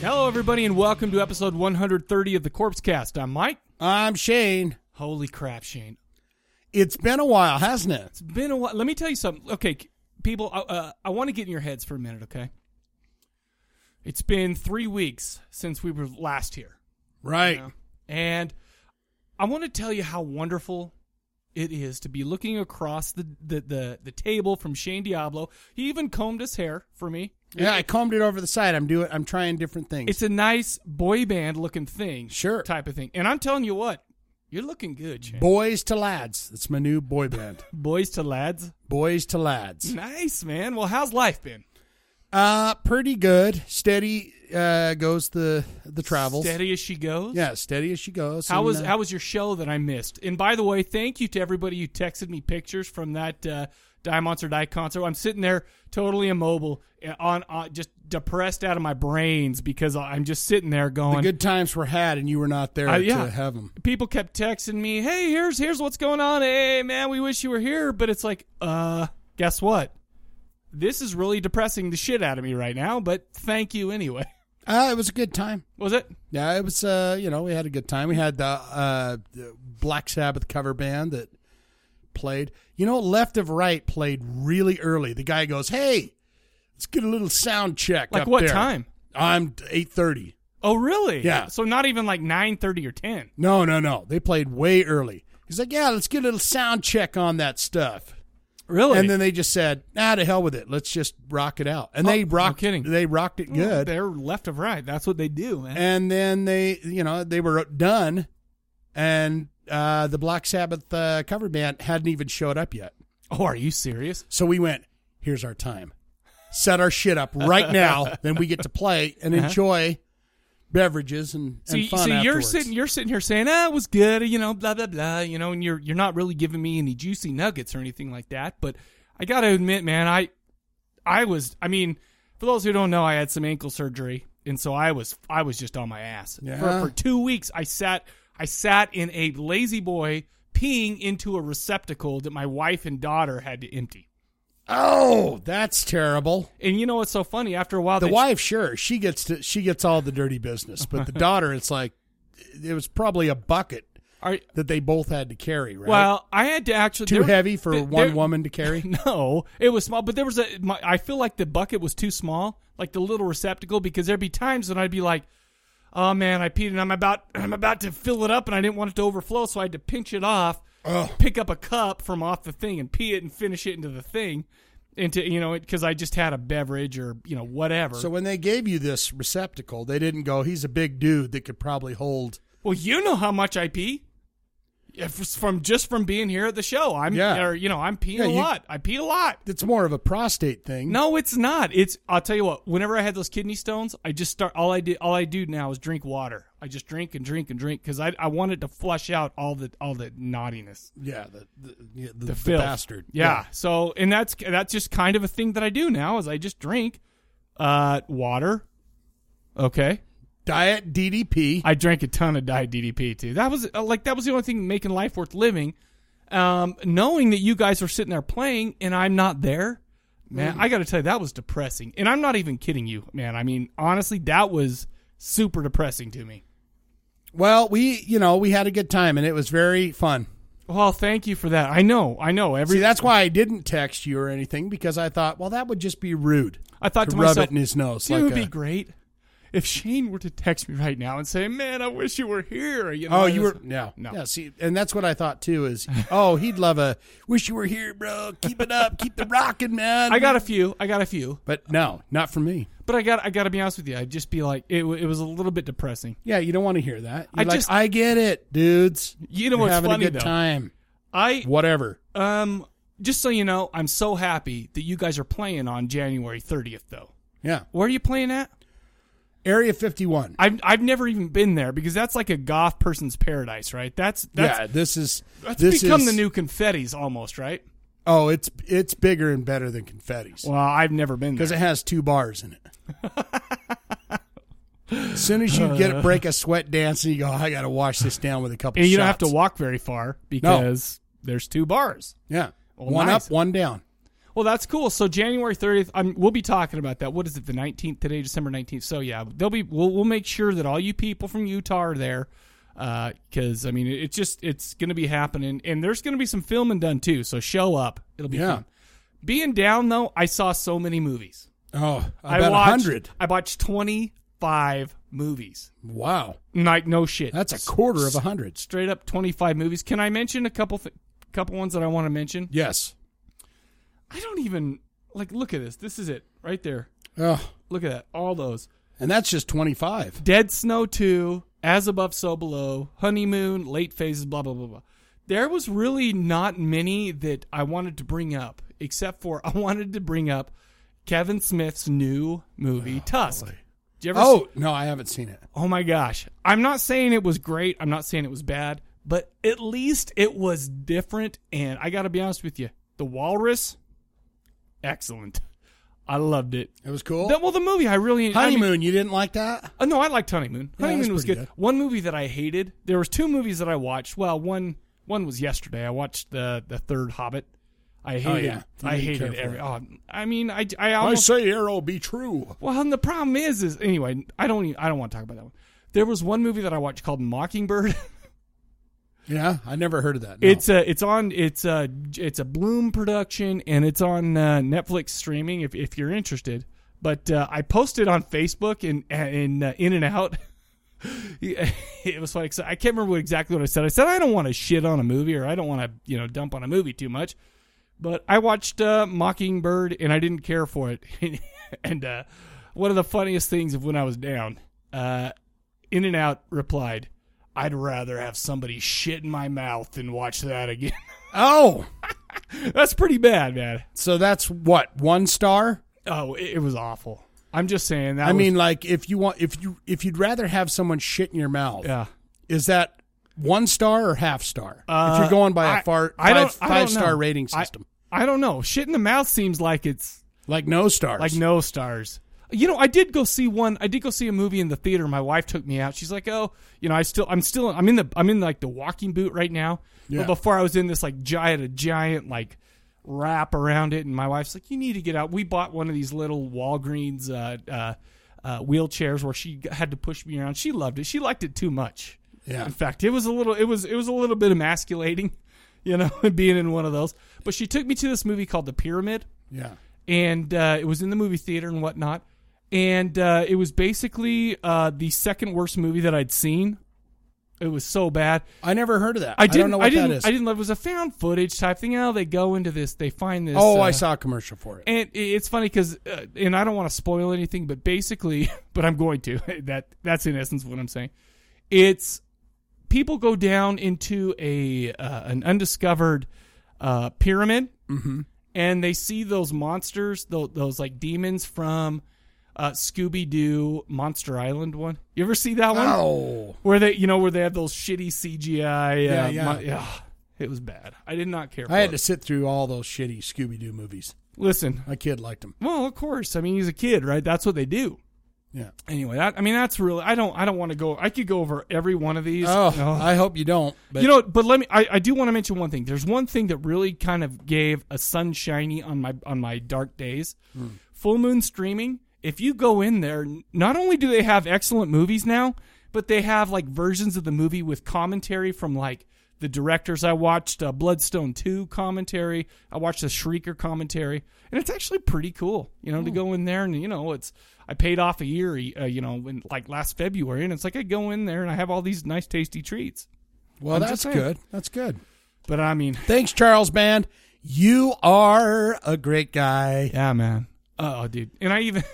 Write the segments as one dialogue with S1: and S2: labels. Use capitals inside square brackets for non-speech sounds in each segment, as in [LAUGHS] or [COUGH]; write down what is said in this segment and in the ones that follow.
S1: Hello, everybody, and welcome to episode 130 of the Corpse Cast. I'm Mike.
S2: I'm Shane.
S1: Holy crap, Shane!
S2: It's been a while, hasn't it?
S1: It's been a while. Let me tell you something. Okay, c- people, I- uh, I want to get in your heads for a minute. Okay, it's been three weeks since we were last here,
S2: Right.
S1: and I want to tell you how wonderful it is to be looking across the the the, the table from Shane Diablo. He even combed his hair for me.
S2: Yeah, I combed it over the side. I'm doing I'm trying different things.
S1: It's a nice boy band looking thing,
S2: Sure.
S1: type of thing. And I'm telling you what, you're looking good, Shane.
S2: Boys to Lads. It's my new boy band.
S1: [LAUGHS] Boys to lads.
S2: Boys to Lads.
S1: Nice, man. Well, how's life been?
S2: Uh pretty good. Steady uh goes the the travels.
S1: Steady as she goes.
S2: Yeah, steady as she goes.
S1: How
S2: And,
S1: was
S2: uh,
S1: how was your show that I missed? And by the way, thank you to everybody who texted me pictures from that uh, Die Monster Die concert. I'm sitting there totally immobile, uh, on, on just depressed out of my brains because I- I'm just sitting there
S2: the
S1: going.
S2: good times were had and you were not there
S1: Uh,
S2: to
S1: yeah.
S2: have them.
S1: people kept texting me, "Hey, here's here's what's going on. Hey, man, we wish you were here." But it's like, uh, guess what? This is really depressing the shit out of me right now. But thank you anyway.
S2: Uh it was a good time.
S1: Was it?
S2: Yeah, it was uh you know, we had a good time. We had the uh the Black Sabbath cover band that played. You know, Left of Right played really early. The guy goes, "Hey, let's get a little sound check
S1: Like
S2: up
S1: what
S2: there."
S1: time?
S2: I'm 8:30.
S1: Oh, really?
S2: Yeah.
S1: So not even like nine thirty or ten.
S2: No, no, no. They played way early. He's like, "Yeah, let's get a little sound check on that stuff."
S1: Really?
S2: And then they just said, "Ah, to hell with it. Let's just rock it out." And
S1: Oh,
S2: they
S1: no
S2: rocked
S1: kidding.
S2: They rocked it
S1: Well,
S2: good.
S1: They're left of right. That's what they do, man.
S2: and then they you know they were done and uh, the black sabbath uh, cover band hadn't even showed up yet
S1: oh, are you serious?
S2: so we went here's our time set our shit up right now then we get to play
S1: [LAUGHS]
S2: and
S1: Uh-huh.
S2: enjoy beverages and,
S1: So,
S2: and fun
S1: so you're
S2: afterwards.
S1: sitting, you're sitting here saying, "Ah, it was good," you know, blah blah blah, you know, and you're you're not really giving me any juicy nuggets or anything like that. But I got to admit, man, I I was, I mean, for those who don't know, I had some ankle surgery, and so I was I was just on my ass
S2: Yeah.
S1: for, for two weeks. I sat I sat in a lazy boy peeing into a receptacle that my wife and daughter had to empty.
S2: oh that's terrible
S1: And you know what's so funny? After a while,
S2: the
S1: they-
S2: wife sure she gets to she gets all the dirty business
S1: [LAUGHS]
S2: but the daughter it's like it was probably a bucket
S1: Are-
S2: that they both had to carry right
S1: well, I had to actually
S2: too
S1: there-
S2: heavy for
S1: there-
S2: one
S1: there-
S2: woman to carry
S1: [LAUGHS] No, it was small, but there was a. My, I feel like the bucket was too small, like the little receptacle, because there'd be times when I'd be like, "Oh man, I peed and I'm about [CLEARS THROAT] I'm about to fill it up, and I didn't want it to overflow, so I had to pinch it off,
S2: Ugh.
S1: pick up a cup from off the thing, and pee it and finish it into the thing, into you know, because I just had a beverage or you know whatever.
S2: So when they gave you this receptacle, they didn't go, he's a big dude that could probably hold.
S1: Well, you know how much I pee. If it's from just from being here at the show, I'm
S2: Yeah.
S1: or, you know I'm peeing
S2: Yeah,
S1: a
S2: you-
S1: lot. I pee a lot.
S2: It's more of a prostate thing.
S1: No, it's not. It's I'll tell you what. Whenever I had those kidney stones, I just start all I did all I do now is drink water. I just drink and drink and drink because I I wanted to flush out all the all the naughtiness,
S2: Yeah, the, the, yeah, the,
S1: the,
S2: the
S1: filth.
S2: bastard.
S1: Yeah. So and that's that's just kind of a thing that I do now is I just drink, uh, water. Okay.
S2: Diet DDP.
S1: I drank a ton of Diet DDP too. That was uh, like that was the only thing making life worth living. Um, knowing that you guys are sitting there playing and I'm not there, man,
S2: Mm.
S1: I got to tell you that was depressing. And I'm not even kidding you, man. I mean, honestly, that was super depressing to me.
S2: well, we, you know, we had a good time and it was very fun.
S1: Well, thank you for that. I know, I know. Every
S2: See, that's why I didn't text you or anything because I thought, well, that would just be rude
S1: I thought to
S2: to rub
S1: myself,
S2: it in his nose.
S1: "Dude, it would
S2: like a-
S1: be great if Shane were to text me right now and say, "Man, I wish you were here," you know,
S2: Oh,
S1: I
S2: you
S1: was-
S2: were no,
S1: no.
S2: Yeah, see, and that's what I thought too. Is [LAUGHS] oh, he'd love a wish you were here, bro. Keep it up, keep the rocking, man.
S1: I got a few. I got a few,
S2: but no, not for me.
S1: but I got I got to be honest with you. I'd just be like, it, w- it was a little bit depressing.
S2: Yeah, you don't want to hear that.
S1: I
S2: You're like,
S1: just-
S2: I get it, dudes.
S1: You know
S2: You're
S1: what's
S2: having
S1: funny,
S2: a good
S1: though?
S2: time,
S1: I
S2: whatever.
S1: um just so you know, I'm so happy that you guys are playing on January 30th, though.
S2: Yeah,
S1: Where are you playing at?
S2: Area Fifty One.
S1: I've I've never even been there because that's like a goth person's paradise, right? That's that's
S2: Yeah, this is
S1: that's
S2: this
S1: become
S2: is,
S1: the new confetti's almost, right?
S2: Oh, it's it's bigger and better than confetti's
S1: Well, I've never been
S2: because
S1: there.
S2: it has two bars in it. as soon as you
S1: [LAUGHS]
S2: get break a sweat dance and you go, I got to wash this down with a couple.
S1: and you don't have
S2: shots."
S1: to walk very far because there's two bars.
S2: Yeah,
S1: Well,
S2: one
S1: nice.
S2: up, one down.
S1: Well, that's cool. So January 30th, I'm, we'll be talking about that. What is it? The 19th today, December 19th. So yeah, they'll be. We'll, we'll make sure that all you people from Utah are there, because I mean, it- it's just it's going to be happening, and there's going to be some filming done too. So show up. It'll be
S2: Yeah.
S1: fun. Being down though, I saw so many movies.
S2: Oh,
S1: I
S2: about a
S1: watched,
S2: hundred.
S1: I watched 25 movies.
S2: Wow,
S1: Like no shit.
S2: that's a quarter of a hundred.
S1: straight up 25 movies. Can I mention a couple th- couple ones that I want to mention?
S2: Yes.
S1: I don't even like look at this. This is it right there.
S2: Oh,
S1: Look at that. All those.
S2: and that's just twenty five.
S1: Dead Snow 2, As Above So Below, Honeymoon, Late Phases, blah blah blah blah. There was really not many that I wanted to bring up except for I [LAUGHS] wanted to bring up Kevin Smith's new movie Tusk. Did you ever see-
S2: Oh no, I haven't seen it.
S1: Oh my gosh. I'm not saying it was great. I'm not saying it was bad, but at least it was different. And I got to be honest with you The Walrus, excellent. I loved it.
S2: It was cool.
S1: The- well, the movie, I really I mean-
S2: Honeymoon, you didn't like that?
S1: uh, no, I liked Honeymoon.
S2: Yeah,
S1: Honeymoon
S2: that's
S1: was good.
S2: pretty good.
S1: One movie that I hated. There was two movies that I watched. Well, one one was yesterday. I watched the the third Hobbit. I hated.
S2: Oh, yeah. You
S1: I
S2: didn't care
S1: hated
S2: for
S1: every.
S2: it.
S1: Oh, I mean, I I almost
S2: say arrow be true.
S1: well, and the problem is, is anyway, I don't, even, I don't want to talk about that one. There was one movie that I watched called [LAUGHS] Mockingbird.
S2: Yeah, I never heard of that. no.
S1: It's a, it's on, it's a, it's a Bloom production, and it's on uh, Netflix streaming if if you're interested. But uh, I posted on Facebook and and uh, In and Out. [LAUGHS] it was like so I can't remember what- exactly what I said. I said I don't want to shit on a movie, or I don't want to you know dump on a movie too much. But I watched uh, Mockingbird and I didn't care for it. [LAUGHS] and uh, one of the funniest things of when I was down, uh, In and Out replied, "I'd rather have somebody shit in my mouth than watch that again."
S2: oh,
S1: [LAUGHS] That's pretty bad, man.
S2: so that's what one star.
S1: Oh, it, it was awful. I'm just saying that.
S2: I
S1: was-
S2: mean, like if you want, if you if you'd rather have someone shit in your mouth,
S1: yeah.
S2: is that one star or half star? if
S1: Uh,
S2: you're going by
S1: I-
S2: a far
S1: I don't-
S2: five,
S1: I don't
S2: five star
S1: know.
S2: rating
S1: I-
S2: system,
S1: I don't know. Shit in the mouth seems like it's
S2: like no stars,
S1: Like no stars. You know, I did go see one. I did go see a movie in the theater. My wife took me out. She's like, "Oh, you know, I still, I'm still, I'm in the, I'm in like the walking boot right now."
S2: Yeah.
S1: But before I was in this like giant, a giant like wrap around it, and my wife's like, "You need to get out." We bought one of these little Walgreens uh, uh, uh, wheelchairs where she had to push me around. She loved it. She liked it too much.
S2: Yeah,
S1: In fact, it was a little it was it was a little bit emasculating, [LAUGHS] you know, being in one of those. But she took me to this movie called The Pyramid
S2: yeah.
S1: and uh, it was in the movie theater and whatnot. And uh, it was basically uh, the second worst movie that I'd seen. It was so bad.
S2: I never heard of that.
S1: I didn't. I,
S2: don't know what
S1: didn't.
S2: that is.
S1: I didn't love. It was a found footage type thing. Oh, they go into this. They find this.
S2: oh,
S1: uh,
S2: I saw a commercial for it.
S1: And it- it's funny because, uh, and I don't want to spoil anything, but basically, [LAUGHS] but I'm going to. That that's in essence what I'm saying. It's people go down into a uh, an undiscovered uh, pyramid,
S2: Mm-hmm.
S1: and they see those monsters, those, those like demons from uh, Scooby Doo Monster Island one. You ever see that one?
S2: Oh,
S1: Where they, you know, where they have those shitty CGI.
S2: Yeah,
S1: uh,
S2: yeah.
S1: mon- ugh, it was bad. I did not care. For
S2: I had
S1: it.
S2: to sit through all those shitty Scooby Doo movies.
S1: listen.
S2: My kid liked them.
S1: Well, of course. I mean, he's a kid, right? That's what they do.
S2: Yeah.
S1: Anyway, that, I mean, that's really. I don't. I don't want to go. I could go over every one of these.
S2: Oh,
S1: No.
S2: I hope you don't. But
S1: you know, but let me. I, I do want to mention one thing. There's one thing that really kind of gave a sunshiny on my on my dark days. Full moon streaming. If you go in there, n- not only do they have excellent movies now, but they have like versions of the movie with commentary from like the directors. I watched uh, Bloodstone 2 commentary. I watched the Shrieker commentary. And it's actually pretty cool, you know, to
S3: Hmm.
S1: go in there and, you know, it's, I paid off a year, uh, you know, when, like last February. And it's like I go in there and I have all these nice, tasty treats.
S2: Well,
S1: I'm
S2: that's
S1: just saying.
S2: good. That's good.
S1: But I mean,
S2: thanks, Charles Band. You are a great guy.
S1: Yeah, man. Oh, dude. And I even, [LAUGHS]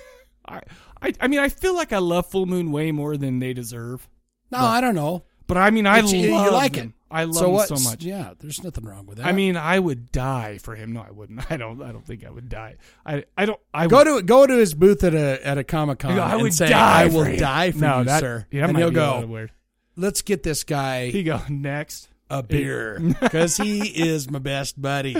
S1: I, I, I mean, I feel like I love Full Moon way more than they deserve.
S2: No, I don't know.
S1: But I mean, I
S2: It's-
S1: love
S2: you like
S1: them.
S2: it.
S1: I love
S2: So
S1: them
S2: what's-
S1: so much.
S2: yeah, there's nothing wrong with
S1: I
S2: that.
S1: mean, I would die for him. No, I wouldn't. [LAUGHS] I don't. I don't think I would die. I. I don't. I
S2: go
S1: would,
S2: to go to his booth at a at a comic con.
S1: I go, I would
S2: and say,
S1: die
S2: I
S1: for
S2: will
S1: you."
S2: die for
S1: No,
S2: you,
S1: that-
S2: sir.
S1: yeah, that
S2: and
S1: might
S2: he'll
S1: be a
S2: go.
S1: little weird.
S2: Let's get this guy.
S1: He go next.
S2: a beer
S1: [LAUGHS]
S2: because he is my best buddy.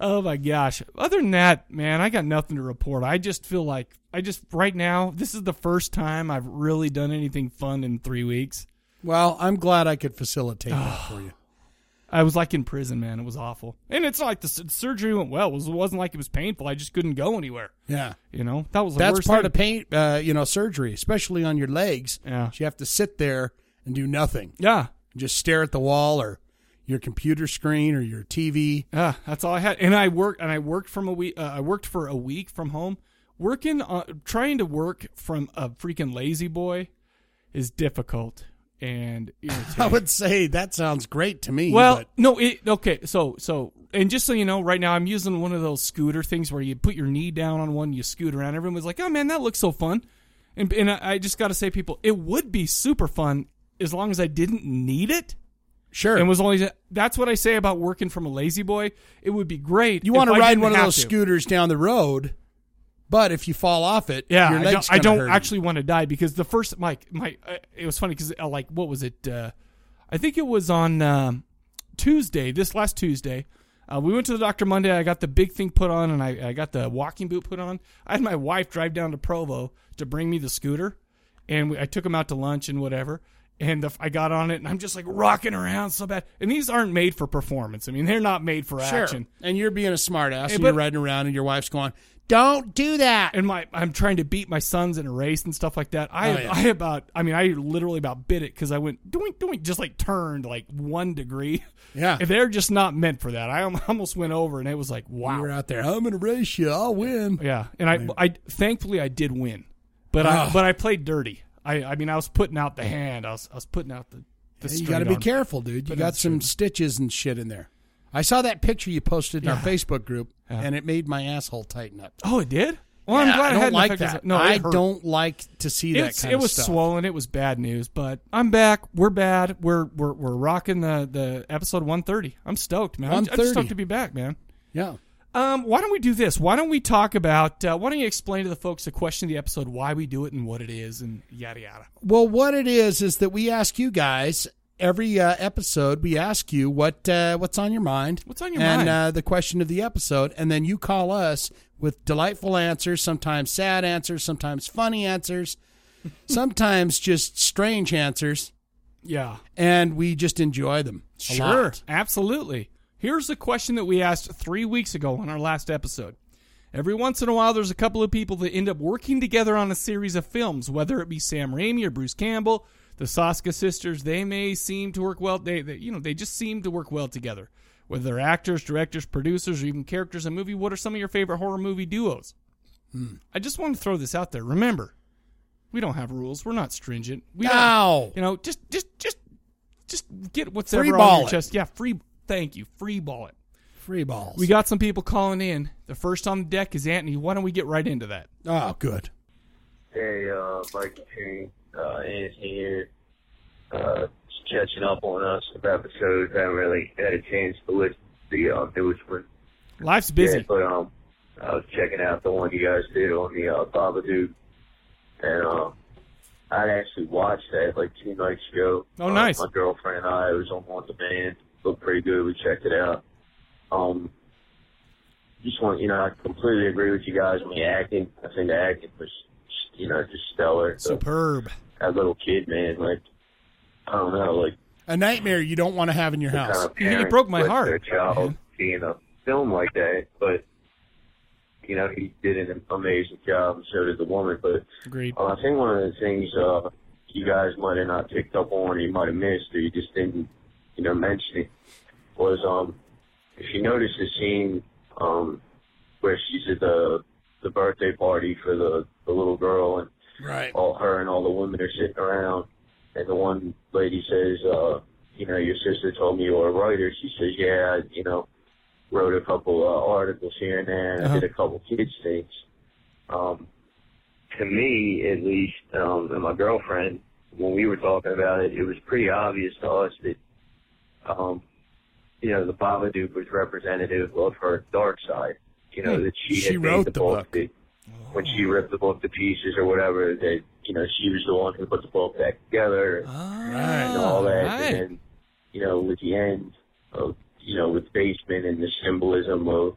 S1: Oh my gosh. Other than that, man, I got nothing to report. I just feel like I just right now. This is the first time I've really done anything fun in three weeks.
S2: Well, I'm glad I could facilitate that for you.
S1: I was like in prison, man. It was awful. And it's not like the s- surgery went well. It was- it wasn't like it was painful. I just couldn't go anywhere.
S2: Yeah,
S1: You know, that was the
S2: that's
S1: worst
S2: part
S1: thing.
S2: of pain. Uh, you know, surgery, especially on your legs.
S1: Yeah.
S2: you have to sit there and do nothing,
S1: Yeah.
S2: just stare at the wall or your computer screen or your TV.
S1: Yeah, that's all I had. And I worked and I worked from a week. Uh, I worked for a week from home. Working, on, trying to work from a freaking lazy boy is difficult and
S2: I
S1: irritating.
S2: would say that sounds great to me.
S1: well,
S2: but
S1: no, it okay. So, so, and just so you know, right now I'm using one of those scooter things where you put your knee down on one, you scoot around. Everyone was like, "Oh man, that looks so fun," and and I, I just got to say, people, it would be super fun as long as I didn't need it.
S2: sure.
S1: And was only that's what I say about working from a lazy boy. It would be great.
S2: you
S1: if
S2: want
S1: I
S2: to ride
S1: didn't
S2: one of
S1: have
S2: those
S1: to.
S2: scooters down the road, but if you fall off it,
S1: Yeah,
S2: your
S1: I
S2: legs
S1: don't, I
S2: kinda
S1: don't
S2: hurt.
S1: actually want to die because the first Mike, my uh, it was funny because uh, like what was it? Uh, I think it was on um, Tuesday, this last Tuesday. Uh, we went to the doctor Monday. I got the big thing put on, and I, I got the walking boot put on. I had my wife drive down to Provo to bring me the scooter, and we, I took him out to lunch and whatever. And the, I got on it, and I'm just like rocking around so bad. And these aren't made for performance. I mean, they're not made for
S2: sure.
S1: action.
S2: And you're being a smartass.
S1: Hey,
S2: and you're
S1: Eh, but-
S2: riding around, and your wife's going, "Don't do that."
S1: and my I'm trying to beat my sons in a race and stuff like that. I
S2: Oh, yeah.
S1: I about I mean I literally about bit it because I went doink doink just like turned like one degree.
S2: Yeah.
S1: And they're just not meant for that. I al- [LAUGHS] almost went over and it was like
S2: You were
S1: wow.
S2: out there. I'm gonna race you. I'll win.
S1: Yeah, and I I thankfully I did win, but I
S2: Ugh.
S1: but I played dirty. I I mean I was putting out the hand. I was I was putting out the. the
S2: you
S1: straight
S2: got to be
S1: arm.
S2: careful, dude. You
S1: But
S2: got
S1: that's
S2: some
S1: true.
S2: stitches and shit in there. I saw that picture you posted in our Facebook group,
S1: Yeah.
S2: and it made my asshole tighten up.
S1: Oh, it did. Well, I'm
S2: Yeah,
S1: glad
S2: I
S1: I
S2: don't
S1: had
S2: like that.
S1: No, it
S2: I
S1: hurt.
S2: don't like to see that
S1: It's-
S2: kind
S1: it
S2: of
S1: was
S2: stuff.
S1: swollen. It was bad news, but I'm back. We're bad. We're we're we're rocking the the episode 130. I'm stoked, man. I'm, I'm
S2: 130.
S1: stoked to be back, man.
S2: Yeah.
S1: Um, why don't we do this? Why don't we talk about? Uh, why don't you explain to the folks the question of the episode, why we do it and what it is, and yada yada.
S2: Well, what it is is that we ask you guys every uh, episode. We ask you what uh, what's on your mind,
S1: What's on your
S2: and,
S1: mind?
S2: uh, the question of the episode, and then you call us with delightful answers, sometimes sad answers, sometimes
S1: [LAUGHS]
S2: funny answers, sometimes just strange answers,
S1: Yeah,
S2: and we just enjoy them. a lot.
S1: absolutely. Here's the question that we asked three weeks ago on our last episode. Every once in a while, there's a couple of people that end up working together on a series of films, whether it be Sam Raimi or Bruce Campbell, the Saska sisters. They may seem to work well. They, they you know, they just seem to work well together. Whether they're actors, directors, producers, or even characters in a movie, what are some of your favorite horror movie duos? I just want to throw this out there. Remember, we don't have rules. We're not stringent. We don't-
S2: No.
S1: you know, just just just just get what's ever
S2: Free
S1: on
S2: ball
S1: your
S2: it.
S1: chest. Yeah, free. Thank you. Free ball it.
S2: Free balls.
S1: We got some people calling in. The first on deck is Anthony. Why don't we get right into that?
S2: oh, good.
S4: Hey, uh, Mike King, uh, Anthony here. Uh, just catching up on us with episodes. I haven't really had a chance to listen to the uh, newest one.
S1: Life's
S4: Yeah,
S1: busy.
S4: but, um, I was checking out the one you guys did on the, uh, Babadook. And, um, I'd actually watched that like two nights ago.
S1: Oh,
S4: Uh,
S1: nice.
S4: My girlfriend and I, it was on on demand. Looked pretty good. We checked it out. Um, just want, you know, I completely agree with you guys on the acting. I think the acting was, you know, just stellar. So,
S1: Superb.
S4: that little kid, man, like, I don't know, like,
S2: A nightmare you don't want to have in your
S4: the kind
S2: house.
S4: of
S1: You
S4: parents
S1: broke my
S4: let
S1: heart, Mm-hmm.
S4: Their child
S1: [LAUGHS] man.
S4: seeing a film like that, but you know he did an amazing job, and so did the woman. But
S1: Agreed.
S4: uh, I think one of the things uh, you guys might have not picked up on, or you might have missed, or you just didn't you know, mentioning was, um, if you notice the scene, um, where she's at the, the birthday party for the, the little girl and
S2: Right.
S4: all her and all the women are sitting around, and the one lady says, uh, you know, your sister told me you were a writer. She says, yeah, I, you know, wrote a couple uh, articles here and there, and I did a couple kids things. Um, to me, at least, um, and my girlfriend, when we were talking about it, it was pretty obvious to us that, um, you know, the Babadook was representative of her dark side. You know, that she,
S2: She
S4: had made
S2: wrote
S4: the
S2: the
S4: book
S2: book.
S4: that when she ripped the book to pieces or whatever, that you know she was the one who put the book back together and all
S1: All
S4: that. And
S1: right.
S4: then, you know, with the end of you know with basement and the symbolism of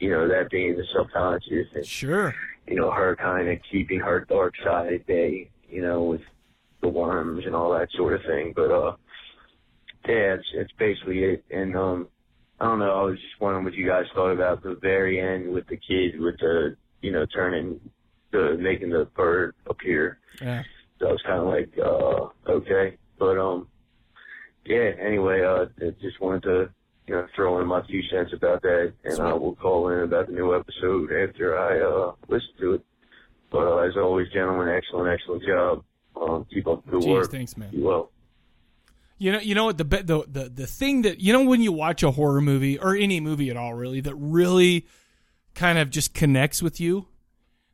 S4: you know that being the subconscious and
S1: Sure.
S4: you know her kind of keeping her dark side at bay, you know with the worms and all that sort of thing. But uh, yeah, it's, it's basically it. And um, I don't know. I was just wondering what you guys thought about the very end with the kid with the you know turning the making the bird appear.
S1: Yeah.
S4: So I was kind of like, uh, okay. But, um, yeah, anyway, uh, I just wanted to, you know, throw in my few cents about that. And I will call in about the new episode after I, uh, listen to it. But, uh, as always, gentlemen, excellent, excellent job. Um, keep up the good
S1: Jeez,
S4: work.
S1: thanks, man.
S4: You will.
S1: You know, you know what the, be- the the the thing that you know when you watch a horror movie or any movie at all, really, that really kind of just connects with you.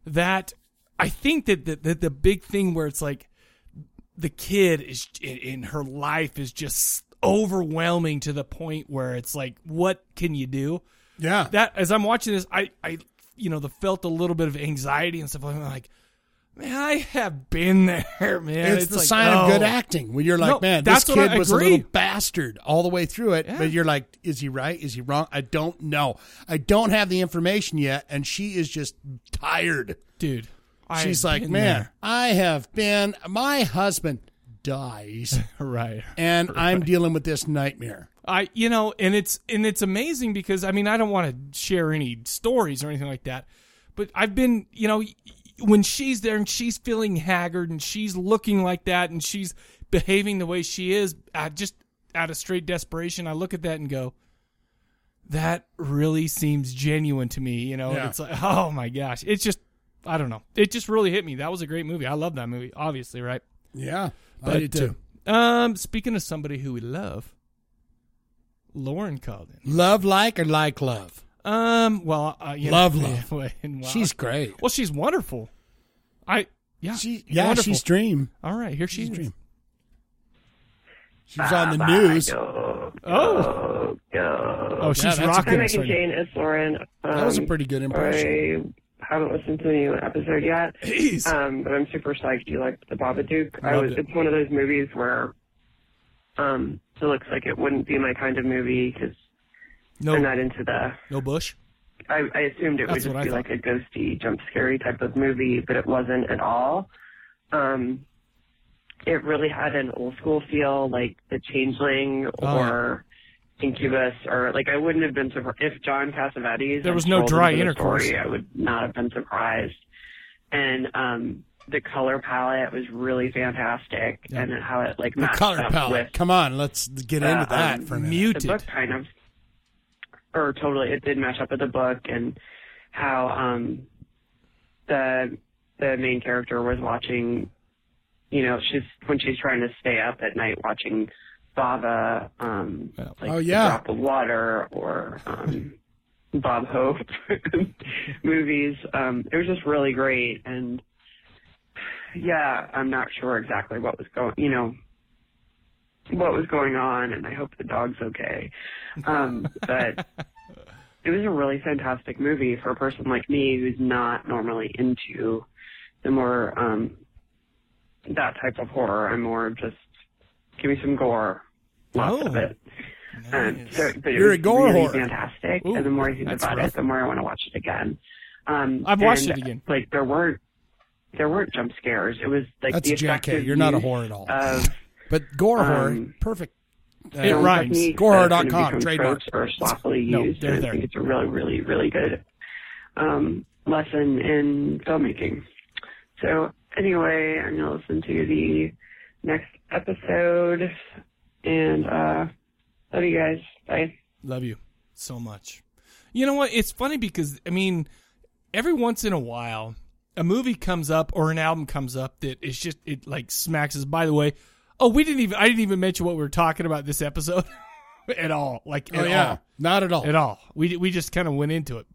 S1: That I think that the the, the big thing where it's like the kid is in, in her life is just overwhelming to the point where it's like, what can you do?
S2: Yeah.
S1: that as I'm watching this, I, I, you know, the felt a little bit of anxiety and stuff. I'm like, man, I have been [LAUGHS] there, man.
S2: it's, the
S1: like,
S2: sign of
S1: oh.
S2: good acting when you're like,
S1: No,
S2: man, this
S1: that's what
S2: kid
S1: I
S2: was a
S1: agree.
S2: little bastard all the way through it. But you're like, is he right? Is he wrong? I don't know. I don't have the information yet. And she is just tired.
S1: dude. I
S2: She's
S1: have
S2: like,
S1: been
S2: man,
S1: there."
S2: I have been, my husband dies
S1: [LAUGHS] right.
S2: and I'm dealing with this nightmare.
S1: I you know, and it's and it's amazing because I mean I don't want to share any stories or anything like that, but I've been you know y- y- when she's there and she's feeling haggard and she's looking like that and she's behaving the way she is, I just out of straight desperation, I look at that and go, that really seems genuine to me. You know,
S2: Yeah.
S1: it's like oh my gosh, it's just I don't know, it just really hit me. That was a great movie. I love that movie, obviously, right?
S2: Yeah. I
S1: But,
S2: did too.
S1: uh, um, speaking of somebody who we love, Lauren called in.
S2: Love like or like love?
S1: Um, well, uh, you [LAUGHS]
S2: Love,
S1: know,
S2: love.
S1: well, and, well,
S2: She's great.
S1: well, she's wonderful. I yeah,
S2: She, yeah,
S1: wonderful.
S2: she's dream.
S1: All right, here she
S2: She's
S1: is.
S2: dream. She was on the news.
S4: Go,
S1: Oh,
S4: go, go.
S1: oh, she's
S2: that's a
S3: Hi,
S1: rocking
S2: good
S1: us
S3: Megan
S1: right now.
S3: Jane. It's Lauren. Um,
S2: That was a pretty good impression.
S3: I haven't listened to the new episode yet,
S1: Jeez.
S3: um, but I'm super psyched you liked The Babadook. I
S2: Loved
S3: was,
S2: it.
S3: it's one of those movies where um, it looks like it wouldn't be my kind of movie because I'm
S1: no,
S3: not into the.
S1: no Bush.
S3: I, I assumed it
S1: That's
S3: would
S1: what I
S3: just be
S1: thought.
S3: like a ghosty, jump scary type of movie, but it wasn't at all. Um, it really had an old school feel, like The Changeling
S1: Oh, yeah.
S3: or Incubus, or like I wouldn't have been surprised if John Cassavetes.
S1: There was
S3: had
S1: no
S3: rolled
S1: dry
S3: into the
S1: intercourse.
S3: Story, I would not have been surprised. And um, the color palette was really fantastic, and how it like
S2: The
S3: matched
S2: color
S3: up
S2: palette.
S3: with
S2: Come on, let's get
S3: uh,
S2: into that
S3: um,
S2: for a minute.
S3: the
S1: Muted.
S3: book kind of or totally it did match up with the book and how um the the main character was watching you know she's when she's trying to stay up at night watching Bava um
S1: Yeah.
S3: like
S2: Oh,
S3: The
S2: yeah.
S3: drop of water or um Bob Hope [LAUGHS] movies um it was just really great and yeah I'm not sure exactly what was going you know what was going on and I hope the dog's okay. Um, but it was a really fantastic movie for a person like me who's not normally into the more um, that type of horror. I'm more of just give me some gore. Lots of
S1: Oh,
S3: it. Um, so, but it
S2: You're
S3: was
S2: a gore
S3: really
S2: horror.
S3: fantastic.
S1: Ooh,
S3: and the more I think
S1: that's
S3: about
S1: rough.
S3: it, the more I want to watch it again. Um,
S1: I've watched
S3: and,
S1: it again.
S3: Like there weren't there weren't jump scares. It was like
S2: That's
S3: the
S2: JK.
S3: effective
S2: You're not a
S3: use
S2: whore at all.
S3: Of
S2: But gore
S3: um,
S2: horror, perfect. Uh,
S1: It
S3: film
S1: rhymes.
S3: techniques
S2: Gorehard.com,
S3: that are gonna become
S2: trademark.
S3: tropes Or sloppily
S1: No,
S3: used.
S1: they're
S3: and
S1: there.
S3: I think it's a really, really, really good um, lesson in filmmaking. So anyway, I'm gonna listen to the next episode, and uh, Love you guys. Bye.
S1: Love you so much. You know what? It's funny because I mean, every once in a while, a movie comes up or an album comes up that is just it like smacks us. By the way, oh, we didn't even I didn't even mention what we were talking about this episode [LAUGHS] at all. Like
S2: Oh,
S1: at
S2: yeah.
S1: all.
S2: Not at all.
S1: At all. We we just kind of went into it.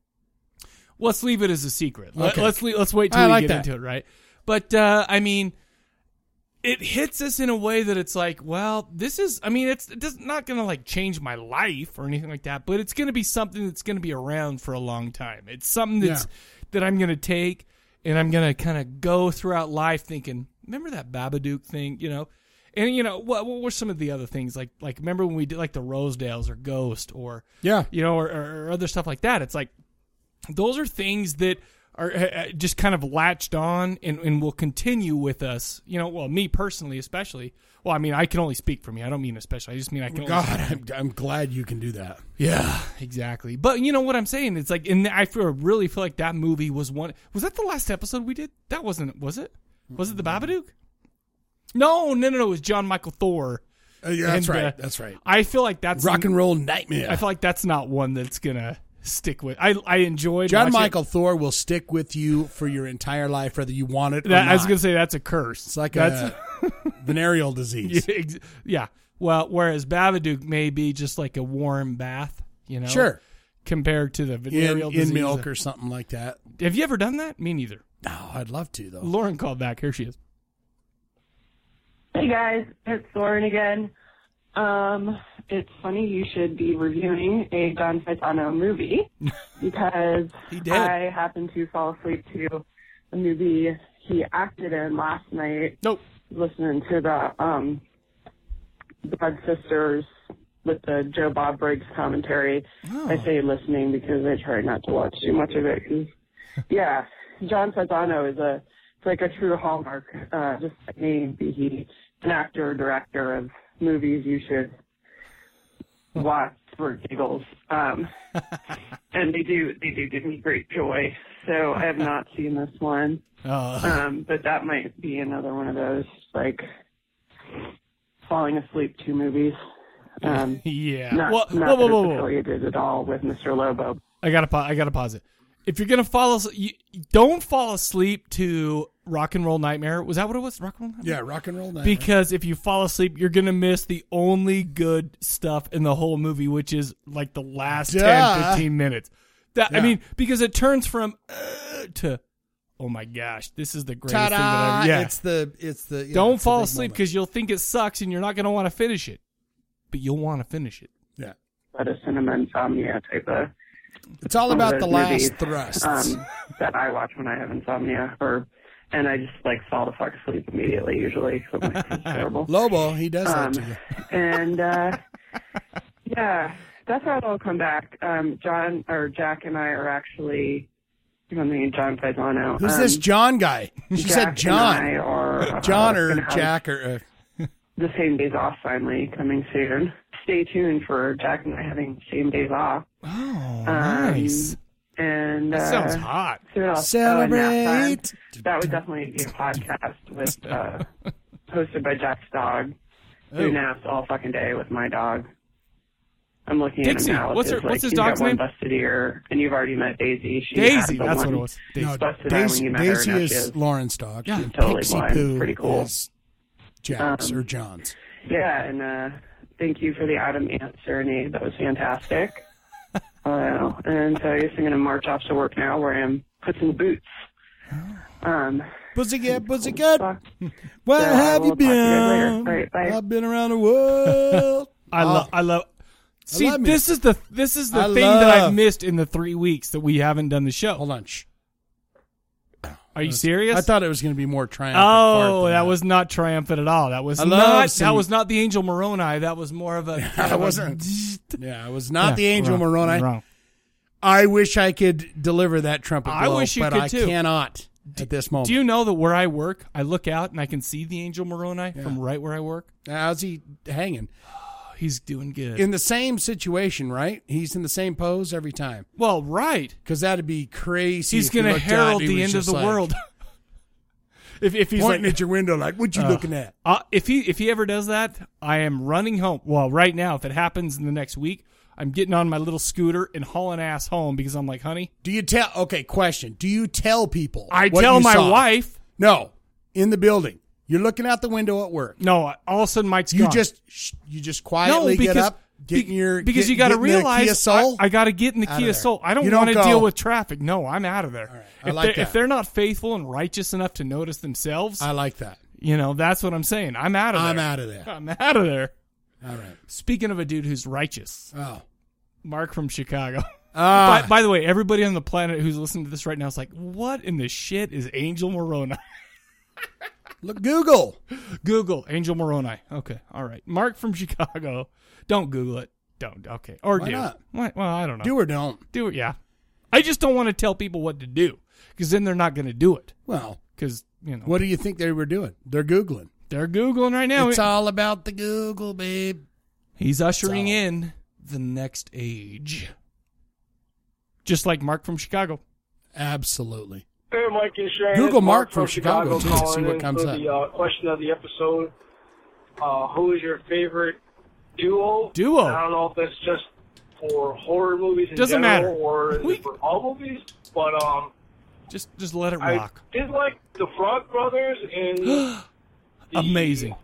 S1: Let's leave it as a secret. Let,
S2: Okay.
S1: us le- let's wait till
S2: I
S1: we
S2: like
S1: get
S2: that.
S1: into it, right? But uh, I mean, it hits us in a way that it's like, well, this is. I mean, it's, it's not going to like change my life or anything like that, but it's going to be something that's going to be around for a long time. It's something that's that I'm going to take and I'm going to kind of go throughout life thinking, remember that Babadook thing, you know? And you know what? What were some of the other things like? Like remember when we did like the Rosedales or Ghost or
S2: Yeah.
S1: you know, or, or, or other stuff like that. It's like those are things that are uh, uh, just kind of latched on and, and will continue with us. You know, well, me personally, especially. Well, I mean, I can only speak for me. I don't mean especially. I just mean I can. only
S2: God,
S1: speak for me.
S2: I'm, I'm glad you can do that.
S1: Yeah, exactly. But you know what I'm saying? It's like, and I feel really feel like that movie was one. Was that the last episode we did? That wasn't. Was it? Was it the Babadook? No, no, no, no. It was John Michael Thor.
S2: Uh, yeah, that's
S1: And,
S2: right.
S1: uh,
S2: that's right.
S1: I feel like that's
S2: Rock and roll nightmare.
S1: I feel like that's not one that's gonna stick with. I I enjoyed
S2: John
S1: watching-
S2: Michael Thor will stick with you for your entire life, whether you want it or
S1: That,
S2: not.
S1: I was gonna say that's a curse.
S2: it's like
S1: that's [LAUGHS]
S2: a venereal disease.
S1: yeah, ex- yeah. Well, whereas Babadook may be just like a warm bath, you know,
S2: Sure.
S1: compared to the
S2: In,
S1: venereal disease.
S2: in milk or something like that.
S1: Have you ever done that? Me neither.
S2: No, I'd love to, though.
S1: Lauren called back. Here she is.
S3: Hey guys, it's Lauren again. Um, it's funny you should be reviewing a Don Faitano movie because
S1: He did.
S3: I happened to fall asleep to a movie he acted in last night,
S1: Nope.
S3: listening to the um, Blood Sisters with the Joe Bob Briggs commentary.
S1: Oh.
S3: I say listening because I try not to watch too much of it. 'cause- yeah, John Fasano is a it's like a true hallmark. Uh, just like me, be he an actor, director of movies you should watch for giggles. Um, and they do they do give me great joy. So I have
S1: [LAUGHS]
S3: not seen this one,
S1: Uh,
S5: [LAUGHS]
S3: um, but that might be another one of those like falling asleep to movies. Um,
S1: [LAUGHS] yeah.
S3: not,
S1: well,
S3: not
S1: whoa,
S3: that
S1: whoa, whoa,
S3: it's
S1: whoa.
S3: affiliated at all with Mr. Lobo.
S1: I gotta pa- I gotta pause it. If you're gonna fall, as- you, don't fall asleep to Rock and Roll Nightmare. Was that what it was? Rock and Roll Nightmare.
S2: Yeah, rock and roll nightmare.
S1: Because if you fall asleep, you're gonna miss the only good stuff in the whole movie, which is like the last ten,
S2: Duh.
S1: fifteen 10, 15 minutes. That I
S2: Yeah.
S1: mean, because it turns from uh, to, oh my gosh, this is the greatest thing that
S2: Ta-da!
S1: I've. Yeah,
S2: It's the it's the you know,
S1: don't
S2: it's the
S1: fall
S2: big
S1: asleep
S2: moment.
S1: because you'll think it sucks and you're not gonna want to finish it, but you'll want to finish it.
S2: yeah,
S3: But a cinema insomnia type of
S2: it's all
S3: one of
S2: about the
S3: those
S2: last
S3: movies,
S2: thrusts.
S3: um, that I watch when I have insomnia, or and I just like fall the fuck asleep immediately. Usually, so I'm like, this is
S2: [LAUGHS]
S3: terrible.
S2: Lobo, he does
S3: Um,
S2: that to you.
S3: and
S2: [LAUGHS]
S3: uh, yeah, that's how it'll come back. Um, John or Jack and I are actually. I mean, John Paisano.
S2: Who's
S3: um,
S2: this John guy? [LAUGHS] She
S3: Jack
S2: said
S3: and
S2: John,
S3: I are, uh,
S2: John or
S3: gonna have
S2: Jack or
S1: uh, [LAUGHS]
S3: The same days off finally coming soon. Stay tuned for Jack and I having same days off.
S5: Um,
S3: Um,
S1: Oh, nice.
S3: And
S1: That sounds
S3: uh,
S1: hot.
S3: So what
S2: uh,
S3: else? Oh, and nap
S2: celebrate.
S3: time. that would definitely be a podcast with
S1: [LAUGHS]
S3: uh, hosted by Jack's dog,
S1: Oh.
S3: who naps all fucking day with my dog. I'm looking
S1: Dixie,
S3: at him now. It's
S1: what's her-
S3: just like,
S1: what's his
S3: he's got
S1: dog's
S3: one
S1: name?
S3: Busted ear, and you've already met Daisy. She had
S1: Daisy,
S3: the
S1: that's
S3: one
S1: what it was. Daisy.
S2: No,
S3: Busted eye when
S2: Daisy,
S3: you met her,
S2: Daisy
S3: now she
S2: is
S3: is.
S2: Lauren's dog.
S1: Yeah.
S2: and
S3: Totally
S2: Pixie
S3: blind.
S2: Poo
S3: Pretty cool. Um,
S2: is Jack's or John's.
S3: Yeah, and uh, thank you for the Adam Ant serenade. That was fantastic. uh, and so I guess I'm going to march off to work now, where I'm put some boots. Um,
S2: Pussycat, pussycat,
S3: fuck.
S2: where
S3: Yeah,
S2: have
S3: uh, we'll
S2: you
S3: talk to you guys
S2: been?
S3: later. All right, bye.
S2: I've been around the world.
S1: I love. I love. See,
S2: uh, love me.
S1: this is the this is the
S2: I
S1: thing that I've
S2: love-
S1: missed in the [LAUGHS] three weeks that we haven't done the show.
S2: Hold on. Shh.
S1: Are you serious?
S2: I thought it was going to be more triumphant. fart
S1: Oh,
S2: than
S1: that was not triumphant at all. That was
S2: I love
S1: not.
S2: some-
S1: That was not the angel Moroni. That was more
S2: [LAUGHS]
S1: of a.
S2: I wasn't. Yeah, it was not the angel
S1: wrong,
S2: Moroni.
S1: Wrong.
S2: I wish I could deliver that trumpet
S1: I
S2: blow,
S1: wish you
S2: but
S1: could
S2: I
S1: too.
S2: cannot at this moment.
S1: Do you know that where I work, I look out and I can see the angel Moroni from right where I work.
S2: How's he hanging?
S1: Oh, he's doing good.
S2: In the same situation, right? He's in the same pose every time.
S1: well, right.
S2: Because that'd be crazy.
S1: He's
S2: if you
S1: going to
S2: looked out
S1: herald
S2: and he
S1: the end
S2: was
S1: of
S2: just
S1: the
S2: like-
S1: world. If, if he's
S2: pointing
S1: like,
S2: at your window, like, what you
S1: Uh,
S2: looking at?
S1: Uh, if he if he ever does that, I am running home. Well, right now, if it happens in the next week, I'm getting on my little scooter and hauling ass home because I'm like, honey,
S2: Do you tell? Okay, question. Do you tell people?
S1: I
S2: what
S1: tell
S2: you
S1: my
S2: saw?
S1: wife.
S2: No, in the building. You're looking out the window at work.
S1: No, all of a sudden Mike's
S2: You
S1: gone.
S2: just sh- you just quietly get up, get in
S1: be-
S2: your
S1: because
S2: get-
S1: you got to
S2: get in the
S1: realize
S2: Kia Soul.
S1: I, got to get in the
S2: Outta
S1: Kia
S2: there.
S1: Soul. I don't
S2: You don't
S1: want to
S2: go.
S1: deal with traffic. No, I'm out of there.
S2: I
S1: if,
S2: like
S1: they're, if
S2: that.
S1: they're not faithful and righteous enough to notice themselves,
S2: I like that.
S1: you know, that's what I'm saying. I'm out of
S2: I'm
S1: there.
S2: out of there.
S1: [LAUGHS] I'm out of there.
S2: All right.
S1: Speaking of a dude who's righteous,
S2: Oh.
S1: Mark from Chicago.
S2: [LAUGHS] Ah.
S1: by, by the way, everybody on the planet who's listening to this right now is like, what in the shit is Angel Moroni? [LAUGHS]
S2: Look, Google.
S1: Google Angel Moroni. Okay, all right. Mark from Chicago. Don't Google it. Don't. Okay. Or
S2: Why
S1: do.
S2: not?
S1: Why- Well, I don't know.
S2: Do or don't.
S1: Do it. Yeah. I just don't want to tell people what to do because then they're not going to do it
S2: Well,
S1: because you know
S2: what do you think they were doing? They're Googling.
S1: they're googling right now.
S2: it's all about the Google, babe.
S1: He's ushering
S2: all-
S1: in the next age, just like Mark from Chicago.
S2: Absolutely.
S6: Hey, Mike and Sharon.
S2: Google
S6: It's
S2: Mark from Chicago, too, to
S6: calling
S2: see what
S6: in
S2: comes
S6: for
S2: up.
S6: The uh, question of the episode: uh, Who is your favorite duo?
S1: Duo.
S6: I don't know if that's just for horror movies. In
S1: Doesn't
S6: general,
S1: matter.
S6: Or is it
S1: We-
S6: for all movies, but um,
S1: Just just let it
S6: I
S1: rock.
S6: did like the Frog Brothers
S1: [GASPS]
S6: and the
S1: Amazing.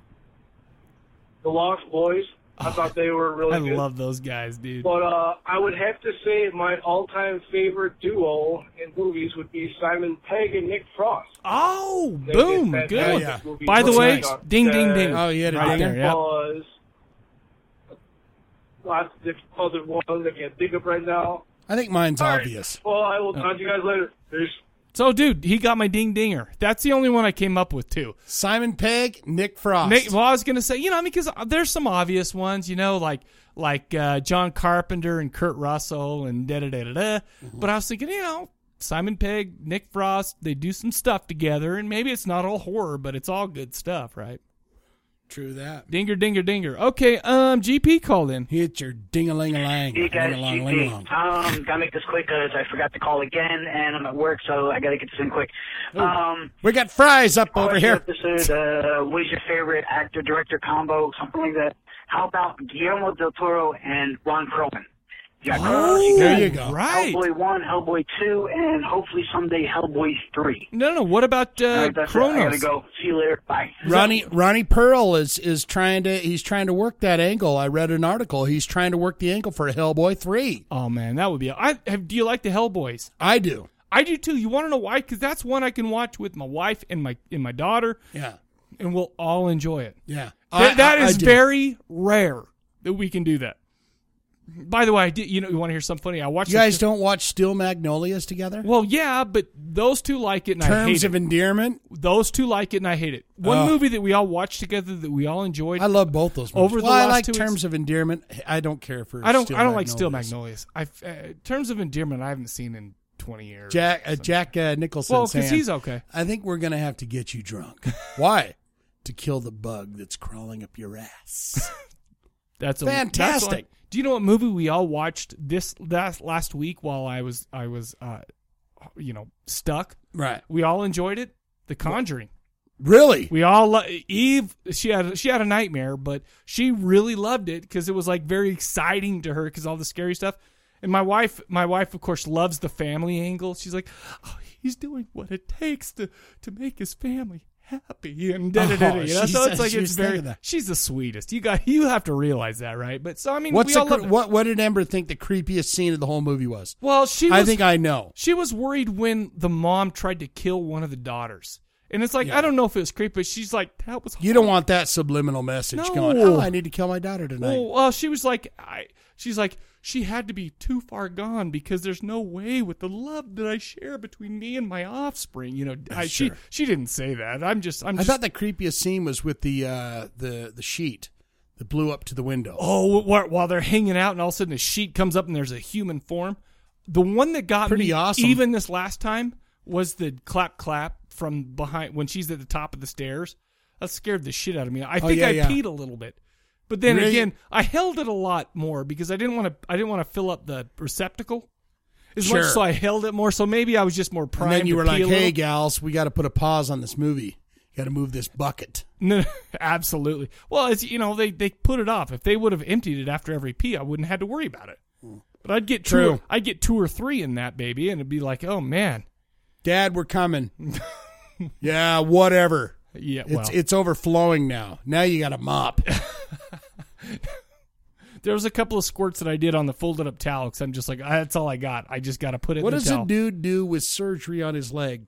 S6: The Lost Boys. I thought they were really
S1: I
S6: good.
S1: love those guys, dude.
S6: But uh, I would have to say my all-time favorite duo in movies would be Simon Pegg and Nick Frost.
S1: Oh,
S6: They
S1: boom,
S6: did
S1: good.
S6: fantastic
S2: yeah.
S6: movies
S1: By the
S6: like
S1: way,
S6: Dark
S1: ding, ding,
S6: Dead,
S1: ding.
S2: Oh, you had a
S1: right
S2: dinger?
S1: there. Yep.
S6: was lots of different other ones I can't think of right now.
S2: I think mine's
S6: All right.
S2: obvious.
S6: Well, I
S1: Uh,
S6: will talk to you guys later. Peace.
S1: So, dude, he got my ding dinger. That's the only one I came up with too.
S2: Simon Pegg, Nick Frost.
S1: Nick, well, I was gonna say, you know, I mean, because there's some obvious ones, you know, like like uh, John Carpenter and Kurt Russell and da da da da da.
S2: Mm-hmm.
S1: But I was thinking, you know, Simon Pegg, Nick Frost, they do some stuff together, and maybe it's not all horror, but it's all good stuff, right?
S2: True that.
S1: Dinger, dinger, dinger. Okay, um, GP called in.
S2: Hit your ding a ling a lang.
S7: Hey guys, GP.
S2: along.
S7: Um, gotta make this quick 'cause I forgot to call again, and I'm at work, so I gotta get this in quick. Um,
S2: We got fries up over
S7: question
S2: here.
S7: Episode, uh, what is your favorite actor-director combo, something like that? How about Guillermo del Toro and Ron Perlman? You got Carlos, you
S2: Oh, There
S7: got
S2: you go.
S1: Right.
S7: Hellboy one, Hellboy two, and hopefully someday Hellboy three.
S1: No, no. What about
S7: All
S1: uh,
S7: right, that's it. I gotta
S1: Kronos?
S7: go. See you later. Bye.
S2: Ronnie Ronnie Pearl is is trying to he's trying to work that angle. I read an article. He's trying to work the angle for Hellboy three.
S1: Oh man, that would be. I have, do you like the Hellboys?
S2: I do.
S1: I do too. You want to know why? Because that's one I can watch with my wife and my and my daughter,
S2: Yeah.
S1: and we'll all enjoy it.
S2: Yeah.
S1: That, that is
S2: do.
S1: very rare that we can do that. By the way, I did. You know, you want to hear something funny? I watched.
S2: You guys don't watch Steel Magnolias together?
S1: Well, yeah, but those two like it, and I hate
S2: Terms
S1: it.
S2: of endearment. Oh,
S1: Those two like it, and I hate it. One
S2: Ugh.
S1: movie that we all watched together that we all enjoyed.
S2: I love both those. Movies.
S1: Over the
S2: well, I
S1: last
S2: like
S1: two
S2: Terms
S1: weeks-
S2: of Endearment. I don't care for.
S1: I don't.
S2: Steel
S1: I don't like Steel
S2: Magnolias.
S1: Magnolias. I uh, terms of endearment, I haven't seen in twenty years.
S2: Jack uh, Jack uh, Nicholson.
S1: Well, 'cause
S2: saying,
S1: he's okay.
S2: I think we're gonna have to get you drunk. [LAUGHS] Why? to kill the bug that's crawling up your
S1: [LAUGHS]
S2: ass.
S1: That's a,
S2: Fantastic.
S1: that's one- do you know what movie we all watched this last last week while I was I was uh, you know stuck?
S2: right.
S1: We all enjoyed it. The Conjuring.
S2: Really?
S1: We all lo- Eve. She had she had a nightmare, but she really loved it because it was like very exciting to her because all the scary stuff. And my wife, my wife, of course, loves the family angle. She's like, oh, he's doing what it takes to to make his family happy and [LAUGHS] da da da.
S2: Oh,
S1: da, you know?
S2: she
S1: So
S2: said
S1: it's like
S2: she
S1: it's
S2: was
S1: very.
S2: thinking that.
S1: She's the sweetest. You got you have to realize that, right? But so I mean,
S2: What's
S1: we
S2: the,
S1: all loved
S2: cre-
S1: it.
S2: what? What did Amber think the creepiest scene of the whole movie was?
S1: Well, she. Was,
S2: I think I know.
S1: She was worried when the mom tried to kill one of the daughters. And it's like, I don't know if it was creepy, but she's like, that was
S2: You don't want that subliminal message
S1: No.
S2: going. Oh, I need to kill my daughter tonight.
S1: Well, well, she was like, I, she's like, she had to be too far gone because there's no way with the love that I share between me and my offspring. You know, I, she
S2: Sure.
S1: she didn't say that. I'm just, I'm
S2: I
S1: just.
S2: thought the creepiest scene was with the uh, the the sheet that blew up to the window.
S1: oh, wh- while they're hanging out, and all of a sudden a sheet comes up and there's a human form. The one that got
S2: Pretty
S1: me
S2: awesome.
S1: even this last time was the clap clap from behind when she's at the top of the stairs. That scared the shit out of me. I think
S2: Oh, yeah,
S1: I
S2: yeah.
S1: peed a little bit. But then
S2: Really?
S1: again, I held it a lot more because I didn't want to. I didn't want to fill up the receptacle as much,
S2: Sure.
S1: so I held it more. So maybe I was just more primed.
S2: and then you
S1: to
S2: were
S1: pee
S2: like,
S1: a little.
S2: "Hey, gals, we got to put a pause on this movie." got to move this bucket.
S1: No, [LAUGHS] absolutely. Well, it's you know they they put it off. If they would have emptied it after every pee, I wouldn't have had to worry about it. But I'd get two.
S2: Hmm. True.
S1: Or, I'd get two or three in that baby, and it'd be like, oh man,
S2: Dad,
S1: [LAUGHS]
S2: we're coming. yeah, whatever.
S1: Yeah,
S2: it's
S1: well.
S2: it's overflowing now. Now you got a mop.
S1: [LAUGHS]
S2: [LAUGHS]
S1: there was a couple of squirts that I did on the folded up towel because I'm just like, "Ah, that's all I got. I just got to put it.
S2: what
S1: in the
S2: does
S1: towel.
S2: a dude do with surgery on his leg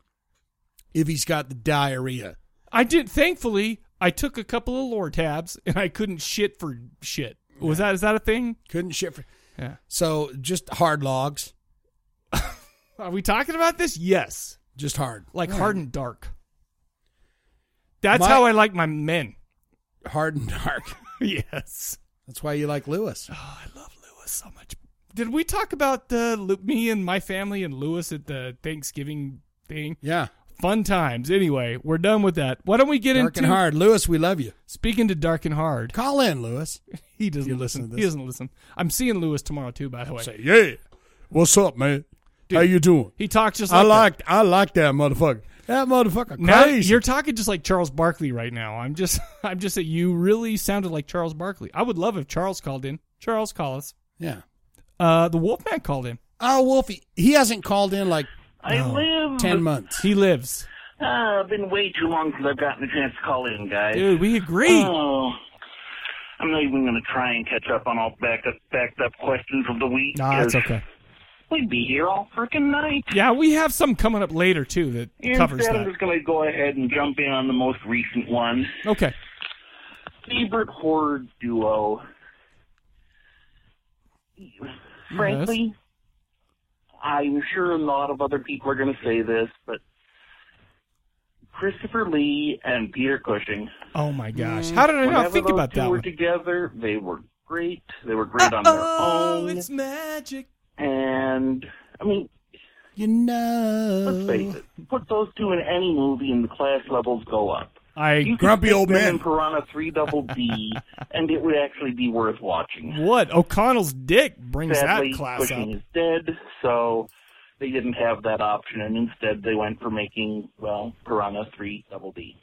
S2: if he's got the diarrhea?
S1: I did. Thankfully, I took a couple of lore tabs, and I couldn't shit for shit. Was that is that a thing?
S2: Couldn't shit for.
S1: Yeah.
S2: So just hard logs,
S1: [LAUGHS] Are we talking about this? Yes,
S2: just hard,
S1: like
S2: Yeah.
S1: hard and dark. That's
S2: My-
S1: how I like my men.
S2: hard and dark.
S1: [LAUGHS] yes. Oh,
S2: That's why you like
S1: [SIGHS]
S2: Lewis.
S1: Lewis so much. Did we talk about the Lu- me and my family and Lewis at the Thanksgiving thing?
S2: Yeah,
S1: Fun times. Anyway, we're done with that. Why don't we get
S2: dark
S1: into
S2: and hard. Lewis, we love you.
S1: speaking to Dark and Hard?
S2: Call in, Lewis.
S1: [LAUGHS] He doesn't
S2: You
S1: listen.
S2: listen to
S1: he
S2: this.
S1: doesn't listen. I'm seeing Lewis tomorrow too. By the way,
S2: yeah. What's up, man? How you doing?
S1: he talks just like, that.
S2: I like that motherfucker. That motherfucker
S1: Now you're talking just like Charles Barkley right now. I'm just, [LAUGHS] I'm just that you really sounded like Charles Barkley. I would love if Charles called in. Charles, call us.
S2: yeah.
S1: Uh, the Wolfman called in.
S2: Oh, Wolfie, he hasn't called in like
S7: I live.
S2: ten months.
S1: He lives,
S7: Uh, I've been way too long since I've gotten a chance to call in, guys.
S1: dude. We agree.
S7: Oh, I'm not even going to try and catch up on all backed up, backed up questions of the week.
S1: Nah, that's
S7: 'cause
S1: okay.
S7: We'd be here all freaking night.
S1: Yeah, we have some coming up later too that covers
S7: Instead, I'm
S1: that.
S7: just going to go ahead and jump in on the most recent one.
S1: Okay.
S7: Favorite horror duo. Frankly, I'm sure a lot of other people are going to say this, but Christopher Lee and Peter Cushing.
S1: Oh my gosh. How did I
S7: Mm.
S1: not
S7: Whenever
S1: think
S7: those
S1: about
S7: two
S1: that
S7: were
S1: one?
S7: together, they were great. They were great on
S1: Oh,
S7: their own.
S1: it's magic.
S7: And I mean,
S2: You
S7: let's face
S2: know,
S7: it. Put those two in any movie, and the class levels go up.
S1: I
S7: You could
S2: grumpy
S7: stick
S2: old
S7: them
S2: man.
S7: in Piranha Three Double D, and it would actually be worth watching.
S1: what? O'Connell's dick brings
S7: Sadly,
S1: that class up.
S7: Cushing is dead, so they didn't have that option, and instead they went for making well Piranha Three Double D.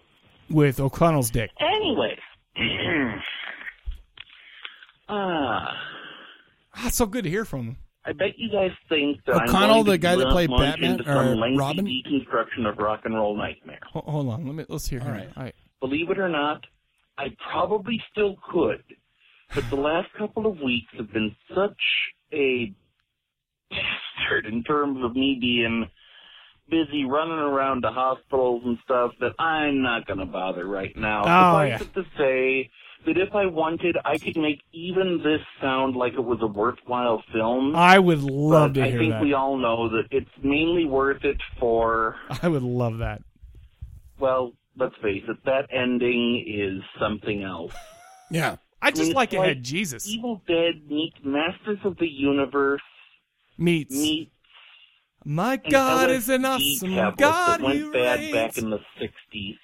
S1: With O'Connell's dick.
S7: Anyway. [CLEARS THROAT] Ah,
S1: Ah, so good to hear from him.
S7: I bet you guys think that
S2: O'Connell,
S7: I'm going
S2: the
S7: to
S2: guy that
S7: launch
S2: played Batman,
S7: into some
S2: or
S7: lengthy
S2: Robin?
S7: deconstruction of rock and roll nightmare.
S1: Ho- hold on, let me let's hear him.
S2: All right.
S1: All right.
S7: Believe it or not, I probably still could, but the last couple of weeks have been such a bastard in terms of me being busy running around to hospitals and stuff that I'm not going to bother right now.
S1: Oh,
S7: Suffice it to say that if I wanted, I could make even this sound like it was a worthwhile film.
S1: Oh, I would love
S7: but
S1: to
S7: I
S1: hear
S7: think
S1: that.
S7: we all know that it's mainly worth it for
S1: I would love that.
S7: well, let's face it, that ending is something else.
S2: yeah.
S1: I just
S7: mean,
S1: like it
S7: like-
S1: had Jesus
S7: Evil Dead meets Masters of the Universe
S1: meets
S7: meets
S1: My
S7: an
S1: God
S7: LSD
S1: is an awesome
S7: tablet that
S1: God
S7: went
S1: who
S7: bad
S1: reigns.
S7: back in the '60s.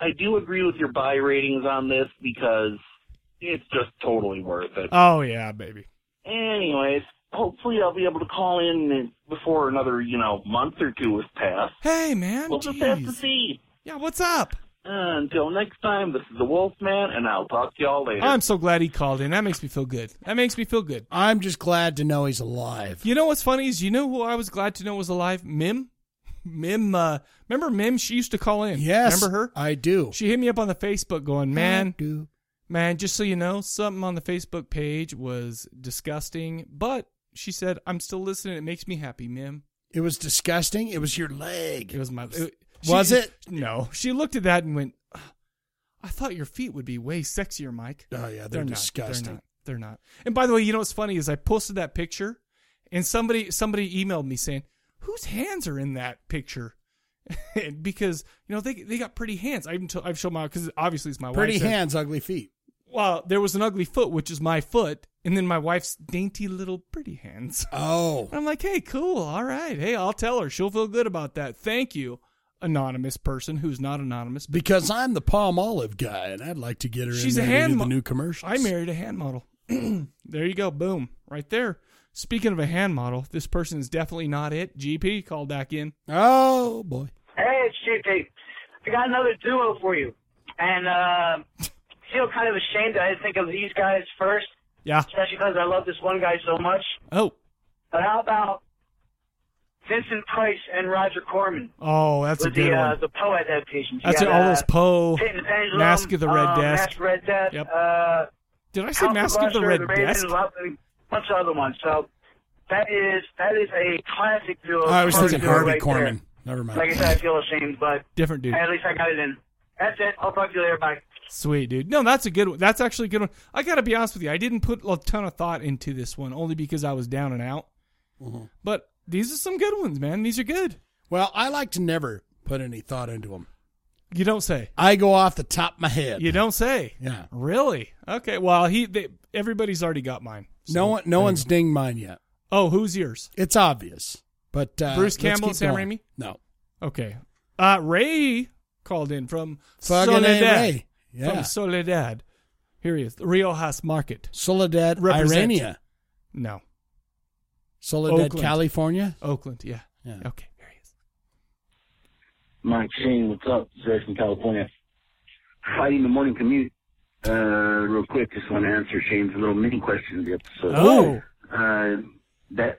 S7: I do agree with your buy ratings on this because it's just totally worth it.
S1: Oh yeah, baby.
S7: Anyways, hopefully I'll be able to call in before another you know month or two has passed.
S1: Hey man,
S7: We'll just have to
S1: jeez.
S7: see.
S1: Yeah, what's up?
S7: Until next time, this is the Wolfman, and I'll talk to y'all later.
S1: I'm so glad he called in. That makes me feel good. That makes me feel good.
S2: I'm just glad to know he's alive.
S1: You know what's funny is you know who I was glad to know was alive? Mim. Mim. Uh, remember Mim? She used to call in.
S2: Yes,
S1: Remember her?
S2: I do.
S1: She hit me up on the Facebook going, man,
S2: I do.
S1: man, just so you know, something on the Facebook page was disgusting, but she said, I'm still listening. It makes me happy, Mim.
S2: It was disgusting. It was your leg.
S1: It was my. It,
S2: Was
S1: she-
S2: it?
S1: No. She looked at that and went, "Ugh, I thought your feet would be way sexier, Mike.
S2: oh yeah, they're,
S1: not.
S2: disgusting.
S1: They're not. They're not. And by the way, you know what's funny is I posted that picture, and somebody somebody emailed me saying, "Whose hands are in that picture?" [LAUGHS] because you know they they got pretty hands. I even t- I've shown my because obviously it's my wife.
S2: Pretty hands, ugly feet.
S1: Well, there was an ugly foot, which is my foot, and then my wife's dainty little pretty hands. [LAUGHS]
S2: Oh,
S1: And I'm like, hey, cool, all right, hey, I'll tell her. She'll feel good about that. Thank you, anonymous person who's not anonymous.
S2: because I'm the palm olive guy, and I'd like to get her.
S1: She's
S2: in
S1: a
S2: there to do
S1: hand
S2: the
S1: mo-
S2: new commercials.
S1: I married a hand model. [CLEARS THROAT] there you go. Boom. Right there. Speaking of a hand model, this person is definitely not it. GP called back in.
S2: Oh boy.
S6: Hey, it's GP.
S5: I got another duo for you, and uh, feel kind of ashamed that I didn't think of these guys first,
S1: Yeah.
S5: especially because I love this one guy so much.
S1: Oh.
S5: But how about Vincent Price and Roger Corman
S1: Oh, that's a
S5: with the
S1: good
S5: uh,
S1: one.
S5: the Poe adaptations? You
S1: That's it.
S5: got,
S1: All
S5: uh,
S1: those Poe,
S5: Peyton Pendulum,
S1: Mask of the Red
S5: uh, Mask
S1: Desk.
S5: of the Red Death.
S1: Yep.
S5: Uh,
S1: Did I
S5: House
S1: say
S5: of
S1: Mask of the
S5: Usher,
S1: Red
S5: Raven,
S1: Desk?
S5: a lot- a bunch of other ones. So that is that is a classic duo.
S2: I was
S5: Corman
S2: thinking
S5: duo
S2: Harvey
S5: Oh, right
S2: Corman. Never
S5: there.
S2: mind.
S5: Like I said, I feel ashamed, but
S1: Different dude.
S5: at least I got it in. That's it. I'll talk to you later. Bye.
S1: Sweet, dude. No, that's a good one. That's actually a good one. I got to be honest with you. I didn't put a ton of thought into this one only because I was down and out. But these are some good ones, man. These are good.
S2: Mm-hmm. Well, I like to never put any thought into them.
S1: You don't say.
S2: I go off the top of my head.
S1: You don't say.
S2: Yeah.
S1: Really? Okay. Well, he they, everybody's already got mine.
S2: no one, no one's dinged mine yet.
S1: Oh, who's yours?
S2: It's obvious. But uh,
S1: Bruce
S2: let's
S1: Campbell
S2: keep
S1: and Sam
S2: going.
S1: Raimi?
S2: No,
S1: Okay. Uh, Ray called in from
S2: Fucking A.
S1: Soledad.
S2: Ray. Yeah.
S1: From Soledad. Here he is. Riojas Market.
S2: Soledad,
S1: Represent-
S2: Irania,
S1: No.
S2: Soledad,
S1: Oakland.
S2: California.
S1: Oakland. Yeah.
S2: Yeah.
S1: Okay. Here he is.
S4: Mike Shane, what's up? Jerry from California. Fighting the morning commute. Uh, real quick, just want to answer Shane's little mini question of the episode.
S1: Oh.
S4: Uh, that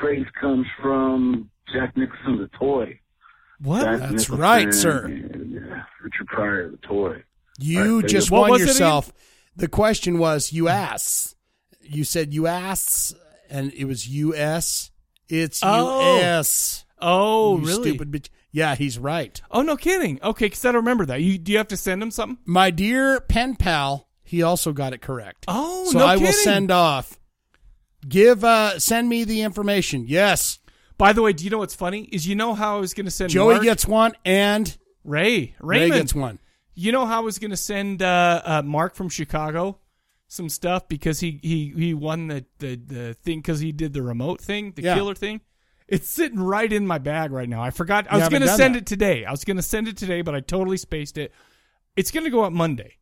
S4: phrase comes from Jack Nicholson, the toy.
S1: What?
S4: Jack
S2: That's right,
S4: Nicholson
S2: sir.
S4: and, uh, Richard Pryor, the toy.
S2: You
S4: Alright,
S2: just
S1: what
S2: won
S1: was it again?
S2: yourself. The question was you ass. You said you ass, and it was U.S. It's
S1: Oh.
S2: U.S.
S1: Oh,
S2: you
S1: really?
S2: Stupid bitch. Yeah, he's right.
S1: Oh, no kidding. Okay, because I don't remember that. You do you have to send him something?
S2: My dear pen pal, he also got it correct.
S1: Oh,
S2: so
S1: no
S2: I will
S1: kidding.
S2: send off. Give uh send me the information. Yes.
S1: By the way, do you know what's funny? Is you know how I was going to send
S2: Joey
S1: Mark?
S2: gets one and
S1: Ray Raymond.
S2: Ray gets one.
S1: You know how I was going to send uh, uh, Mark from Chicago some stuff because he he he won the the the thing because he did the remote thing, the
S2: Yeah.
S1: killer thing. It's sitting right in my bag right now. I forgot. I was
S2: haven't
S1: going to
S2: done
S1: send
S2: that.
S1: it today. I was going to send it today, but I totally spaced it. It's going to go up Monday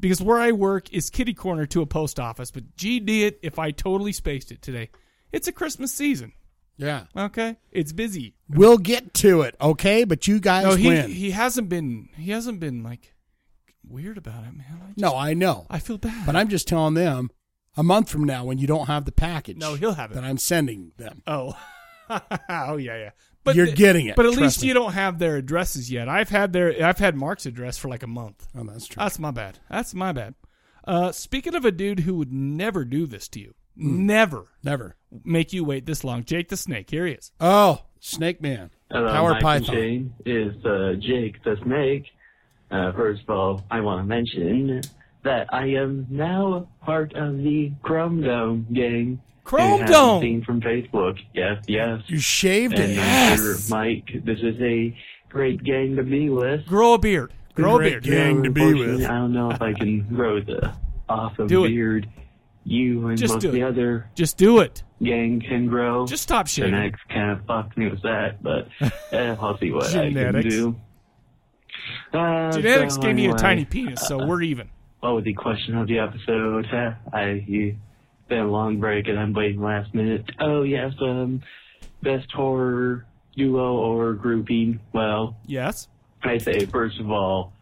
S1: because where I work is kitty corner to a post office. But GD it if I totally spaced it today. It's a Christmas season.
S2: Yeah.
S1: Okay, it's busy.
S2: We'll get to it, okay? But you guys
S1: No, he
S2: win.
S1: he hasn't been he hasn't been like weird about it, man. I just,
S2: no, I know.
S1: I feel bad.
S2: But I'm just telling them a month from now when you don't have the package
S1: No, he'll have it.
S2: that I'm sending them.
S1: Oh, [LAUGHS] oh yeah, yeah.
S2: You're
S1: th-
S2: getting it,
S1: But at
S2: trust
S1: least
S2: me.
S1: you don't have their addresses yet. I've had their I've had Mark's address for like a month.
S2: Oh, that's true.
S1: That's my bad. That's my bad. Uh, speaking of a dude who would never do this to you, never
S2: Hmm. Never.
S1: make you wait this long. Jake the Snake. Here he is.
S2: Oh, Snake Man.
S8: Hello,
S2: Power
S8: Mike and
S2: Python.
S8: Shane. It's uh, Jake the Snake. Uh, first of all, I want to mention that I am now part of the Chrome Dome gang.
S1: Chrome
S8: It has
S1: Dome!
S8: Seen from Facebook. Yes, yes.
S2: You shaved
S8: And
S2: it.
S8: Mr. Mike, this is a great gang to be with.
S1: Grow a beard. Grow a
S2: Great
S1: beard.
S2: gang to be
S8: Unfortunately,
S2: with.
S8: I don't know if I can grow the
S1: [LAUGHS]
S8: awesome
S1: Do it.
S8: beard you and
S1: Just
S8: most
S1: do
S8: of the
S1: it.
S8: other
S1: Just do it.
S8: gang can grow.
S1: Just stop shaving.
S8: Genetics kind of fucked me with that, but eh, I'll see what I
S1: Genetics.
S8: can do. Uh,
S1: Genetics
S8: so
S1: gave me a
S8: anyway, uh,
S1: tiny penis, so we're even.
S8: What was the question of the episode? Huh, I you, been a long break and I'm waiting last minute. Oh yes, um, best horror duo or grouping. Well,
S1: Yes.
S8: I say first of all,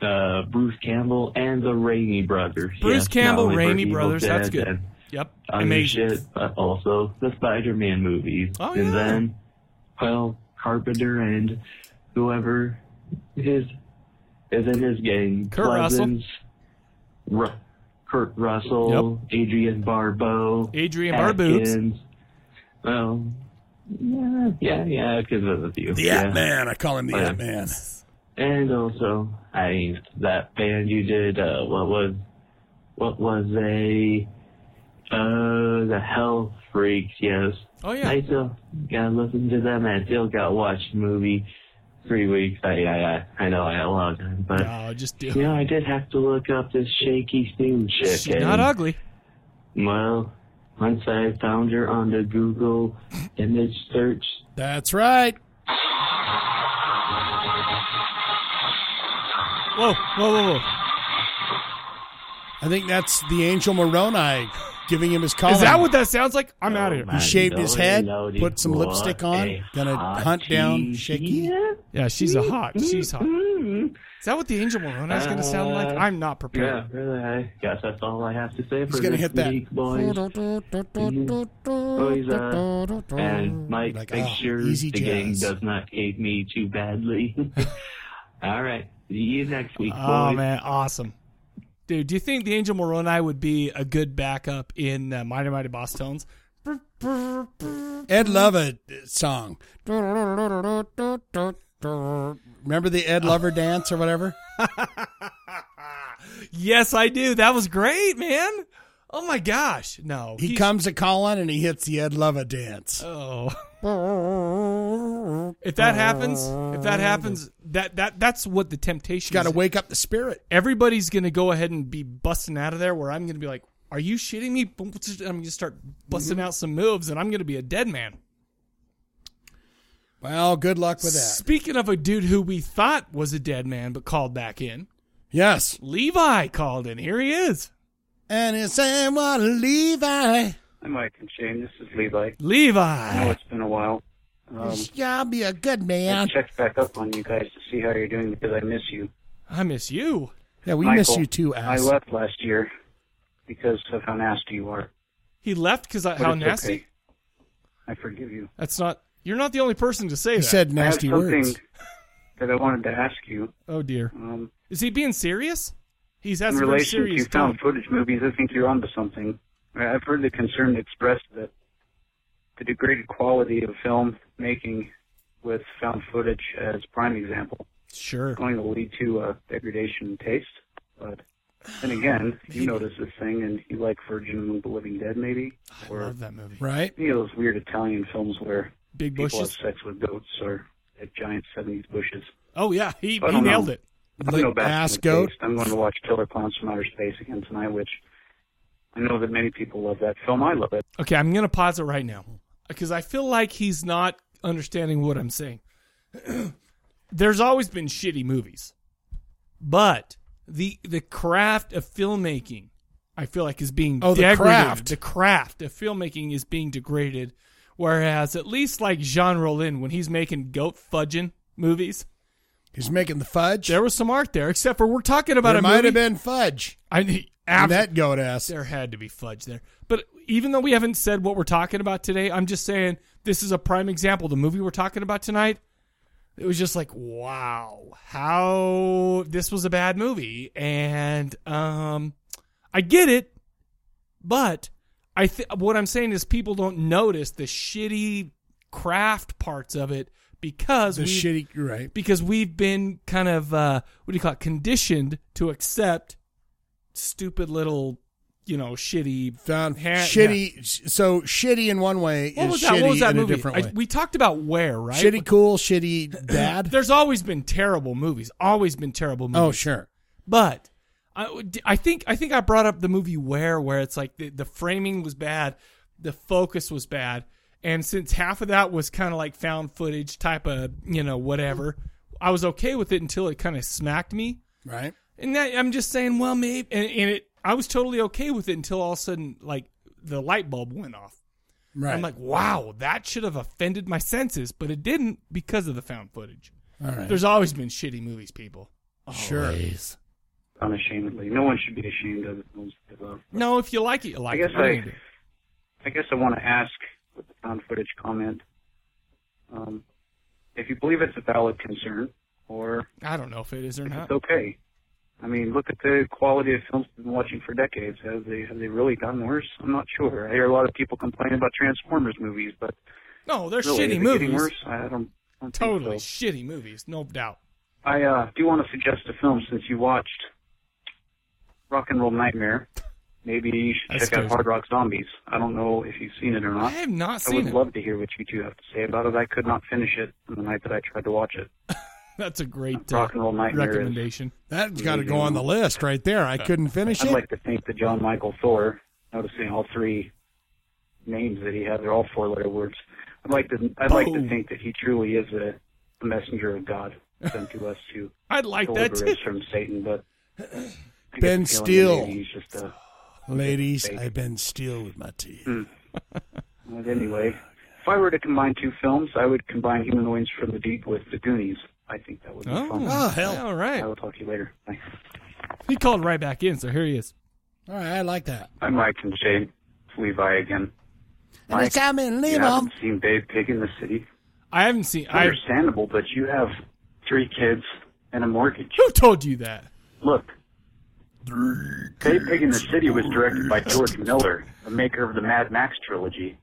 S8: uh, Bruce Campbell and the Raimi brothers.
S1: Bruce
S8: Yes,
S1: Campbell,
S8: not only for
S1: Raimi
S8: Evil
S1: brothers. That's
S8: Dead
S1: good.
S8: and
S1: Yep.
S8: other
S1: Amazing.
S8: shit, but also the Spider-Man movies.
S1: Oh,
S8: and
S1: yeah.
S8: then, well, Carpenter and whoever his is in his gang.
S1: Kurt Russell.
S8: Pleasance, Ru- Kurt Russell, Adrian Barbeau,
S1: Adrian Barboobs.
S8: Atkins. Well, yeah, yeah, yeah, because of the few.
S2: The
S8: yeah. Oh,
S2: Ant Man. I call him the
S8: Yeah.
S2: Ant Man.
S8: And also, I mean, that band you did, uh, what was, what was a, uh, the Hell Freaks, yes.
S1: Oh, yeah.
S8: I still gotta listen to them, I still gotta watch the movie three weeks. I, I, I, I know I had a lot of time, but,
S1: No, just do
S8: you
S1: it.
S8: know, I did have to look up this Shaky Steam chick.
S1: She's
S8: and-
S1: not ugly.
S8: Well, once I found her on the Google image search,
S2: That's right.
S1: Whoa, whoa, whoa, whoa.
S2: I think that's the Angel Moroni giving him his collar.
S1: Is that what that sounds like? I'm
S8: Oh,
S1: out of here.
S2: He shaved his head, put some lipstick on, gonna hunt down Shaky.
S1: Yeah, she's a hot. She's hot. Is that what the angel Morona is going to sound like?
S8: Mm-hmm. Uh,
S1: I'm not
S8: Yeah,
S1: prepared.
S8: really. I guess that's all I have to say for
S1: He's gonna
S8: this
S1: hit that.
S8: week, boys. Boys, uh, and Mike,
S9: Like,
S1: oh,
S8: make
S9: ah,
S8: sure
S9: easy
S8: the gang
S9: jazz.
S8: does not hate me too badly. [LAUGHS] all right, see you next week, boys.
S1: Oh man, awesome, dude. Do you think the angel Moroni would be a good backup in uh, Mighty Mighty Boss Tones?
S2: Ed Lover song. Remember the
S1: [LAUGHS]
S2: Ed Lover dance or whatever?
S1: Yes, I do. That was great, man. Oh my gosh, no.
S2: He
S1: he's-
S2: comes to Colin and he hits the Ed Lover dance.
S1: Oh. [LAUGHS] If that happens, if that happens, that that that's what the temptation.
S2: Gotta
S1: is.
S2: wake up the spirit.
S1: Everybody's gonna go ahead and be busting out of there. Where I'm gonna be like, "Are you shitting me?" Boom, I'm gonna start busting
S2: Mm-hmm.
S1: out some moves, and I'm gonna be a dead man.
S2: Well, good luck with that.
S1: Speaking of a dude who we thought was a dead man but called back in,
S2: Yes.
S1: Levi called in. Here he is.
S2: And it's Sam Levi.
S10: Hi, Mike and Shane. This is Levi.
S1: Levi.
S10: I know it's been a while. Um,
S2: I'll be a good
S10: I
S2: man.
S10: checked back up on you guys to see how you're doing because I miss you.
S1: I miss you.
S2: Yeah, we
S10: Michael,
S2: miss you too,
S10: I
S2: Ass.
S10: left last year because of how nasty you are.
S1: He left because
S10: But
S1: how
S10: it's
S1: nasty.
S10: okay. I forgive you.
S1: That's not. You're not the only person to say that.
S10: I have something that I wanted to ask you.
S1: Oh dear.
S10: Um,
S1: Is he being serious? He's had
S10: in
S1: some very
S10: relation
S1: serious
S10: to found
S1: tone.
S10: footage movies, I think you're onto something. I- I've heard the concern expressed that the degraded quality of film making with found footage as prime example
S1: Sure.
S10: going to lead to uh, degradation in taste. But then
S1: [SIGHS]
S10: again, you notice this thing and you like Virgin and the Living Dead, maybe? Or
S1: love that movie.
S2: Right.
S10: Any of those weird Italian films where
S1: Big
S10: people
S1: bushes.
S10: have sex with goats or at giant 70s bushes.
S1: Oh yeah, he,
S10: I
S1: he
S10: don't know.
S1: nailed it.
S10: I'm no basket in the taste. I'm going to watch Killer Clowns from Outer Space again tonight, which I know that many people love that film. I love it.
S1: Okay, I'm gonna pause it right now because I feel like he's not understanding what I'm saying. [CLEARS THROAT] There's always been shitty movies, but the the craft of filmmaking, I feel like, is being
S2: Oh, the
S1: degraded.
S2: craft.
S1: The craft of filmmaking is being degraded. Whereas, at least like Jean Rollin, when he's making goat fudging movies,
S2: he's making the fudge.
S1: There was some art there, except for we're talking about
S2: There
S1: a
S2: might
S1: movie-
S2: have been fudge.
S1: I need
S2: And that goat ass.
S1: There had to be fudge there. But even though we haven't said what we're talking about today, I'm just saying this is a prime example. The movie we're talking about tonight, it was just like, wow, how this was a bad movie. And um I get it, but I th- what I'm saying is people don't notice the shitty craft parts of it because
S2: The
S1: we've-
S2: shitty- you're right.
S1: because we've been kind of uh what do you call it conditioned to accept stupid little you know shitty
S2: found
S1: yeah.
S2: shitty. So shitty in one way
S1: what
S2: is
S1: was
S2: shitty
S1: that what was that
S2: in
S1: movie
S2: a different
S1: I-
S2: way.
S1: we talked about where right
S2: Shitty cool, shitty
S1: [CLEARS THROAT]
S2: bad.
S1: There's always been terrible movies. Always been terrible movies.
S2: Oh, sure.
S1: But I, I think I think I brought up the movie Where, where it's like the, the framing was bad, the focus was bad, and since half of that was kind of like found footage type of you know whatever, I was okay with it until it kind of smacked me.
S2: Right.
S1: And that, I'm just saying, well, maybe, and, and it I was totally okay with it until all of a sudden like the light bulb went off.
S2: Right.
S1: I'm like, wow, that should have offended my senses, but it didn't because of the found footage.
S2: All right.
S1: There's always been shitty movies, people.
S2: Sure.
S10: Unashamedly. No one should be ashamed of the films that they love.
S1: No, if you like it, you like
S10: I guess
S1: it. What do you
S10: I,
S1: do?
S10: I guess I want to ask with the found footage comment, um, if you believe it's a valid concern, or
S1: I don't know if it is or not.
S10: it's okay. I mean, look at the quality of films we've been watching for decades. Have they have they really gotten worse? I'm not sure. I hear a lot of people complain about Transformers movies, but
S1: No, they're
S10: really,
S1: shitty
S10: is it
S1: movies.
S10: Getting worse? I don't. I don't think
S1: Totally
S10: so.
S1: shitty movies, no doubt.
S10: I uh, do want to suggest a film since you watched Rock and Roll Nightmare. Maybe you should
S1: That's
S10: check out
S1: crazy.
S10: Hard Rock Zombies. I don't know if you've seen it or not.
S1: I have not
S10: I
S1: seen
S10: would
S1: it.
S10: love to hear what you two have to say about it. I could not finish it on the night that I tried to watch it.
S1: That's a great uh,
S10: Rock and Roll Nightmare is-
S1: recommendation.
S2: That's got to go on the list right there. I couldn't finish
S10: I'd
S2: it.
S10: like to think that John Michael Thor, noticing all three names that he had, they're all four-letter words. I'd like to, I'd like
S2: Oh.
S10: to think that he truly is a, a messenger of God sent to us
S2: [LAUGHS]
S10: to
S1: I'd like that
S10: deliver us from Satan. But I get
S2: Ben
S10: the feeling that
S2: Steele.
S10: maybe he's just a
S2: Ladies, I've been steel with my teeth.
S10: But anyway, if I were to combine two films, I would combine Humanoids from the Deep with The Goonies. I think that would be
S1: Oh.
S10: fun.
S1: Oh, hell. All right.
S10: I will talk to you later. Bye.
S1: He called right back in, so here he is.
S2: All right, I like that.
S10: I'm Mike and Shane. It's Levi again.
S2: And it's I'm in
S10: you
S2: Lima.
S10: haven't seen Babe Pig in the City.
S1: I haven't seen. I-
S10: Understandable, but you have three kids and a mortgage.
S1: Who told you that?
S10: Look, Babe Pig in the City was directed by George Miller, the maker of the Mad Max trilogy.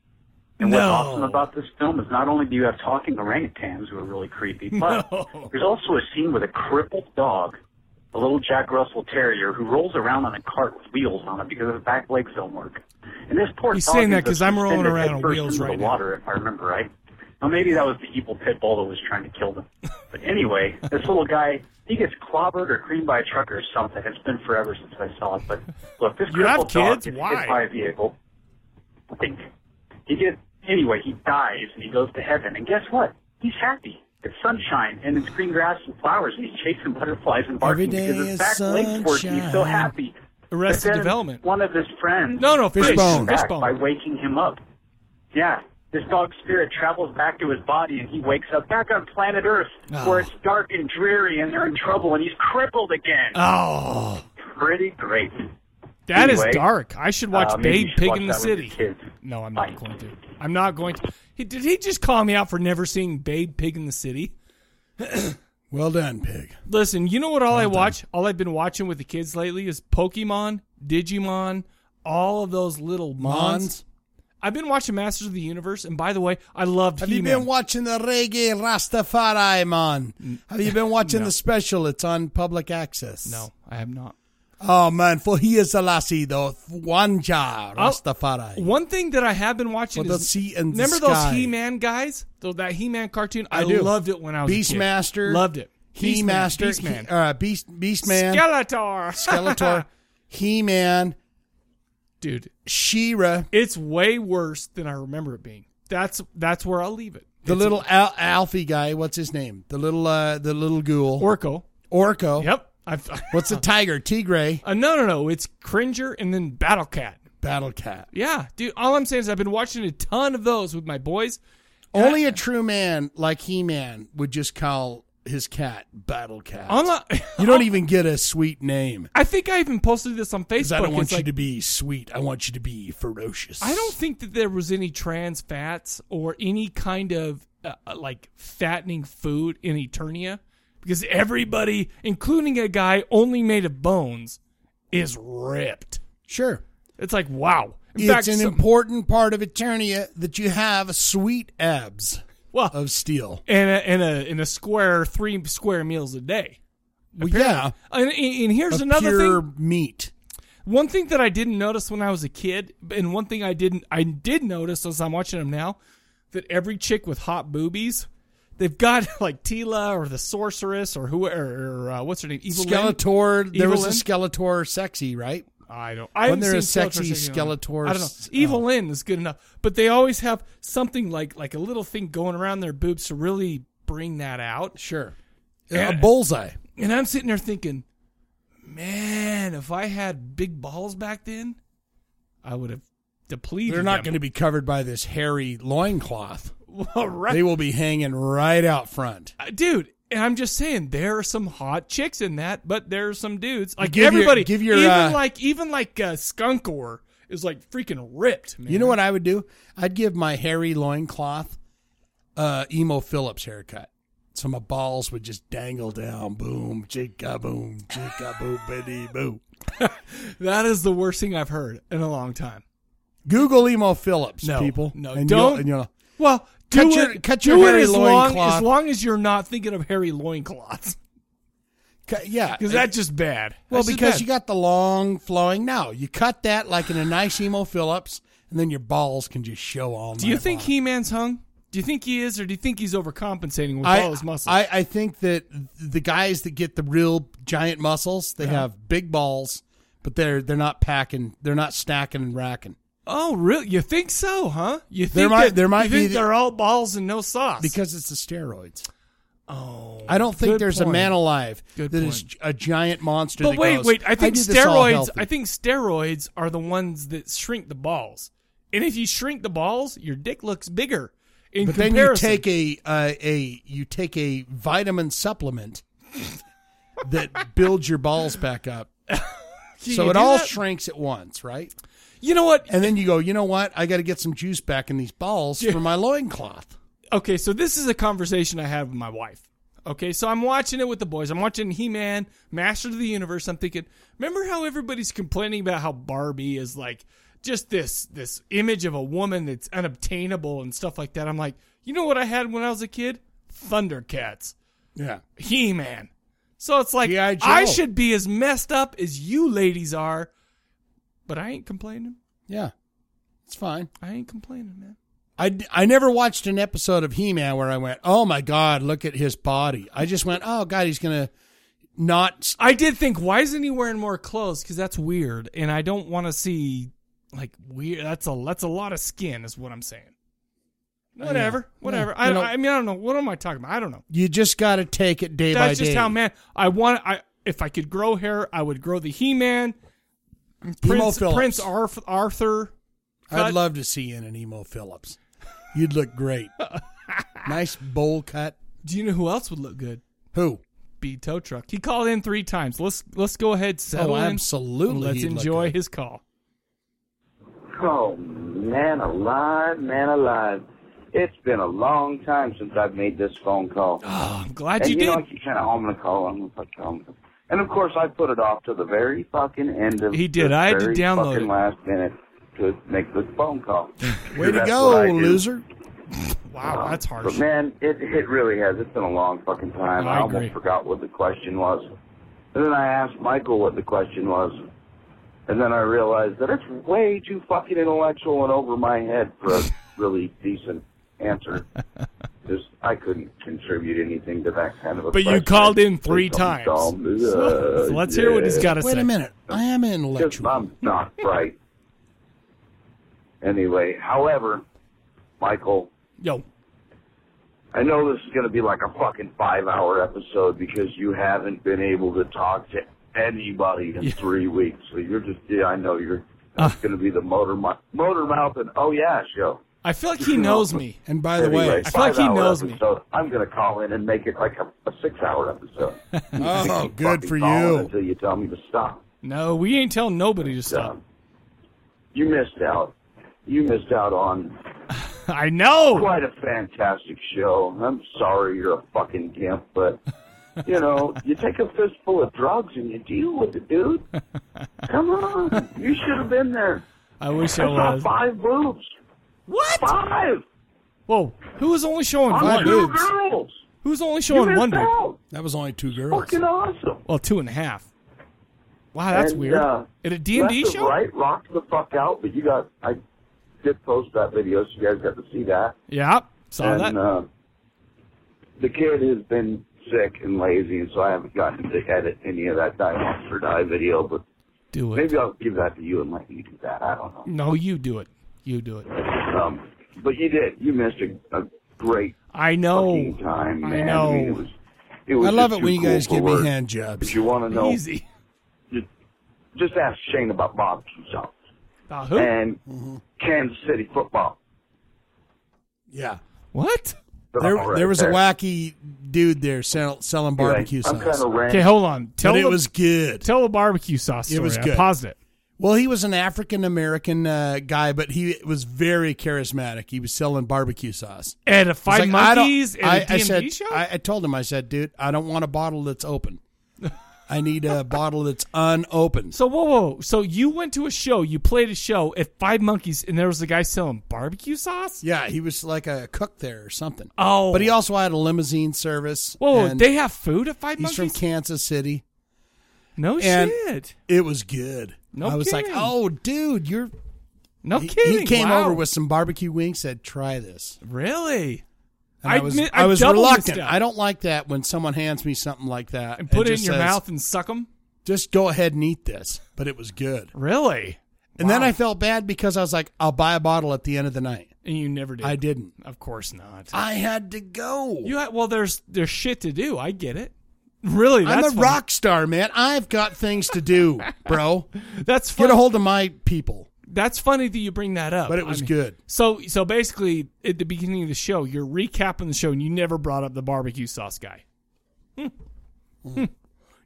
S10: And what's
S9: No.
S10: awesome about this film is not only do you have talking orangutans who are really
S1: [LAUGHS]
S10: creepy, but there's also a scene with a crippled dog, a little Jack Russell Terrier, who rolls around on a cart with wheels on it because his back legs don't work. And this poor
S1: He's
S10: dog
S1: saying
S10: ends
S1: that
S10: up
S1: 'cause I'm rolling
S10: suspended
S1: around
S10: head
S1: on
S10: first
S1: wheels
S10: into
S1: right
S10: the
S1: now.
S10: water, if I remember right. Well, maybe that was the evil pit bull that was trying to kill them. But
S1: [LAUGHS]
S10: anyway, this little guy, he gets clobbered or creamed by a truck or something. It's been forever since I saw it. But look, this
S1: You have
S10: crippled dog
S1: kids?
S10: gets hit
S1: Why?
S10: by a vehicle. I think he gets anyway. He dies and he goes to heaven. And guess what? He's happy. It's sunshine and it's green grass and flowers. And he's chasing butterflies and barking
S1: Every day
S10: because his
S1: is
S10: back legs work. and He's so
S1: sunshine.
S10: happy.
S1: Arrested
S10: But then
S1: Development.
S10: One of his friends.
S1: No, no,
S10: brings him
S1: Fishbone.
S10: back
S1: Fishbone.
S10: By waking him up. Yeah. This dog's spirit travels back to his body and he wakes up back on planet Earth
S1: Oh.
S10: where it's dark and dreary and they're in trouble and he's crippled again.
S1: Oh,
S10: Pretty great.
S1: that is
S10: Anyway,
S1: dark. I should watch
S10: uh, maybe
S1: Babe
S10: you should
S1: Pig
S10: watch
S1: in the
S10: that with your
S1: City.
S10: kids.
S1: No, I'm not going to. I'm not going to. He, did he just call me out for never seeing Babe Pig in the City? [CLEARS THROAT]
S2: Well done, pig.
S1: Listen, you know what? All I watch, all I've been watching with the kids lately is Pokemon, Digimon, all of those little mons.
S2: Mons?
S1: I've been watching Masters of the Universe, and by the way, I loved.
S2: Have
S1: He-Man.
S2: you been watching the reggae Rastafari, man? Have
S1: [LAUGHS]
S2: you been watching
S1: No.
S2: the special? It's on public access.
S1: No, I have not.
S2: Oh, man. For he is a lassie, though. Wanja Rastafari.
S1: Oh, One thing that I have been watching
S2: For the
S1: is
S2: sea and the
S1: remember
S2: sky.
S1: those He-Man guys, Tho- that He-Man cartoon. I,
S2: do.
S1: loved it when I was a kid.
S2: Beastmaster.
S1: Loved it.
S2: He Master.
S1: Beastman. Beastman.
S2: uh, Beast, Beastman.
S1: Skeletor. [LAUGHS]
S2: Skeletor. he Man.
S1: Dude.
S2: She-Ra.
S1: it's way worse than I remember it being. That's that's where I'll leave it.
S2: The
S1: It's-
S2: little Al- Alfie guy. What's his name? The little uh, the little ghoul.
S1: Orko.
S2: Orko.
S1: Yep. I've, [LAUGHS]
S2: What's the tiger? Tigray.
S1: Uh, no, no, no. It's Cringer and then Battle Cat.
S2: Battle Cat.
S1: Yeah, dude. All I'm saying is I've been watching a ton of those with my boys.
S2: Only a true man like He Man would just call his cat Battle Cat.
S1: Unlike-
S2: [LAUGHS]
S1: [LAUGHS]
S2: you don't even get a sweet name.
S1: I think I even posted this on Facebook.
S2: 'Cause I don't want
S1: It's
S2: you
S1: like-
S2: to be sweet. I want you to be ferocious.
S1: I don't think that there was any trans fats or any kind of uh, uh, like fattening food in Eternia because everybody, including a guy only made of bones, is ripped.
S2: Sure.
S1: It's like, wow. In
S2: it's
S1: fact,
S2: an
S1: some-
S2: important part of Eternia that you have sweet abs
S1: well,
S2: of steel.
S1: and a, and a and a square three square meals a day.
S2: Well, yeah.
S1: And, and and here's
S2: Of
S1: another
S2: pure
S1: thing.
S2: meat.
S1: One thing that I didn't notice when I was a kid, and one thing I didn't I did notice as I'm watching them now, that every chick with hot boobies, they've got [LAUGHS] like Tila or the sorceress or who or, or, uh, what's her name, Evil
S2: Skeletor. There was a Skeletor sexy, right?
S1: I don't. I haven't
S2: Wasn't there a
S1: seen
S2: sexy Skeletor? uh,
S1: I don't know. Evil Lynn is good enough, but they always have something like like a little thing going around their boobs to really bring that out.
S2: Sure, A bullseye.
S1: Uh, And I'm sitting there thinking, man, if I had big balls back then, I would have depleted.
S2: They're not
S1: them.
S2: going to be covered by this hairy
S1: [LAUGHS]
S2: loincloth.
S1: Well, right.
S2: They will be hanging right out front.
S1: Uh, dude. And I'm just saying, there are some hot chicks in that, but there are some dudes like
S2: give your-
S1: everybody.
S2: give your,
S1: even
S2: uh,
S1: like even like uh, Skunkor is like freaking ripped. Man.
S2: You know what I would do? I'd give my hairy loincloth uh, emo Phillips haircut. So my balls would just dangle down. Boom, chicka boom,
S1: [LAUGHS]
S2: chicka boom, bitty boo.
S1: That is the worst thing I've heard in a long time.
S2: Google emo Phillips,
S1: No,
S2: people.
S1: no,
S2: and
S1: don't.
S2: You'll, and you'll,
S1: Well,
S2: Cut
S1: do
S2: your-
S1: it.
S2: cut your
S1: do it
S2: hairy
S1: as long,
S2: loincloth.
S1: as long as you're not thinking of hairy loincloths.
S2: Cut- yeah,
S1: because that's just bad.
S2: Well,
S1: That's just
S2: because
S1: bad.
S2: you got the long flowing now. You cut that like in a nice emo Phillips, and then your balls can just show all
S1: Do you
S2: night
S1: think
S2: long.
S1: He-Man's hung? Do you think he is, or do you think he's overcompensating with all his muscles?
S2: I, I think that the guys that get the real giant muscles, they have big balls, but they're they're not packing, they're not stacking and racking
S1: oh, really? You think so, huh? You think
S2: There might-
S1: that,
S2: there might
S1: you think
S2: be the-
S1: they're all balls and no sauce?
S2: because it's the steroids.
S1: Oh,
S2: I don't think
S1: good
S2: there's a
S1: point.
S2: man alive that is
S1: Good point.
S2: a giant monster.
S1: But
S2: that
S1: wait,
S2: goes,
S1: wait. I think
S2: did this all
S1: steroids.
S2: healthy."
S1: I think steroids are the ones that shrink the balls. And if you shrink the balls, your dick looks bigger. In
S2: but then you
S1: comparison,
S2: take a uh, a you take a vitamin supplement [LAUGHS] that builds your balls
S1: [LAUGHS]
S2: back up.
S1: Can
S2: so
S1: you
S2: it
S1: do
S2: all
S1: that?
S2: shrinks at once, right?
S1: You know what?
S2: And then you go, you know what? I got to get some juice back in these balls for my loincloth.
S1: okay, so this is a conversation I had with my wife. Okay, so I'm watching it with the boys. I'm watching He Man, Master of the Universe. I'm thinking, remember how everybody's complaining about how Barbie is like just this this image of a woman that's unobtainable and stuff like that. I'm like, you know what I had when I was a kid? Thundercats.
S2: Yeah.
S1: He Man. So it's like
S2: Joe.
S1: I should be as messed up as you ladies are, but I ain't complaining.
S2: Yeah. It's fine.
S1: I ain't complaining, man.
S2: I, I never watched an episode of He Man where I went, oh my God, look at his body. I just went, oh God, he's going to not.
S1: I did think, why isn't he wearing more clothes? Because that's weird, and I don't want to see like weird. That's a that's a lot of skin, is what I'm saying. Whatever,
S2: Yeah.
S1: whatever.
S2: Yeah.
S1: I,
S2: You know-
S1: I mean, I don't know. What am I talking about? I don't know.
S2: You just got to take it day by
S1: that's
S2: day.
S1: just how man. I want. I if I could grow hair, I would grow the He-Man. Prince,
S2: Phillips.
S1: Prince Arth- Arthur.
S2: I'd
S1: cut.
S2: love to see you in an Emo Phillips. You'd
S1: [LAUGHS]
S2: look great. nice bowl cut.
S1: Do you know who else would look good?
S2: Who?
S1: B tow truck. He called in three times. Let's let's go ahead settle in.
S2: Oh, absolutely
S1: And Let's
S2: he'd look
S1: enjoy his call.
S9: Oh, man alive, man alive. It's been a long time since I've made this phone call. Oh, I'm
S1: glad
S9: and
S1: you
S9: you know,
S1: did.
S9: I keep saying, oh, I'm going to call. I'm going to fucking call. I'm gonna- And, of course, I put it off to the very fucking end of
S1: He did.
S9: the
S1: I had to
S9: very
S1: download
S9: fucking
S1: it.
S9: last minute to make this phone
S1: [LAUGHS]
S9: call.
S2: Way to
S9: That's
S2: go,
S9: what I do.
S2: loser.
S1: Wow, that's harsh.
S9: Um, But, man, it, it really has. It's been a long fucking time.
S2: I
S9: I,
S2: agree.
S9: almost forgot what the question was. And then I asked Michael what the question was. And then I realized that it's way too fucking intellectual and over my head for
S1: [LAUGHS]
S9: a really decent answer. Just, I couldn't contribute anything to that kind of a
S1: But you
S9: question.
S1: called in three
S9: It's
S1: times.
S9: dumb.
S1: So,
S9: Uh,
S1: [LAUGHS] let's hear what he's
S9: yeah.
S1: got to say.
S2: Wait a minute. I am intellectual.
S9: Just, I'm not right. anyway, however, Michael.
S1: Yo.
S9: I know this is going to be like a fucking five hour episode because you haven't been able to talk to anybody in three weeks. So you're just, yeah, I know you're.
S1: Uh.
S9: It's going to be the motor Mou- motor mouth and oh yeah show.
S1: I feel like he knows me.
S2: And
S1: by the
S9: Anyway,
S1: way, I feel like he
S9: five-hour
S1: knows me.
S9: episode. I'm going to call in and make it like a, a six hour
S1: [LAUGHS]
S9: episode.
S2: Oh,
S9: Keep
S2: good
S9: fucking
S2: for
S9: calling
S2: you.
S9: Until you tell me to stop.
S1: No, we ain't telling nobody to stop.
S9: You missed out. You missed out on
S1: [LAUGHS] I know.
S9: Quite a fantastic show. I'm sorry you're a fucking gimp, but you
S1: [LAUGHS]
S9: know, you take a fistful of drugs and you deal with it, dude. Come on, you should have been there.
S1: I wish I
S9: I saw
S1: was.
S9: five boobs.
S1: What?
S9: Five.
S1: Whoa, who was only showing
S9: On
S1: one?
S9: two girls.
S1: Who's only showing
S9: You
S1: one
S9: missed
S1: boob?
S9: out.
S2: That was only two girls.
S9: Fucking awesome.
S1: Well, two and a half. Wow, that's
S9: And,
S1: weird.
S9: Uh,
S1: At a D&D
S9: left and
S1: show?
S9: Right, rocked the fuck out. But you got, I did post that video, so you guys got to see that.
S1: Yeah, saw
S9: and,
S1: that.
S9: Uh, the kid has been sick and lazy, and so I haven't gotten to edit any of that Die Monster Die video. But
S1: Do it.
S9: maybe I'll give that to you and let you do that. I don't know.
S1: No, you do it. You do it.
S9: Um, but you did. You missed a, a great
S1: I know.
S9: fucking time,
S1: I
S9: man.
S1: know.
S9: mean, it was, it was
S2: I love
S9: just
S2: it when
S9: too
S2: you guys
S9: cool
S2: give
S9: for
S2: me
S9: words.
S2: hand jobs.
S9: If you want to know,
S1: Easy.
S9: Just, just ask Shane about Bob Cusack
S1: Uh, who?
S9: and
S2: Mm-hmm.
S9: Kansas City football.
S2: Yeah.
S1: What?
S2: There,
S9: All right,
S2: there was a
S9: there.
S2: wacky dude there sell, selling
S9: Anyway,
S2: barbecue
S9: I'm
S2: sauce.
S9: kinda ran-
S1: Okay, hold on. Tell
S2: but it
S1: the-
S2: was good.
S1: Tell a barbecue sauce story.
S2: It was
S1: I
S2: good.
S1: paused it.
S2: Well, he was an African American uh, guy, but he was very charismatic. He was selling barbecue sauce
S1: At a Five
S2: It's like, I don't-
S1: Monkeys at a
S2: I, I
S1: DMV
S2: said,
S1: show?
S2: I, I told him, I said, dude, I don't want a bottle that's open. I
S1: [LAUGHS]
S2: need a bottle that's unopened.
S1: So whoa, whoa. So you went to a show, you played a show at Five Monkeys, and there was a guy selling barbecue sauce.
S2: Yeah, he was like a cook there or something.
S1: Oh.
S2: but he also had a limousine service.
S1: Whoa,
S2: and
S1: they have food at Five
S2: He's
S1: Monkeys.
S2: from Kansas City.
S1: No
S2: and
S1: shit.
S2: It was good.
S1: No
S2: I was like,
S1: kidding.
S2: oh, dude, you're.
S1: No
S2: he,
S1: kidding.
S2: He came
S1: Wow.
S2: over with some barbecue wings. Said, try this.
S1: Really?
S2: And I, was,
S1: mi-
S2: I was
S1: double missed
S2: reluctant.
S1: out.
S2: I don't like that when someone hands me something like that
S1: and put it in
S2: just
S1: your
S2: says,
S1: mouth and suck them.
S2: Just go ahead and eat this. But it was good.
S1: Really?
S2: And then
S1: Wow.
S2: I felt bad because I was like, I'll buy a bottle at the end of the night.
S1: and you never did.
S2: I didn't.
S1: Of course not.
S2: I had to go.
S1: You had, well, there's there's shit to do. I get it. Really,
S2: I'm a
S1: that's funny.
S2: rock star, man. I've got things to
S1: [LAUGHS]
S2: do, bro.
S1: That's
S2: Get a hold of my people.
S1: That's funny that you bring that up.
S2: But it was good.
S1: So so basically, at the beginning of the show, you're recapping the show, and you never brought up the barbecue sauce guy.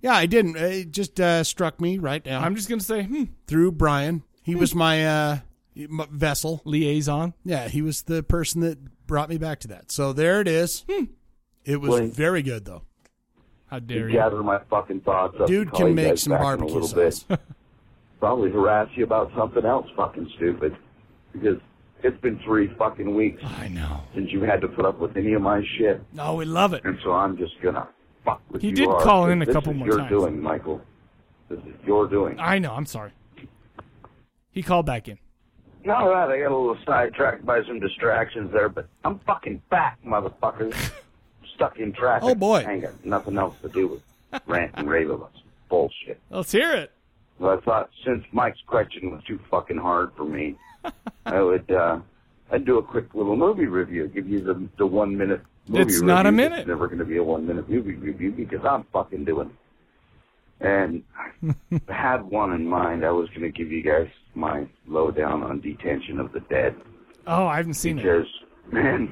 S2: Yeah, I didn't. It just uh, struck me right now. I'm
S1: just gonna say hmm.
S2: through Brian. He was my, uh, my vessel
S1: liaison.
S2: Yeah, he was the person that brought me back to that. So there it is.
S1: Hmm.
S2: It was
S9: Blaine.
S2: very good though.
S1: How
S9: to gather my fucking thoughts up. and
S2: Dude
S9: call
S2: can
S9: you
S2: make
S9: guys
S2: some
S9: back in
S2: barbecue
S9: a little
S1: [LAUGHS]
S9: Bit. Probably harass you about something else fucking stupid. Because it's been three fucking weeks. I
S1: know.
S9: Since you had to put up with any of my shit.
S1: No, we love it.
S9: And so I'm just gonna fuck with
S1: He
S9: you.
S1: did
S9: hard,
S1: call in
S9: because this
S1: a couple
S9: is
S1: more
S9: your
S1: times.
S9: doing, Michael. This is your doing.
S1: I know. I'm sorry. He called back in. Uh,
S9: Not that I got a little sidetracked by some distractions there, but I'm fucking back,
S1: [LAUGHS]
S9: motherfuckers. Stuck in traffic.
S1: Oh, boy.
S9: I ain't got nothing else to do with rant and rave about some bullshit.
S1: Let's hear it.
S9: Well, I thought since Mike's question was too fucking hard for me, I would uh, I'd do a quick little movie review. Give you the the one minute movie.
S1: It's not a
S9: review.
S1: minute.
S9: It's never going to be a one minute movie review because I'm fucking doing. it. And I had one in mind. I was going to give you guys my lowdown on Detention of the Dead
S1: Oh, I haven't seen it.
S9: because man,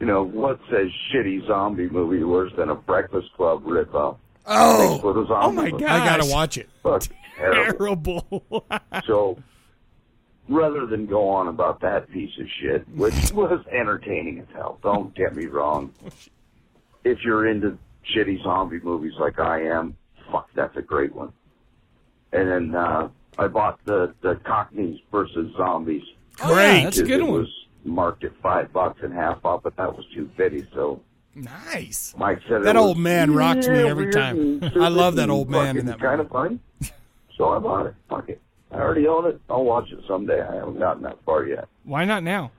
S9: you know what says shitty zombie movie worse than a Breakfast Club ripoff? Oh,
S1: Oh my god!
S9: I
S2: it.
S9: Fuck, terrible.
S1: Terrible. [LAUGHS]
S9: So rather than go on about that piece of shit, which was entertaining as hell, don't get me wrong. If you're into shitty zombie movies like I am, fuck, that's a great one. And then uh, I bought the, the Cockneys versus Zombies.
S1: Oh, yeah, Great. that's a good
S9: It
S1: one.
S9: was marked at five bucks and half off, but that was too bitty, so
S1: nice.
S9: Mike said
S2: That
S9: it was,
S2: old man rocks me
S9: "Yeah,
S2: every
S9: weird
S2: time."
S9: and
S2: I
S9: stupid
S2: love that
S9: and
S2: old man
S9: fucking
S2: in that
S9: Kind of funny. So I bought it. Fuck it. I already own it. I'll watch it someday. I haven't gotten that far yet.
S1: Why not now?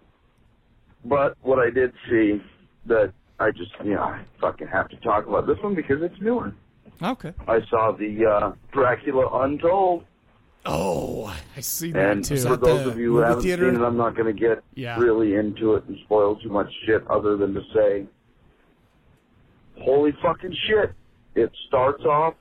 S9: But what I did see that I just you know I fucking have to talk about this one because it's newer.
S1: Okay.
S9: I saw the uh, Dracula Untold.
S1: Oh, I see that
S9: And
S1: too.
S9: for those of you who haven't seen it, I'm not going to get
S1: Yeah.
S9: really into it and spoil too much shit other than to say, holy fucking shit. It starts off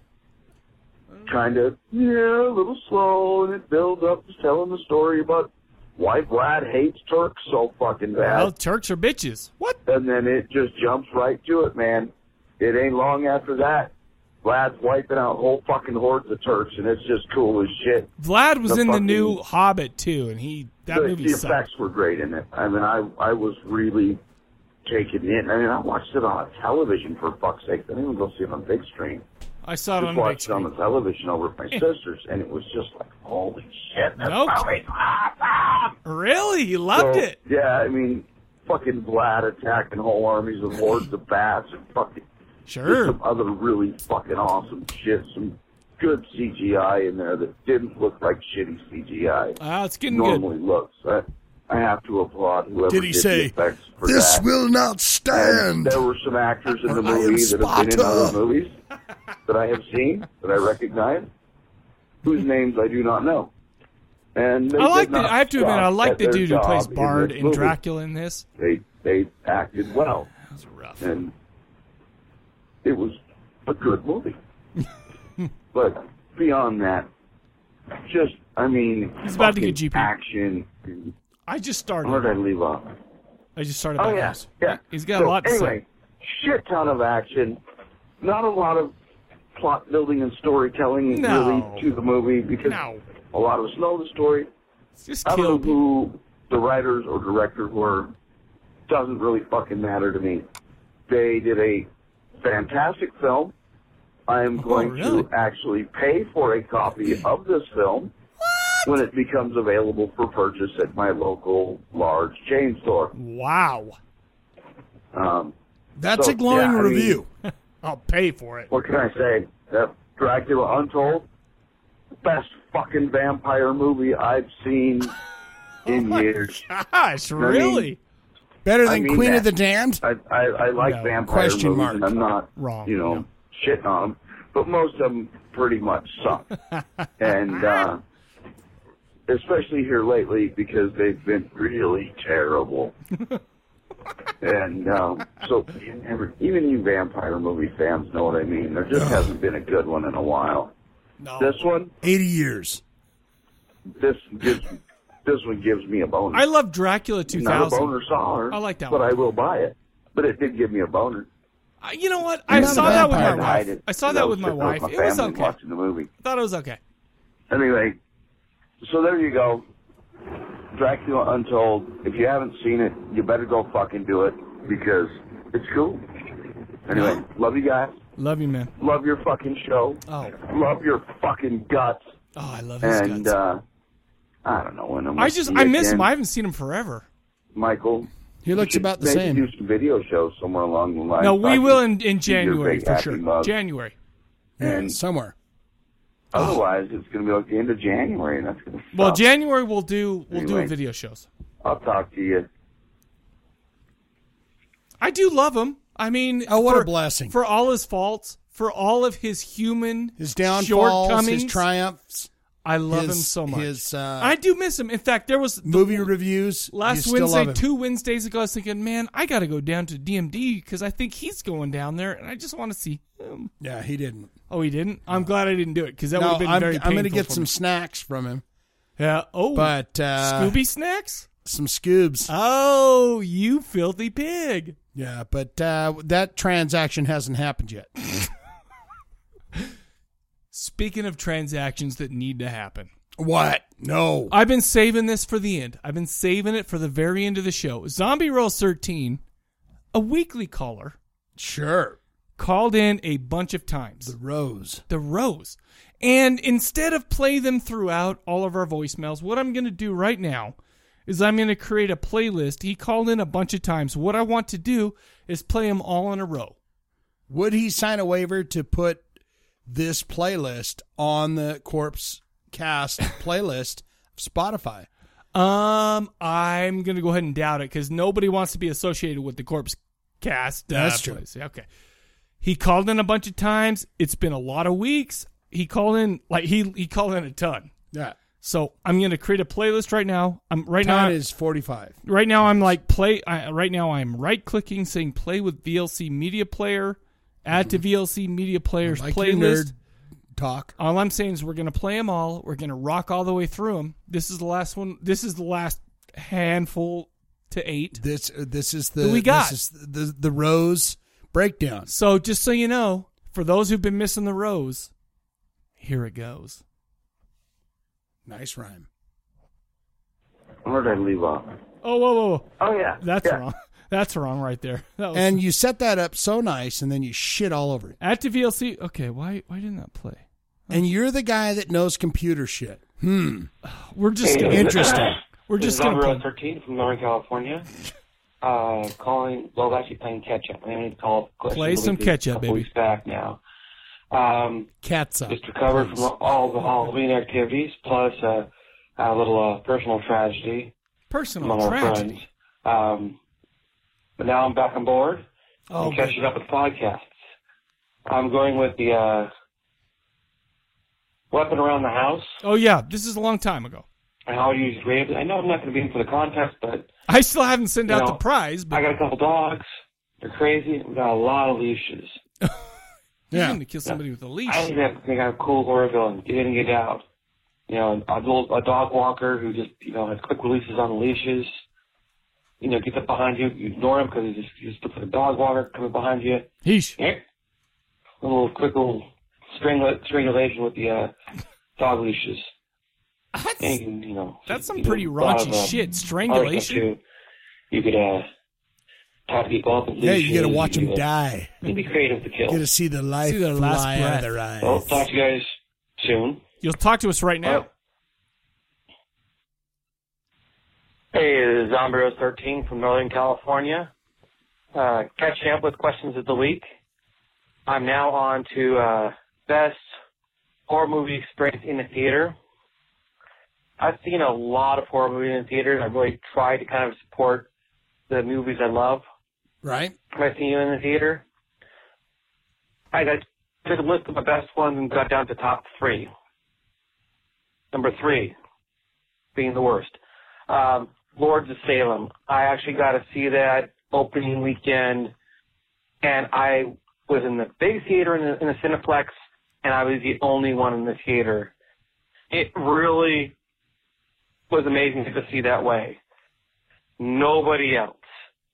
S9: kind of, yeah, a little slow, and it builds up to telling the story about why Vlad hates Turks so fucking bad.
S1: Well, Turks are bitches. What?
S9: And then it just jumps right to it, man. It ain't long after that. Vlad's wiping out whole fucking hordes of Turks, and it's just cool as shit.
S1: Vlad was
S9: The
S1: in the
S9: fucking-
S1: new Hobbit too, and he that
S9: the,
S1: movie
S9: the
S1: sucked.
S9: effects were great in it. I mean, I I was really taken in. I mean, I watched it on television for fuck's sake. I didn't even go see it on big screen.
S1: I saw it
S9: Just
S1: on big
S9: watched it
S1: screen.
S9: on the television over at my sister's, and it was just like, holy shit! that's
S1: No
S9: how it-
S1: Really? You loved
S9: So,
S1: it?
S9: Yeah, I mean, fucking Vlad attacking whole armies of hordes of bats and fucking
S1: Sure.
S9: some other really fucking awesome shit. Some good CGI in there that didn't look like shitty CGI.
S1: Ah, it's getting good.
S9: normally looks. I, I have to applaud whoever
S2: Did he
S9: the
S2: say,
S9: effects for
S2: "This
S9: that."
S2: will not stand?
S9: And there were some actors in the
S2: I am
S9: movie that have been in
S2: Sparta.
S9: other movies that I have seen that I recognize, whose names I do not know. And they
S1: I like
S9: did
S1: the,
S9: not
S1: I have to admit,
S9: stop
S1: I like
S9: at
S1: the
S9: their
S1: dude who plays
S9: job in
S1: Bard
S9: this
S1: and
S9: movie.
S1: Dracula in this.
S9: They they acted well. And it was a good
S1: [LAUGHS]
S9: movie. but beyond that, just I mean,
S1: He's about to get
S9: fucking
S1: GP.
S9: action.
S1: I just
S9: Where did I
S1: started.
S9: leave off?
S1: I just started.
S9: Oh
S1: back
S9: yeah,
S1: up.
S9: yeah.
S1: He's got
S9: So,
S1: a lot to
S9: anyway,
S1: say.
S9: shit ton of action. Not a lot of plot building and storytelling
S1: No.
S9: really to the movie because
S1: No.
S9: a lot of us know the story.
S1: Just
S9: I don't
S1: kill
S9: know who the writers or director were. Doesn't really fucking matter to me. They did a fantastic film. I
S1: Oh,
S9: am going to actually pay for a copy of this film when it becomes available for purchase at my local large chain store.
S1: Wow.
S9: Um,
S2: That's
S9: so,
S2: a glowing
S9: yeah, I mean,
S2: review.
S1: I'll pay for it.
S9: what can I say? That Dracula Untold, best fucking vampire movie I've
S2: [LAUGHS]
S9: seen
S2: Oh
S9: in years.
S1: Gosh,
S9: mean,
S1: really?
S2: Better
S9: I
S2: than
S9: mean
S2: Queen
S9: that.
S2: of the Damned.
S9: I I, I like
S2: No,
S9: vampire
S2: question
S9: movies,
S2: mark.
S9: and I'm not
S2: Wrong,
S9: You know, shitting on
S2: [LAUGHS]
S9: them, but most of them pretty much suck. and uh, especially here lately because they've been really
S2: [LAUGHS]
S9: terrible. and um, so you never- even you vampire movie fans know what I mean. There just hasn't been a good one in a while. This one,
S2: eighty years.
S9: This gives this one gives me a bonus.
S1: I love Dracula
S9: Not a
S1: 2000.
S9: boner sour.
S1: I like that
S9: but
S1: one.
S9: I will buy it. But it did give me a boner.
S1: I, you know what? I saw that with my wife. I saw that with my
S9: sitting
S1: wife.
S9: with
S1: It
S9: my
S1: was
S9: family
S1: okay. I
S9: Watching the movie.
S1: thought it was okay.
S9: Anyway, so there you go. Dracula Untold. If you haven't seen it, you better go fucking do it because it's cool. Anyway, love you guys.
S1: Love you, man.
S9: Love your fucking show.
S1: Oh.
S9: Love your fucking guts.
S1: Oh, I love his
S9: And
S1: guts.
S9: uh, I don't know when I'm.
S1: I just, I miss him. I haven't seen him forever.
S9: Michael.
S2: He looks about the same.
S9: Do some video shows somewhere along the line.
S1: No, we
S9: Fucking
S1: will in, in
S9: do your
S1: January
S9: big
S1: for
S9: happy
S1: sure.
S9: mug.
S1: January.
S9: and
S2: somewhere.
S9: Otherwise, it's going to be like the end of January, and that's going to.
S1: Well, January we'll do we'll do
S9: Anyway.
S1: video shows.
S9: I'll talk to you.
S1: I do love him. I mean,
S2: Oh, what a
S1: for,
S2: blessing.
S1: for all his faults, for all of his human
S2: His downfalls,
S1: shortcomings,
S2: his triumphs.
S1: I love
S2: his-
S1: him so much.
S2: His uh,
S1: I do miss him. In fact, there was
S2: movie reviews. you
S1: last
S2: still love
S1: Wednesday,
S2: him.
S1: two Wednesdays ago, I was thinking, man, I got to go down to DMD because I think he's going down there, and I just want to see him.
S2: Yeah, he didn't.
S1: Oh, he didn't. I'm glad I didn't do it because that
S2: No,
S1: would have been
S2: I'm,
S1: very.
S2: I'm gonna
S1: painful
S2: get
S1: for
S2: some
S1: me.
S2: snacks from him.
S1: Yeah. Oh,
S2: but uh,
S1: Scooby snacks.
S2: some scoobs.
S1: Oh, you filthy pig!
S2: Yeah, but uh, that transaction hasn't happened yet.
S1: Speaking of transactions that need to happen.
S2: What? No.
S1: I've been saving this for the end. I've been saving it for the very end of the show. Zombie Roll 13, a weekly caller.
S2: Sure.
S1: Called in a bunch of times. The
S2: Rose.
S1: The Rose. And instead of play them throughout all of our voicemails, what I'm going to do right now is I'm going to create a playlist. He called in a bunch of times. What I want to do is play them all in a row.
S2: Would he sign a waiver to put this playlist on the Corpse
S1: [LAUGHS]
S2: Cast playlist of Spotify?
S1: Um, I'm gonna go ahead and doubt it because nobody wants to be associated with the corpse cast. uh,
S2: That's true.
S1: place. Okay. He called in a bunch of times. It's been a lot of weeks. He called in like he he called in a ton.
S2: Yeah.
S1: So I'm gonna create a playlist right now. I'm right
S2: Todd
S1: now
S2: is 45.
S1: right now I'm like play. I, right now I'm right clicking, saying play with VLC Media Player. Add to VLC Media Player's
S2: Like your
S1: playlist.
S2: nerd talk.
S1: All I'm saying is we're going to play them all. We're going to rock all the way through them. This is the last one. This is the last handful to eight.
S2: This uh, this is the
S1: That we got.
S2: This is the the Rose breakdown.
S1: So just so you know, for those who've been missing the rose, here it goes.
S2: Nice rhyme.
S9: Where did I leave off?
S1: Oh whoa whoa! whoa.
S9: Oh yeah,
S1: that's
S9: yeah.
S1: wrong. [LAUGHS] That's wrong right there. That was,
S2: And you set that up so nice, and then you shit all over it.
S1: at the VLC. Okay, why why didn't that play?
S2: And you're the guy that knows computer shit. Hmm.
S1: We're just gonna-
S11: [LAUGHS]
S2: interesting.
S1: We're
S11: This
S1: just
S11: is
S1: gonna
S11: Alvaro thirteen from Northern California. Uh, calling. Well, actually playing catch up. I mean, called
S1: Play some catch-up,
S11: couple
S1: baby.
S11: Weeks back now. Um,
S2: Cats up.
S11: Just recovered from all the Halloween activities, plus uh, a little uh, personal tragedy
S1: Personal
S11: among our
S1: tragedy.
S11: friends. Um, but now I'm back on board.
S1: Oh,
S11: I'm catching up with podcasts. I'm going with the uh, weapon around the house.
S1: Oh yeah, this is a long time ago.
S11: I always use Raven. I know I'm not going to be in for the contest, but
S1: I still haven't sent
S11: You
S1: out
S11: know,
S1: the prize, but
S11: I got a couple dogs. They're crazy. We got a lot of leashes.
S1: you're gonna kill somebody with a leash.
S11: I even have, think I have a cool Orville and get in and get out. You know, a, little, a dog walker who just, you know, has quick releases on leashes. You know, gets up behind you, you ignore him because he just, he just looks like a dog walker coming behind you.
S1: Heesh.
S11: Eh. A little quick little strangula- strangulation with the uh, dog leashes.
S1: That's,
S11: and you, can, you know,
S1: That's some
S11: you know,
S1: pretty
S11: a lot
S1: raunchy
S11: of, uh,
S1: shit.
S11: other stuff,
S1: Strangulation.
S11: too. You could uh, tie people up and
S2: Yeah,
S11: leash
S2: you gotta
S11: it.
S2: watch
S11: You
S2: them
S11: could, uh,
S2: die.
S11: You'd be creative to
S2: You
S11: kill.
S2: gotta see the life
S1: See their last
S2: fly out of
S1: breath.
S2: their eyes.
S11: Well, talk to you guys soon.
S1: You'll talk to us right now.
S11: Hey, this is Zombiros13 from Northern California. Uh, catching up with questions of the week. I'm now on to uh, best horror movie experience in the theater. I've seen a lot of horror movies in the theater. I really try to kind of support the movies I love. [LAUGHS]
S2: Right?
S11: Have I seen you in the theater? I got, took a list of my best ones and got down to top three. Number three, being the worst. Um, Lords of Salem. I actually got to see that opening weekend, and I was in the big theater in the, in the Cineplex, and I was the only one in the theater. It really was amazing to see that way. Nobody else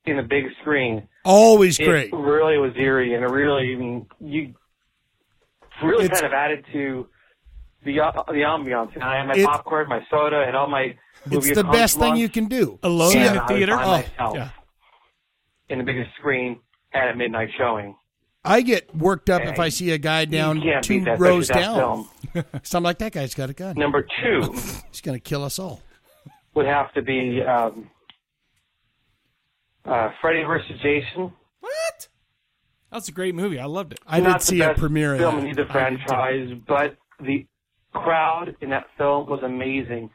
S11: in the big screen.
S2: Always
S11: It
S2: great.
S11: really was eerie, and it really even you really kind of added to the uh, the ambiance. And I had my
S2: It-
S11: popcorn, my soda, and all my
S2: It's
S11: movie
S2: the best thing
S11: accoutrements.
S2: you can do.
S11: Alone
S2: See
S11: in
S2: it-
S11: the theater?
S2: Oh,
S11: yeah. in the biggest screen at a midnight showing.
S2: I get worked up
S11: Yeah,
S2: if I see a guy down
S11: can't
S2: two
S11: beat that
S2: rows
S11: Bishop
S2: down. [LAUGHS] so I'm like, that guy's got a gun.
S11: Number two
S2: [LAUGHS] He's going to kill us all.
S11: would have to be um, uh, Freddy versus Jason.
S1: That's a great movie. I loved it.
S11: Not the best Film in either franchise, but the crowd in that film was amazing.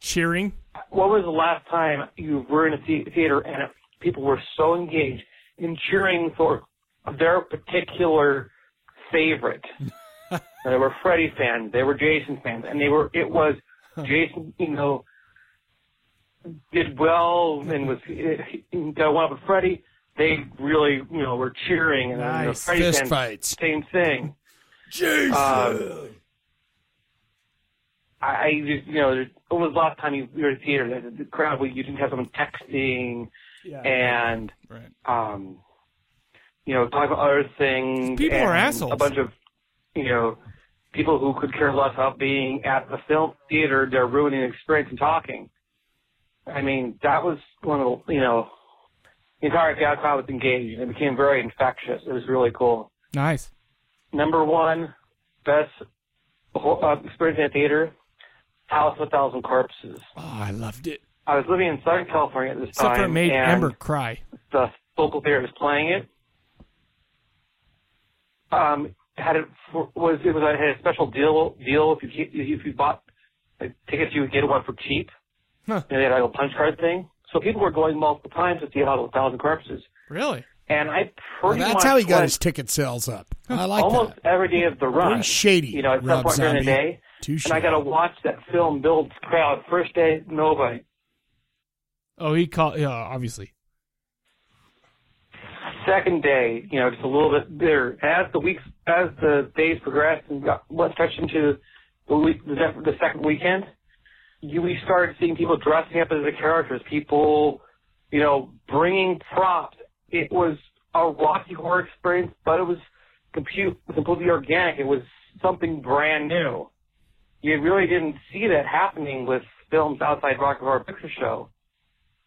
S1: Cheering.
S11: What was the last time you were in a the- theater and it- people were so engaged in cheering for their particular
S2: [LAUGHS]
S11: favorite? they were Freddy fans, they were Jason fans, and they were. It was Jason, you know, did well and was got one up with Freddy. They really, you know, were cheering and you know,
S2: Nice.
S11: Freddy
S2: Fist
S11: fans,
S2: fights.
S11: Same thing.
S2: Jason.
S11: Um, I, I just, you know, there- when was the last time you you were in the theater? The, the crowd, where you didn't have someone texting and, um, you know, talking about other things.
S1: People
S11: and
S1: are assholes.
S11: A bunch of, you know, people who could care less about being at the film theater. They're ruining the experience and talking. I mean, that was one of the, you know, the entire crowd was engaged and it became very infectious. It was really cool
S1: Nice.
S11: number one best ho- uh, experience in a theater, House of a Thousand Corpses.
S1: Oh, I loved it.
S11: I was living in Southern California at this
S1: Except for it
S11: time,
S1: made
S11: and
S1: Amber cry.
S11: the local theater was playing it. Um, had it for, was it was I had a special deal deal if you ke- if you bought like, tickets you would get one for cheap.
S1: Huh.
S11: And they had a little punch card thing, so people were going multiple times to see House of a Thousand Corpses.
S1: Really?
S11: And I
S2: Well,
S11: pretty
S2: that's
S11: much
S2: how he got
S11: went
S2: his ticket sales up. I like
S11: almost every day of the run.
S2: Pretty shady,
S11: You know, at some
S2: Rob
S11: point during the
S2: Zombie.
S11: day.
S2: Too
S11: and I got to watch that film build crowd. First day, nobody.
S1: Oh, he called. Yeah, obviously.
S11: Second day, you know, just a little bit bitter. As the weeks, as the days progressed and got what stretched into the week, the, sec- the second weekend, you we started seeing people dressing up as the characters. People, you know, bringing props. It was a Rocky Horror experience, but it was compute, completely organic. It was something brand new. You really didn't see that happening with films outside Rocky Horror Picture Show.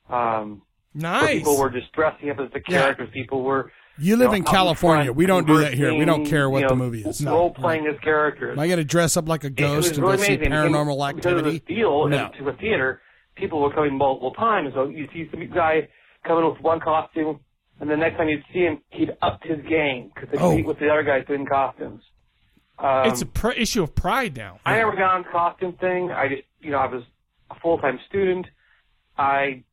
S11: Um,
S1: Nice.
S11: where people were just dressing up as the
S2: Yeah.
S11: characters. People were.
S2: You live
S11: know,
S2: in
S11: out
S2: California.
S11: front
S2: We don't do that here. We don't
S11: conversing,
S2: care what
S11: you
S2: the
S11: know,
S2: movie is. No.
S11: Role playing as characters.
S2: Am I going to dress up like a
S11: It was
S2: ghost and
S11: really
S2: go see
S11: amazing.
S2: paranormal
S11: And because of the
S2: activity?
S11: Deal
S2: No.
S11: and to a theater, people were coming multiple times. So you see some guy coming with one costume, and the next time you'd see him, he'd upped his game because he'd
S1: Oh.
S11: meet with the other guys doing costumes. Um,
S1: it's a pr- issue of pride now.
S11: I never got on the costume thing. I just, you know, I was a full time student. I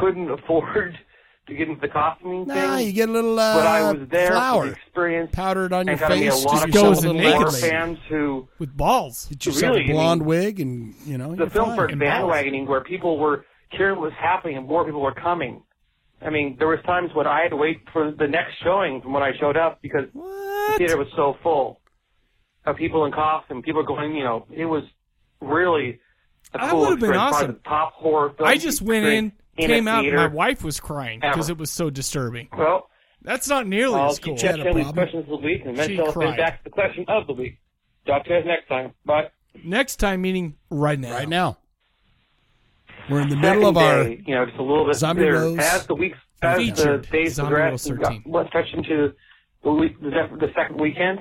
S11: couldn't [LAUGHS] afford to get into the costuming thing.
S2: Nah, you get a little uh,
S11: but I was there for
S2: flour
S11: the experience.
S2: powdered on your
S11: and got to meet
S2: face.
S11: a lot
S2: give
S11: of
S2: yourself a
S11: cool
S2: little
S11: horror
S2: accolade.
S11: fans who
S1: with balls.
S2: Get yourself
S11: really, I
S2: a
S11: mean,
S2: blonde wig, and you
S1: Oh,
S2: know
S11: the
S2: you're
S11: film
S2: fine.
S11: started bandwagoning where people were hearing what was happening and more people were coming. I mean, there was times when I had to wait for the next showing from when I showed up because the theater was so full of people in costume. People were going, you know, it was really a
S1: That
S11: cool
S1: would've been
S11: experience.
S1: awesome.
S11: Probably the top horror film
S1: I just went in,
S11: experience
S1: came
S11: a
S1: out, and
S11: theater.
S1: my wife was crying because
S11: ever.
S1: it was so disturbing.
S11: Well,
S1: that's not nearly
S11: I'll
S1: as cool.
S11: check in these questions of the week and then
S1: She
S11: tell us
S1: cried.
S11: back to the question of the week. Talk to you guys next time. Bye.
S1: Next time, meaning right now. Right
S2: now. We're in the middle of our
S11: day, you know, just a little bit
S2: Zombie
S11: there.
S2: Rose
S11: As the weeks, as
S2: featured
S11: the days
S2: Zombie
S11: progressed,
S2: Rose
S11: we got, what touched into the, week, the, sec- the second weekend,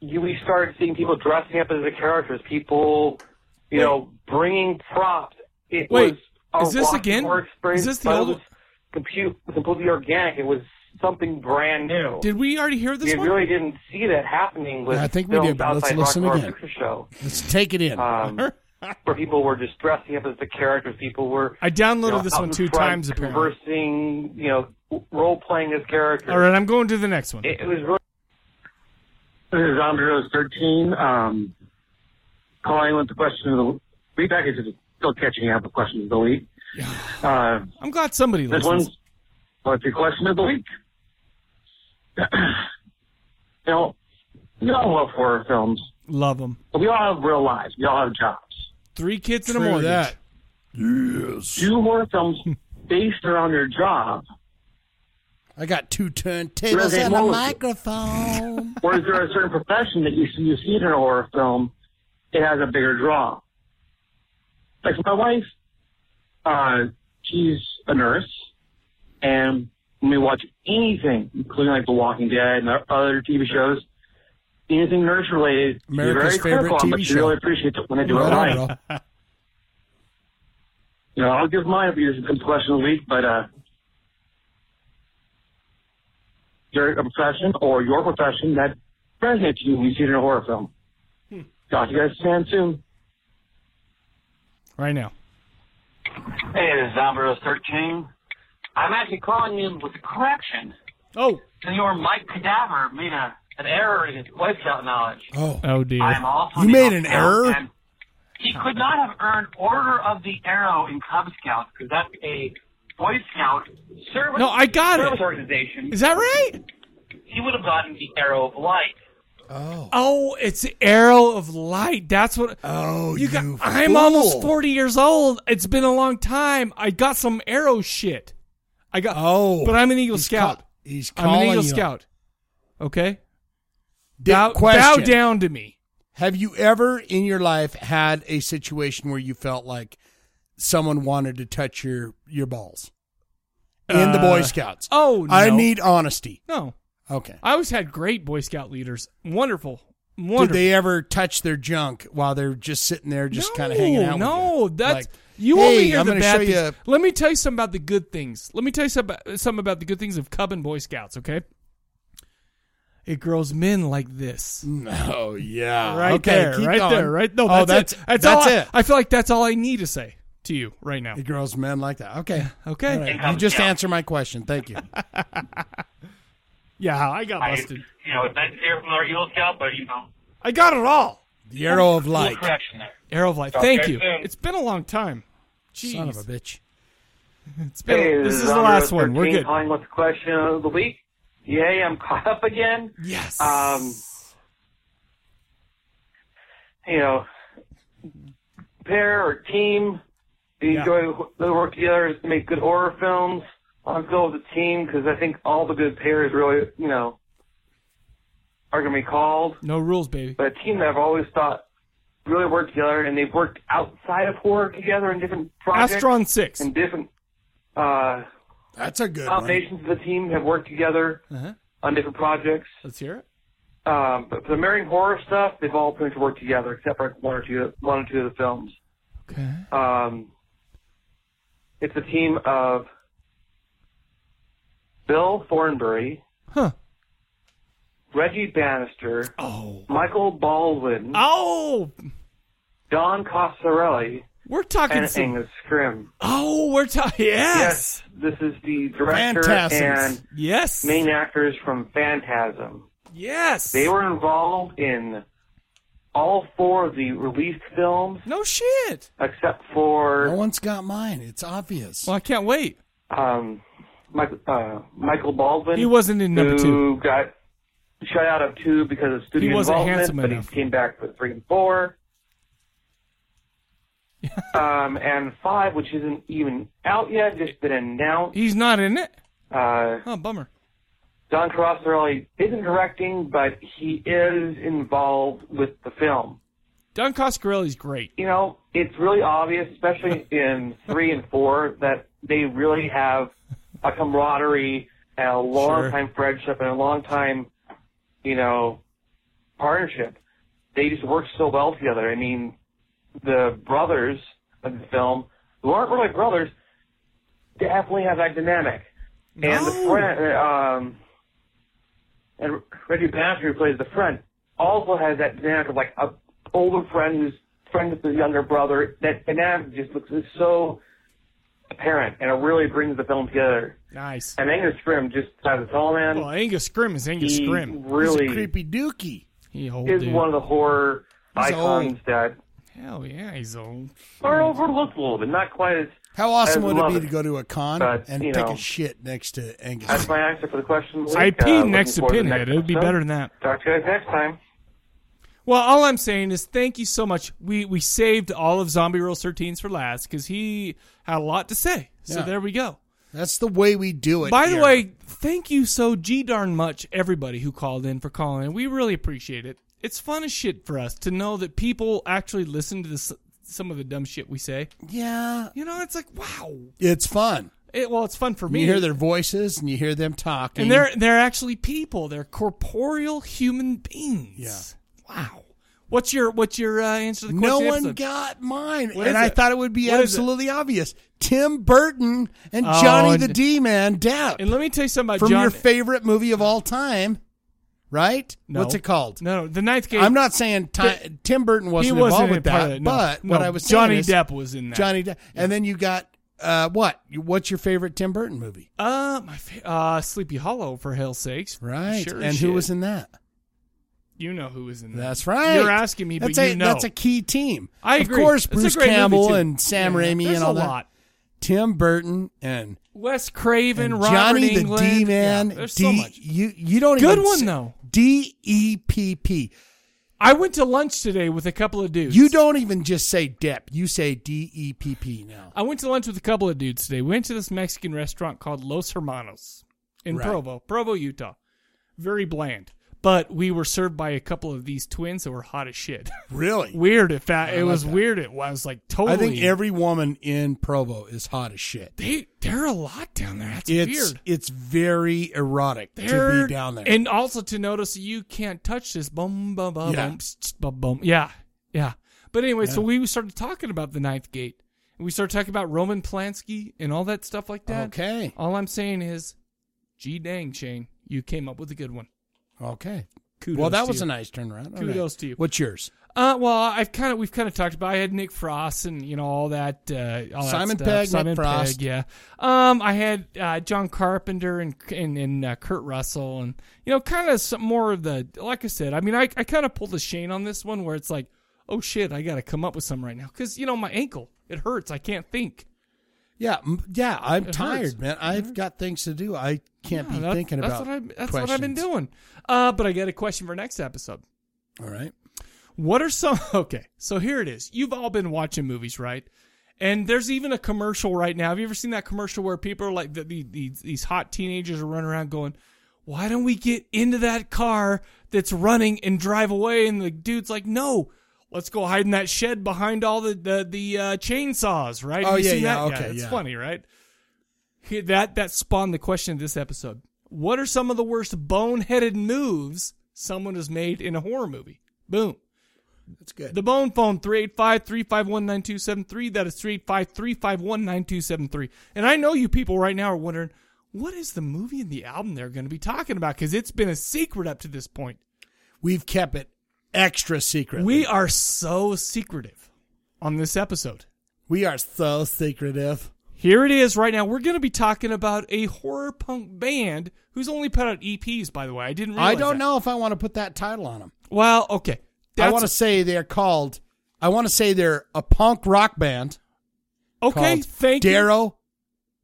S11: you, we started seeing people dressing up as the characters. People, you know, bringing props. It
S1: Wait,
S11: was
S1: is
S11: a
S1: this
S11: rocky
S1: again?
S11: horror experience,
S1: Is this the
S11: but it
S1: old-
S11: was compute, completely organic? It was something brand new.
S1: Did we already hear this
S11: You
S1: one?
S11: really didn't see that happening with
S2: Yeah, I think we did,
S11: films
S2: but let's
S11: outside
S2: listen
S11: Rock
S2: again.
S11: Horror Picture Show
S2: Let's take it in.
S11: um, where people were just dressing up as the characters. People were.
S1: I downloaded
S11: you know,
S1: this
S11: out
S1: one
S11: in
S1: two
S11: front,
S1: times, apparently.
S11: Conversing, you know, role playing as characters.
S1: All right, I'm going to the next one.
S11: It, it was really.
S10: This is Zombie Rose 13. Um, calling with the question of the repackage of the
S3: still catching up with questions of the week. Uh,
S1: I'm glad somebody
S3: this
S1: listens.
S3: one's what's your question of the week? [CLEARS THROAT] now, we all love horror films,
S1: Love them.
S3: but we all have real lives. We all have jobs.
S1: Three kids
S3: and
S1: a True mortgage. that.
S3: Yes. Do horror films based around your job,
S2: I got two turntables
S3: Resident
S2: and a
S3: Evil.
S2: microphone.
S3: or is there a certain profession that you see, you see it in a horror film? It has a bigger draw. Like my wife, uh, she's a nurse, and when we watch anything, including like The Walking Dead and other TV shows, anything nurse related, you're
S2: America's
S3: very critical,
S2: favorite
S3: on, but
S2: TV
S3: she really
S2: show.
S3: appreciates it when they do it
S2: Right
S3: right.
S2: on,
S3: You know, I'll give mine up as a question of the week, but uh, your profession or your profession that resonates you when you see it in a horror film.
S1: Hmm.
S3: Talk to you guys again soon.
S1: Right now.
S11: Hey, this is Alvaro 13. I'm actually calling you with a correction.
S1: Oh.
S11: Senor Mike Cadaver made a, an error in his Wipeout knowledge.
S2: Oh.
S1: Oh dear.
S11: I'm off on
S2: You
S11: the
S2: made an
S11: Elf
S2: error?
S11: Scout, and He could not have earned Order of the Arrow in Cub Scouts because that's a Boy Scout service,
S1: No, I got it.
S11: service organization.
S1: Is that right?
S11: He would have gotten the Arrow of Light.
S1: Oh. it's the arrow of light. That's what.
S2: Oh,
S1: you got. I'm
S11: fool.
S1: almost forty years old. It's been a long time. I got some arrow shit. I got.
S2: Oh,
S1: but I'm an Eagle Scout.
S2: he's
S1: I'm an
S2: calling
S1: Eagle
S2: you.
S1: Scout. Okay.
S2: Dick,
S1: Bow- bow down to me.
S2: Have you ever in your life had a situation where you felt like someone wanted to touch your your balls in the Boy
S1: Uh,
S2: Scouts?
S1: oh,
S2: I
S1: no.
S2: need uh, honesty.
S1: No.
S2: Okay.
S1: I always had great Boy Scout leaders. Wonderful. Wonderful.
S2: Did they ever touch their junk while they're just sitting there, just kind of hanging
S1: No,
S2: out?
S1: No,
S2: with you?
S1: that's
S2: Like,
S1: you
S2: hey,
S1: only hear
S2: I'm
S1: the
S2: gonna
S1: bad
S2: show you
S1: things. Let me tell you something about the good things. Let me tell you some about, some about the good things of Cub and Boy Scouts.
S2: [LAUGHS]
S1: Okay, it grows men like
S2: [LAUGHS]
S1: this.
S2: No, Oh, yeah,
S1: right
S2: Okay,
S1: there,
S2: keep
S1: right
S2: going.
S1: there, right. No,
S2: Oh,
S1: that's it.
S2: that's-
S1: all
S2: that's
S1: I-
S2: it.
S1: I feel like that's all I need to say to you right now.
S2: It grows men like that. Okay,
S1: okay.
S2: All right. You just answer my question. Thank you.
S1: [LAUGHS] Yeah, I got busted.
S11: you know, it's nice to hear from our Eagle Scout, but you know,
S1: I got it all.
S2: The arrow of
S11: cool
S2: light.
S11: correction there.
S1: Arrow of light.
S11: Talk
S1: Thank
S11: to you
S1: you.
S11: soon.
S1: It's been a long time. Jeez.
S2: Son of a bitch.
S1: It's been.
S11: Hey,
S1: this is the
S11: Andre
S1: last one. We're
S11: 13
S1: good.
S11: Calling with the question of the week. Yay, I'm caught up again.
S1: Yes.
S11: Um, you know, pair or team, you
S1: Yeah.
S11: enjoy they work together to make good horror films. I'm going with the team because I think all the good pairs really, you know, are going to be called.
S1: No rules, baby.
S11: But a team that I've always thought really worked together, and they've worked outside of horror together in different projects.
S1: Astron Six.
S11: And different uh,
S2: That's a good
S11: combinations of the team have worked together
S1: [LAUGHS] Uh-huh.
S11: on different projects.
S1: Let's hear it.
S11: Um, but for the American Horror stuff, they've all pretty much worked together, except for like one or two, one or two of the films.
S1: Okay.
S11: Um, it's a team of Bill Thornbury,
S1: Huh.
S11: Reggie Bannister,
S1: oh.
S11: Michael Baldwin,
S1: oh,
S11: Don Coscarelli,
S1: We're talking
S11: and
S1: some-
S11: Angus Scrim.
S1: Oh, we're talking. Yes.
S11: This is the director
S1: Phantasms.
S11: and
S1: Yes.
S11: main actors from Phantasm.
S1: Yes.
S11: They were involved in all four of the released films.
S1: No shit.
S11: Except for
S2: No one's got mine. It's obvious.
S1: Well, I can't wait.
S11: um, Michael, uh, Michael Baldwin.
S1: He wasn't in number
S11: who
S1: two.
S11: Got shut out of two because of studio
S1: He wasn't
S11: involvement,
S1: handsome
S11: but
S1: enough.
S11: he came back for three and
S1: [LAUGHS]
S11: four. um, and five, which isn't even out yet, just been announced.
S1: He's not in it.
S11: Uh,
S1: Oh, bummer.
S11: Don Carosarelli isn't directing, but he is involved with the film.
S1: Don Coscarelli's great.
S11: you know, it's really obvious, especially in three and four, that they really have a camaraderie and a long
S1: Sure.
S11: time friendship and a long time, you know, partnership. They just work so well together. I mean, the brothers in the film, who aren't really brothers, definitely have that dynamic. And the
S1: No.
S11: friend, um, and Reggie Bannister, who plays the friend, also has that dynamic of like a older friend who's friends with the younger brother. That dynamic just looks is so apparent, and it really brings the film together.
S1: Nice.
S11: And Angus Scrim just as a tall man.
S1: Well, Angus Scrim is Angus
S11: he
S1: Scrim.
S11: Really,
S2: creepy dookie.
S1: He old
S11: is
S1: dude.
S11: one of the horror
S1: He's
S11: icons
S1: old.
S11: that
S1: Hell yeah, he's old.
S12: Or overlooked a little bit, not quite as.
S2: How awesome
S12: as
S2: would it
S12: loved
S2: be to go to a con
S12: But,
S2: and
S12: you
S2: take
S12: know,
S2: a shit next to Angus?
S12: That's my answer for the question. of the
S1: I
S12: week.
S1: peed
S12: Uh,
S1: next to
S12: looking forward
S1: Pinhead.
S12: next
S1: It would be
S12: episode.
S1: better than that.
S12: Talk to you guys next time.
S1: Well, all I'm saying is thank you so much. We we saved all of Zombie Rule 13s for last because he had a lot to say. So
S2: Yeah.
S1: there we go.
S2: That's the way we do it.
S1: By the
S2: here.
S1: way, thank you so g darn much everybody who called in for calling in. We really appreciate it. It's fun as shit for us to know that people actually listen to this, some of the dumb shit we say.
S2: Yeah,
S1: you know, it's like wow.
S2: it's fun.
S1: It, well, it's fun for me.
S2: You hear their voices and you hear them talking.
S1: and they're they're actually people. They're corporeal human beings.
S2: yeah.
S1: What's your what's your uh, answer to the
S2: No
S1: question?
S2: one
S1: episode?
S2: got mine,
S1: What
S2: and
S1: is
S2: I
S1: it?
S2: thought it would be
S1: What is it?
S2: absolutely obvious. Tim Burton and
S1: Oh,
S2: Johnny
S1: and-
S2: the D Man Depp.
S1: And let me tell you something about
S2: from
S1: John-
S2: your favorite movie of all time, right?
S1: No.
S2: What's it called?
S1: No, the Ninth Gate.
S2: I'm not saying ti
S1: Th-
S2: Tim Burton wasn't,
S1: he wasn't
S2: involved
S1: in
S2: with
S1: part
S2: that,
S1: of it, no.
S2: but
S1: No,
S2: what I was saying
S1: Johnny
S2: is-
S1: Depp was in that.
S2: Johnny Depp, and then you got uh, what? You- What's your favorite Tim Burton movie?
S1: Uh, my fa- uh, Sleepy Hollow for hell's sakes.
S2: Right,
S1: Sure
S2: and
S1: as
S2: who
S1: shit.
S2: was in that?
S1: You know who was in that?
S2: That's right.
S1: You're asking me, but
S2: that's
S1: you
S2: a,
S1: know
S2: that's a key team.
S1: I
S2: Of
S1: agree.
S2: course,
S1: It's a
S2: Bruce
S1: great movie,
S2: Campbell
S1: too.
S2: and Sam
S1: Yeah,
S2: Raimi
S1: there's
S2: and all
S1: a
S2: that.
S1: lot.
S2: Tim Burton and
S1: Wes Craven,
S2: and
S1: Robert
S2: Johnny
S1: Englund.
S2: the D man.
S1: Yeah, there's
S2: D
S1: so much.
S2: you you don't
S1: Good
S2: even
S1: one,
S2: say-
S1: though.
S2: D E P P.
S1: I went to lunch today with a couple of dudes.
S2: You don't even just say Depp. You say D E P P now.
S1: I went to lunch with a couple of dudes today. We went to this Mexican restaurant called Los Hermanos in
S2: Right.
S1: Provo, Provo, Utah. Very bland, but we were served by a couple of these twins that were hot as shit. [LAUGHS]
S2: Really?
S1: weird. If that
S2: I
S1: it
S2: like
S1: was
S2: that.
S1: weird, it was like totally.
S2: I think every woman in Provo is hot as shit.
S1: they they're a lot down there. That's
S2: it's
S1: weird.
S2: it's very erotic to
S1: They're-
S2: be down there.
S1: and also to notice you can't touch this. Boom, boom, boom,
S2: Yeah.
S1: boom, pss, pss, boom, boom. Yeah, yeah. But anyway, so
S2: Yeah.
S1: we started talking about the Ninth Gate, and we started talking about Roman Polanski and all that stuff like that.
S2: Okay.
S1: All I'm saying is, gee dang, Shane, you came up with a good one.
S2: okay.
S1: Kudos
S2: well, that
S1: to
S2: was
S1: you.
S2: a nice turnaround. All
S1: Kudos
S2: right.
S1: to you.
S2: What's yours?
S1: Uh, well, I've kind of we've kind of talked about. I had Nick Frost and you know all that. Uh, all that
S2: Simon
S1: stuff.
S2: Pegg, Nick
S1: Simon
S2: Frost.
S1: Pegg, yeah. Um, I had uh, John Carpenter and and, and uh, Kurt Russell, and you know, kind of some more of the. Like I said, I mean, I I kind of pulled a Shane on this one where it's like, oh shit, I got to come up with some right now because you know my ankle it hurts. I can't think.
S2: Yeah, m- yeah. I'm
S1: It
S2: tired,
S1: hurts.
S2: man. I've got things to do. I can't
S1: Yeah,
S2: be
S1: that's-
S2: thinking
S1: that's
S2: about.
S1: what I, that's
S2: questions.
S1: what I've been doing. Uh, but I got a question for next episode.
S2: All right.
S1: What are some? [LAUGHS] Okay, so here it is. You've all been watching movies, right? And there's even a commercial right now. Have you ever seen that commercial where people are like the, the, the these hot teenagers are running around going, "Why don't we get into that car that's running and drive away?" And the dude's like, "No." Let's go hide in that shed behind all the the, the uh, chainsaws, right?
S2: Oh,
S1: Have you
S2: yeah,
S1: seen
S2: yeah,
S1: that?
S2: okay,
S1: it's
S2: yeah.
S1: funny, right? Here, that that spawned the question of this episode. What are some of the worst boneheaded moves someone has made in a horror movie? Boom.
S2: That's good.
S1: The bone phone 385 351 9273. That is 385 351 9273. And I know you people right now are wondering what is the movie and the album they're going to be talking about because it's been a secret up to this point.
S2: We've kept it extra secret.
S1: We are so secretive on this episode.
S2: We are so secretive.
S1: Here it is right now. We're going to be talking about a horror punk band who's only put out EPs, by the way. I didn't realize
S2: I don't
S1: that.
S2: know if I want to put that title on them.
S1: Well, okay.
S2: I want to say they're called. I want to say they're a punk rock band.
S1: Okay,
S2: called
S1: thank you.
S2: Darrow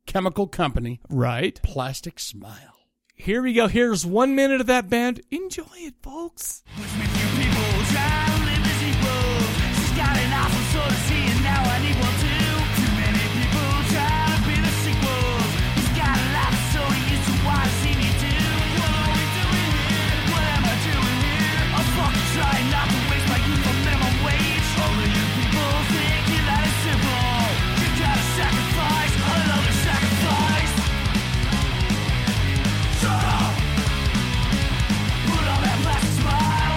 S2: Chemical Company.
S1: Right.
S2: Plastic Smile.
S1: Here we go. Here's one minute of that band. Enjoy it, folks.
S13: Shut up! Put on that black smile.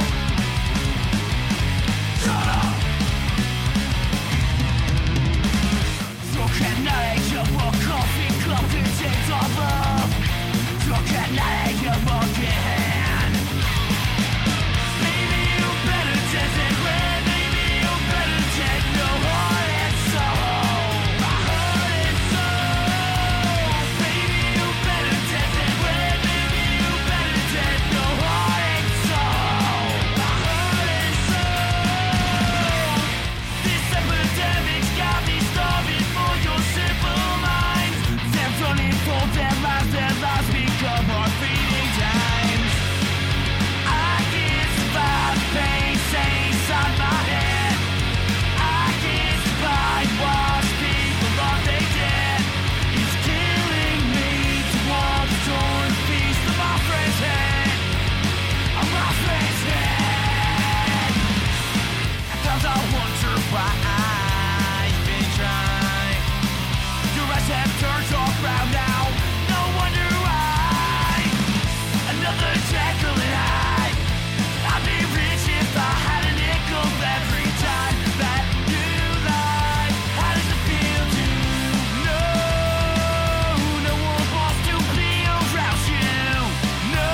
S13: why I've been trying. Your eyes have turned all brown now. No wonder why. Another Jekyll and Hyde. I'd be rich if I had a nickel every time that you lie. How does it feel to know no one wants to be around you? No,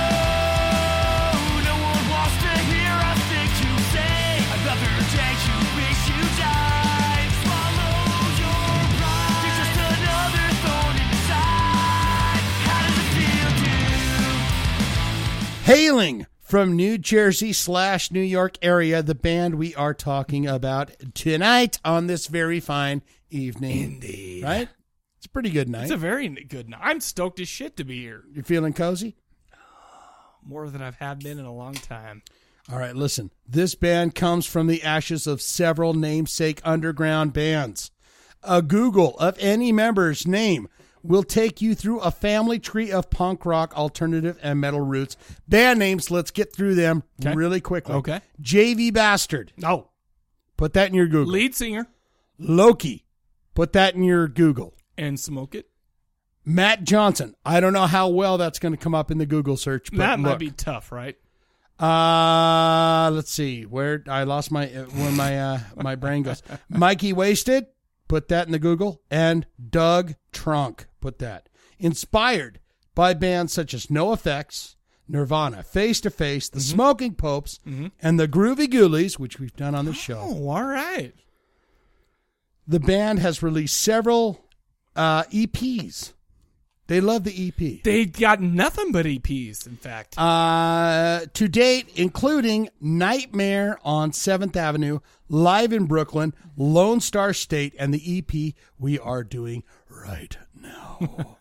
S13: no one wants to hear a thing you say. Another day you wish you died. Swallow your pride. You're just another thorn inside. How does it feel to?
S2: Hailing from New Jersey slash New York area, the band we are talking about tonight on this very fine evening. Indeed. Right? It's a pretty good night.
S1: It's a very good night. I'm stoked as shit to be here.
S2: You're feeling cozy?
S1: More than I've had been in a long time.
S2: All right, listen. This band comes from the ashes of several namesake underground bands. A Google of any member's name will take you through a family tree of punk rock, alternative, and metal roots. Band names, let's get through them really quickly.
S1: Okay.
S2: JV Bastard.
S1: No.
S2: Put that in your Google.
S1: Lead singer
S2: Loki. Put that in your Google.
S1: and smoke it.
S2: Matt Johnson. I don't know how well that's going to come up in the Google search, but
S1: that
S2: look.
S1: might be tough, right?
S2: Uh, let's see where I lost my uh, where my uh, my
S1: [LAUGHS]
S2: brain goes. Mikey wasted. Put that in the Google and Doug Trunk. Put that inspired by bands such as No Effects, Nirvana, Face to Face, The
S1: Mm-hmm.
S2: Smoking Popes, and the Groovy Ghoulies, which we've done on the show.
S1: Oh, all right.
S2: The band has released several uh, EPs. They love the E EP.
S1: They got nothing but EPs, in fact.
S2: Uh, to date, including Nightmare on 7th Avenue, Live in Brooklyn, Lone Star State, and the EP we are doing right
S1: [LAUGHS]
S2: now.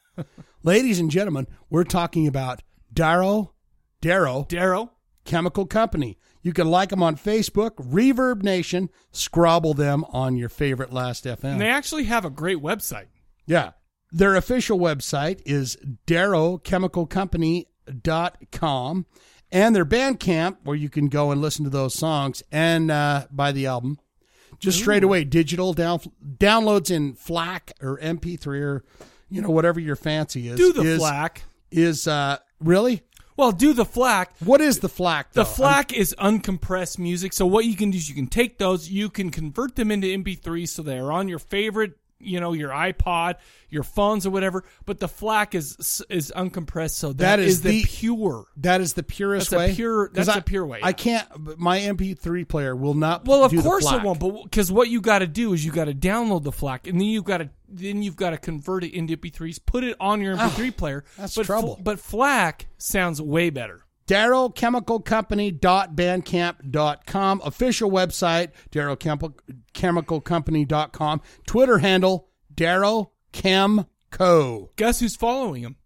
S2: Ladies and gentlemen, we're talking about Darrow, Darrow,
S1: Darrow
S2: Chemical Company. You can like them on Facebook, Reverb Nation, scrabble them on your favorite Last FM.
S1: And they actually have a great website.
S2: Yeah. Their official website is darrowchemicalcompany.com and their Bandcamp, where you can go and listen to those songs and uh, buy the album. Just straight away, digital down, downloads in FLAC or MP3 or, you know, whatever your fancy is.
S1: Do the
S2: is,
S1: FLAC.
S2: Is, uh, really?
S1: Well, do the FLAC.
S2: What is the FLAC, though?
S1: The FLAC is uncompressed music. So what you can do is you can take those, you can convert them into MP3 so they are on your favorite, you know, your iPod, your phones or whatever. But the FLAC is is uncompressed. So
S2: That is
S1: the,
S2: the-
S1: pure.
S2: That is the purest
S1: That's a
S2: way.
S1: pure-
S2: 'Cause
S1: that's
S2: I-
S1: a pure way, yeah.
S2: I can't. but My MP3 player will not.
S1: Well, of
S2: do the
S1: course
S2: FLAC.
S1: it won't, but because what you got to do is you got to download the FLAC, and then you got to then you've got to convert it into MP3s, put it on your MP3 player.
S2: Ah, that's
S1: but
S2: trouble.
S1: but FLAC sounds way better.
S2: darrowchemicalcompany.bandcamp.com official website darrowchemicalcompany.com twitter handle darrowchemco
S1: guess who's following him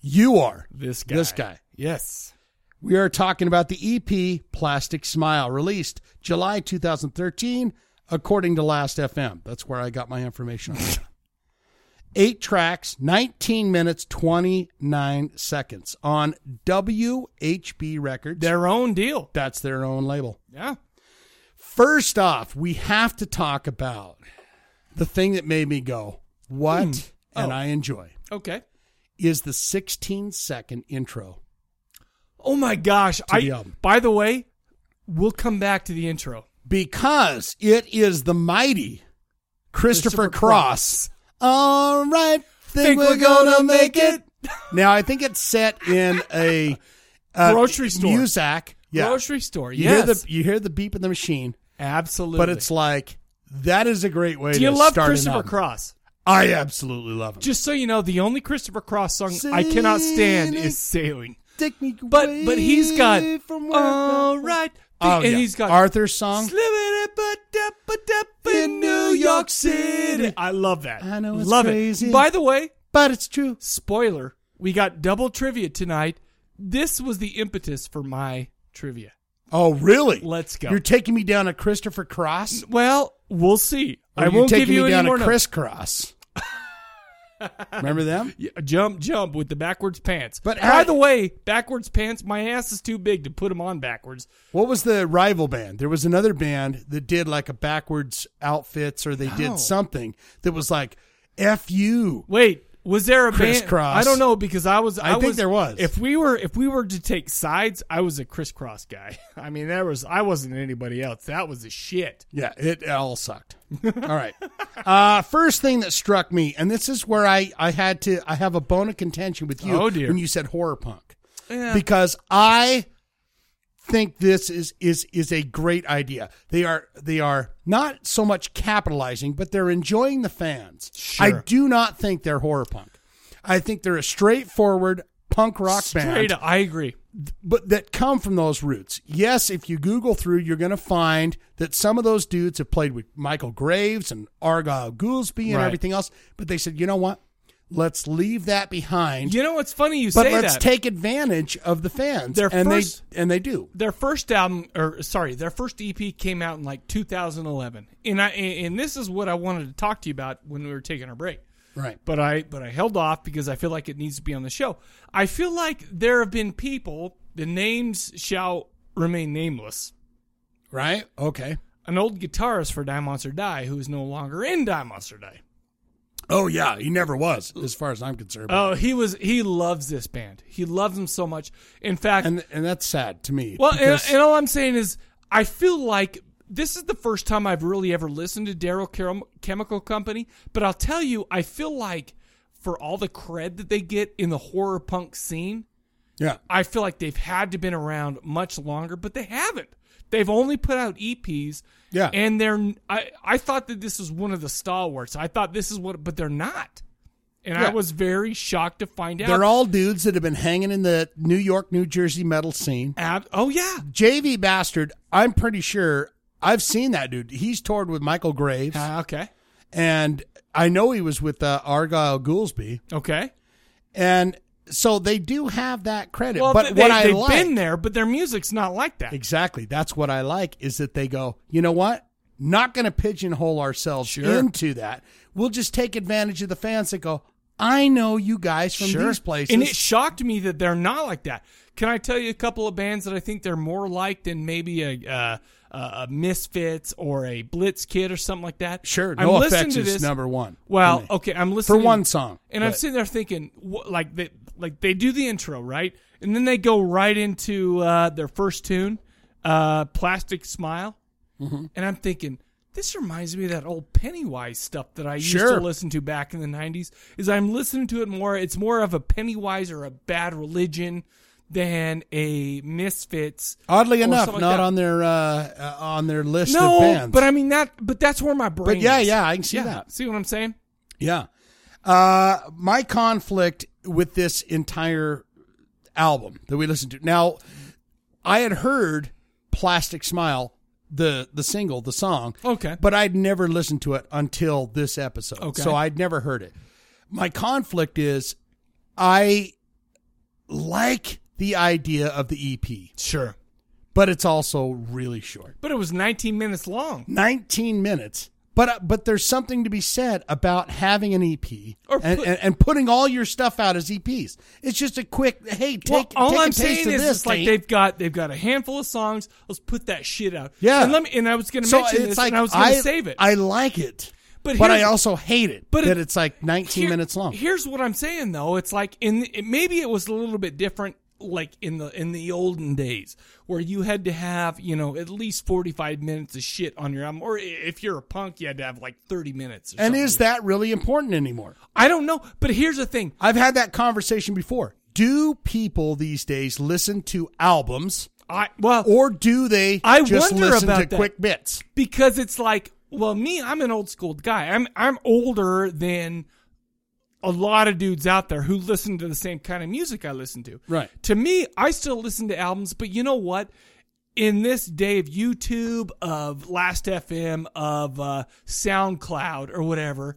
S2: you are
S1: this
S2: guy this guy
S1: Yes.
S2: we are talking about the ep plastic smile released july 2013 according to last fm that's where i got my information on that.
S1: [LAUGHS]
S2: eight tracks, 19 minutes, 29 seconds on WHB Records.
S1: Their own deal.
S2: That's their own label.
S1: Yeah.
S2: First off, we have to talk about the thing that made me go, what? And I enjoy
S1: Hmm. Oh. Okay.
S2: is the 16 second intro.
S1: Oh my gosh!
S2: To the
S1: I
S2: album.
S1: by the way, we'll come back to the intro.
S2: Because it is the mighty Christopher,
S1: Christopher
S2: Cross. All right, think,
S1: Think we're
S2: we're, gonna,
S1: gonna
S2: make
S1: make
S2: it. now I think it's set in a uh,
S1: Grocery store.
S2: Muzak. Yeah.
S1: Grocery store.
S2: You
S1: yes.
S2: hear the you hear the beep of the machine,
S1: Absolutely.
S2: but it's like that is a great way.
S1: do you
S2: to
S1: love
S2: start an
S1: Christopher
S2: album.
S1: Cross?
S2: I absolutely love him.
S1: Just so you know, the only Christopher Cross song I cannot stand is "Sailing."
S2: but
S1: but he's got
S2: from
S1: all right,
S2: Oh,
S1: and
S2: yeah.
S1: he's got
S2: Arthur's song.
S1: in New York City. I love that. I know
S2: it's
S1: love
S2: crazy.
S1: it. By the way,
S2: but it's true.
S1: Spoiler: We got double trivia tonight. This was the impetus for my trivia.
S2: Oh, really?
S1: Let's go.
S2: You're taking me down a Christopher Cross.
S1: well, we'll see.
S2: Or
S1: I
S2: you're
S1: won't
S2: taking
S1: give you [LAUGHS]
S2: me
S1: any
S2: down
S1: more
S2: a
S1: notes.
S2: crisscross. Remember them?
S1: Yeah, jump, jump with the backwards pants. But by
S2: how-
S1: the way, backwards pants. My ass is too big to put them on backwards.
S2: What was the rival band? There was another band that did like a backwards outfits or they
S1: Oh.
S2: did something that was like F you.
S1: Wait, was there a band-
S2: crisscross?
S1: I don't know because I was.
S2: I
S1: I,
S2: think there was.
S1: If we were, if we were to take sides, I was a crisscross guy. [LAUGHS] I mean, there was. I wasn't anybody else. That was the shit.
S2: Yeah, it all sucked. all right. [LAUGHS] Uh, first thing that struck me, and this is where I, I had to I have a bone of contention with you
S1: Oh, dear.
S2: when you said horror punk.
S1: Yeah.
S2: Because I think this is is is a great idea. They are they are not so much capitalizing, but they're enjoying the fans. I
S1: Sure.
S2: do not think they're horror punk. I think they're a straightforward punk rock band
S1: Straight up, I agree.
S2: but that come from those roots. Yes, if you Google through, you're going to find that some of those dudes have played with Michael Graves and Argyle Goolsby and
S1: Right.
S2: everything else. But they said, you know what? Let's leave that behind.
S1: You know what's funny? You
S2: but
S1: say
S2: let's
S1: that.
S2: take advantage of the fans.
S1: Their
S2: and
S1: first-
S2: they and they do.
S1: their first album or sorry their first ep came out in like 2011 and i and this is what i wanted to talk to you about when we were taking our break
S2: Right.
S1: but i but i held off because i feel like it needs to be on the show i feel like there have been people the names shall remain nameless
S2: right okay
S1: an old guitarist for die monster die who is no longer in die monster die
S2: Oh yeah, he never was, as far as I'm concerned.
S1: oh he was he loves this band he loves them so much in fact
S2: and and that's sad to me.
S1: Well, and,
S2: because-
S1: and all I'm saying is, I feel like this is the first time I've really ever listened to Daryl Chem- Chemical Company, but I'll tell you, I feel like for all the cred that they get in the horror punk scene,
S2: yeah,
S1: I feel like they've had to been around much longer, but they haven't. They've only put out EPs.
S2: Yeah.
S1: And they're I I thought that this was one of the stalwarts. I thought this is what but they're not. And
S2: Yeah.
S1: I was very shocked to find out.
S2: They're all dudes that have been hanging in the New York, New Jersey metal scene.
S1: oh yeah,
S2: JV Bastard. I'm pretty sure I've seen that dude. He's toured with Michael Graves.
S1: Uh, okay,
S2: and I know he was with uh, Argyle Goolsby.
S1: Okay,
S2: and so they do have that credit.
S1: well,
S2: but
S1: they,
S2: what I
S1: have
S2: like
S1: been there, but their music's not like that.
S2: exactly that's what I like is that they go. You know what? Not going to pigeonhole ourselves
S1: Sure.
S2: into that. We'll just take advantage of the fans that go. I know you guys from these places.
S1: And it shocked me that they're not like that. Can I tell you a couple of bands that I think they're more like than maybe a uh, a Misfits or a Blitz Kid or something like that? Sure,
S2: No Effects is number one for
S1: Well,
S2: me.
S1: okay, I'm
S2: For
S1: listening
S2: one song,
S1: and I'm
S2: but-
S1: sitting there thinking, wh- like they like they do the intro right, and then they go right into uh, their first tune, uh, "Plastic Smile,"
S2: Mm-hmm.
S1: and I'm thinking. This reminds me of that old Pennywise stuff that I used
S2: Sure.
S1: to listen to back in the 90s. Is I'm listening to it more, it's more of a Pennywise or a Bad Religion than a Misfits.
S2: Oddly
S1: or
S2: enough,
S1: something like
S2: not
S1: that.
S2: on their uh, uh, on their list
S1: No,
S2: of bands.
S1: but I mean that. But that's where my brain.
S2: yeah,
S1: is.
S2: yeah, I can see that.
S1: See what I'm saying?
S2: Yeah. Uh, my conflict with this entire album that we listened to. Now, I had heard Plastic Smile, the the single, the song.
S1: Okay.
S2: But I'd never listened to it until this episode.
S1: Okay.
S2: So I'd never heard it. My conflict is I like the idea of the EP.
S1: Sure.
S2: But it's also really short.
S1: But it was 19 minutes long.
S2: 19 minutes. But uh, but there's something to be said about having an EP
S1: Or
S2: and,
S1: put-
S2: and, and putting all your stuff out as EPs. It's just a quick hey, take,
S1: Well, all
S2: take a
S1: I'm
S2: taste
S1: saying
S2: of
S1: is,
S2: this.
S1: it's like
S2: Kate.
S1: they've got they've got a handful of songs. Let's put that shit out.
S2: Yeah.
S1: and let me. And I was going to
S2: So
S1: mention
S2: it's
S1: this,
S2: like
S1: and I was going
S2: I-
S1: to save it.
S2: I like it,
S1: but
S2: but I
S1: here's-
S2: also hate it.
S1: but
S2: that
S1: it-
S2: it's like 19
S1: Here-
S2: minutes long.
S1: Here's what I'm saying though. It's like in it, maybe it was a little bit different like in the in the olden days where you had to have, you know, at least 45 minutes of shit on your album or i- if you're a punk you had to have like 30 minutes. Or
S2: and
S1: something.
S2: is that really important anymore?
S1: I don't know, but here's the thing.
S2: I've had that conversation before. Do people these days listen to albums?
S1: I well,
S2: or do they
S1: I
S2: just
S1: wonder
S2: listen
S1: about
S2: to
S1: that.
S2: quick bits?
S1: because it's like, well, me, I'm an old school guy. I'm I'm older than a lot of dudes out there who listen to the same kind of music I listen to.
S2: Right.
S1: To me, I still listen to albums, but you know what? In this day of YouTube, of Last FM, of uh, SoundCloud or whatever,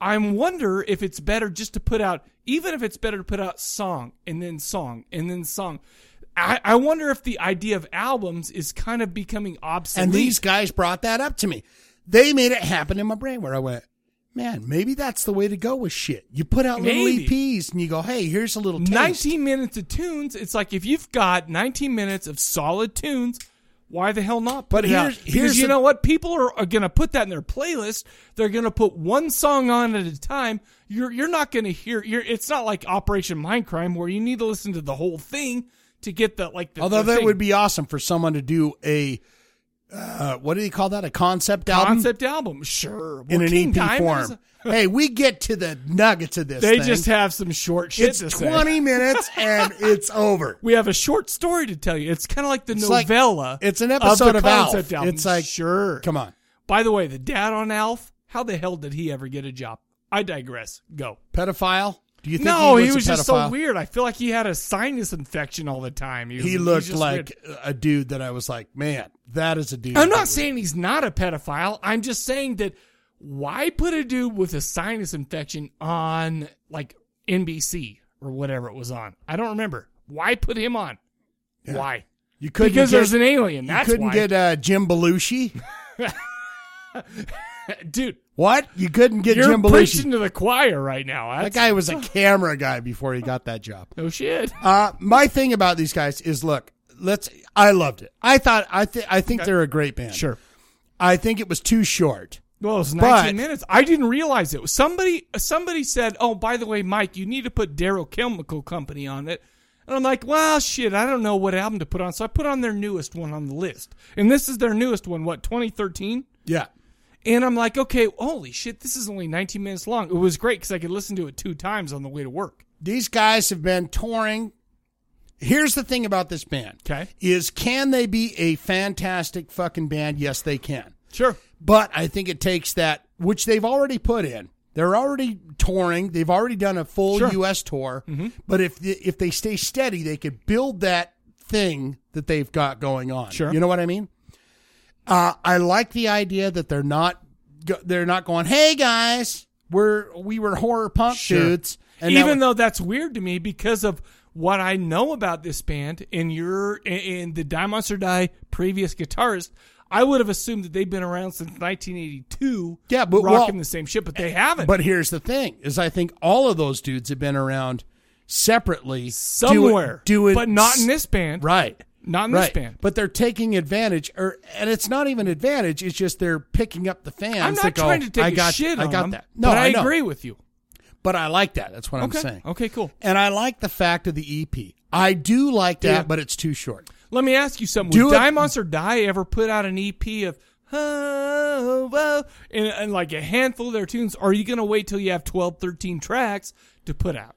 S1: I wonder if it's better just to put out, even if it's better to put out song and then song and then song. I, I wonder if the idea of albums is kind of becoming obsolete.
S2: And these guys brought that up to me. They made it happen in my brain where I went, Man, maybe that's the way to go with shit. You put out little
S1: Maybe.
S2: EPs and you go, hey, here's a little taste.
S1: 19 minutes of tunes. It's like if you've got 19 minutes of solid tunes, why the hell not? Put
S2: But
S1: it out?
S2: here's-
S1: Because
S2: here's
S1: you
S2: the-
S1: know what? People are, are going to put that in their playlist. They're going to put one song on at a time. You're you're not going to hear. You're, it's not like Operation Mindcrime where you need to listen to the whole thing to get the like. The,
S2: Although
S1: the
S2: that
S1: thing.
S2: would be awesome for someone to do a, uh, what do you call that? A concept album?
S1: concept album. Sure,
S2: in
S1: Well,
S2: an
S1: King
S2: EP
S1: Diamond is
S2: form.
S1: a- [LAUGHS]
S2: hey, we get to the nuggets of this.
S1: They
S2: thing.
S1: just have some short shit
S2: It's
S1: to say. [LAUGHS]
S2: 20 minutes and it's over.
S1: We have a short story to tell you. It's kind of like the
S2: It's like-
S1: novella.
S2: it's an episode
S1: the
S2: of Alf.
S1: concept album.
S2: It's like,
S1: sure.
S2: Come on.
S1: By the way, the dad on Alf, how the hell did he ever get a job? I digress. Go.
S2: Pedophile? Do you think
S1: no,
S2: he
S1: he
S2: was, a
S1: just so
S2: pedophile?
S1: weird. I feel like he had a sinus infection all the time. was-
S2: He
S1: he's
S2: looked
S1: just
S2: like
S1: weird.
S2: a dude that I was like, man, that is a dude.
S1: I'm [LAUGHS] not saying he's not a pedophile. I'm just saying that why put a dude with a sinus infection on like NBC or whatever it was on? I don't remember. Why put him on? Why?
S2: You couldn't
S1: because
S2: get-
S1: there's an alien. That's
S2: you couldn't
S1: why. [LAUGHS]
S2: get uh, Jim Belushi,
S1: dude.
S2: What you couldn't get
S1: You're
S2: Jim Belushi?
S1: preaching to the choir right now.
S2: That
S1: That's-
S2: guy
S1: [LAUGHS]
S2: was a camera guy before he got that job.
S1: No shit.
S2: Uh, my thing about these guys is, look, let's. I loved it. I thought I think I think
S1: Okay.
S2: they're a great band.
S1: Sure.
S2: I think it was too short.
S1: Well, it was
S2: But-
S1: 19 minutes. I didn't realize it. Somebody somebody said, "Oh, by the way, Mike, you need to put Darrow Chemical Company on it." And I'm like, "Well, shit, I don't know what album to put on." So I put on their newest one on the list. And this is their newest one, what, 2013?
S2: Yeah.
S1: And I'm like, "Okay, holy shit, this is only 19 minutes long." It was great cuz I could listen to it two times on the way to work.
S2: These guys have been touring. Here's the thing about this band.
S1: Okay.
S2: Is can they be a fantastic fucking band? Yes, they can.
S1: Sure.
S2: But I think it takes that, which they've already put in. They're already touring. They've already done a full U.S. tour.
S1: Mm-hmm.
S2: But if if they stay steady, they could build that thing that they've got going on.
S1: Sure.
S2: You know what I mean? Uh, I like the idea that they're not go- they're not going. Hey guys, we're we were horror punk dudes. now
S1: Even though that's weird to me because of what I know about this band and your and the Die Monster Die previous guitarist, I would have assumed that they've been around since 1982.
S2: Yeah, but
S1: rocking
S2: well-
S1: the same shit, but they haven't.
S2: But here's the thing: is I think all of those dudes have been around separately
S1: somewhere,
S2: doing, doing
S1: but not in this band,
S2: right?
S1: Not in
S2: right.
S1: this band.
S2: But they're taking advantage, or and it's not even advantage. It's just they're picking up the fans.
S1: I'm
S2: that
S1: not
S2: go,
S1: trying to take
S2: I
S1: a
S2: got,
S1: shit
S2: I
S1: on
S2: got
S1: them,
S2: that. No,
S1: but I
S2: know.
S1: agree with you.
S2: But I like that. That's what
S1: Okay.
S2: I'm saying.
S1: Okay, cool.
S2: And I like the fact of the EP. I do like that,
S1: Yeah.
S2: but it's too short.
S1: Let me ask you something.
S2: Do
S1: Would
S2: it-
S1: Die Monster Die ever put out an EP of oh, oh, and, and like a handful of their tunes? Or are you going to wait till you have 12, 13 tracks to put out?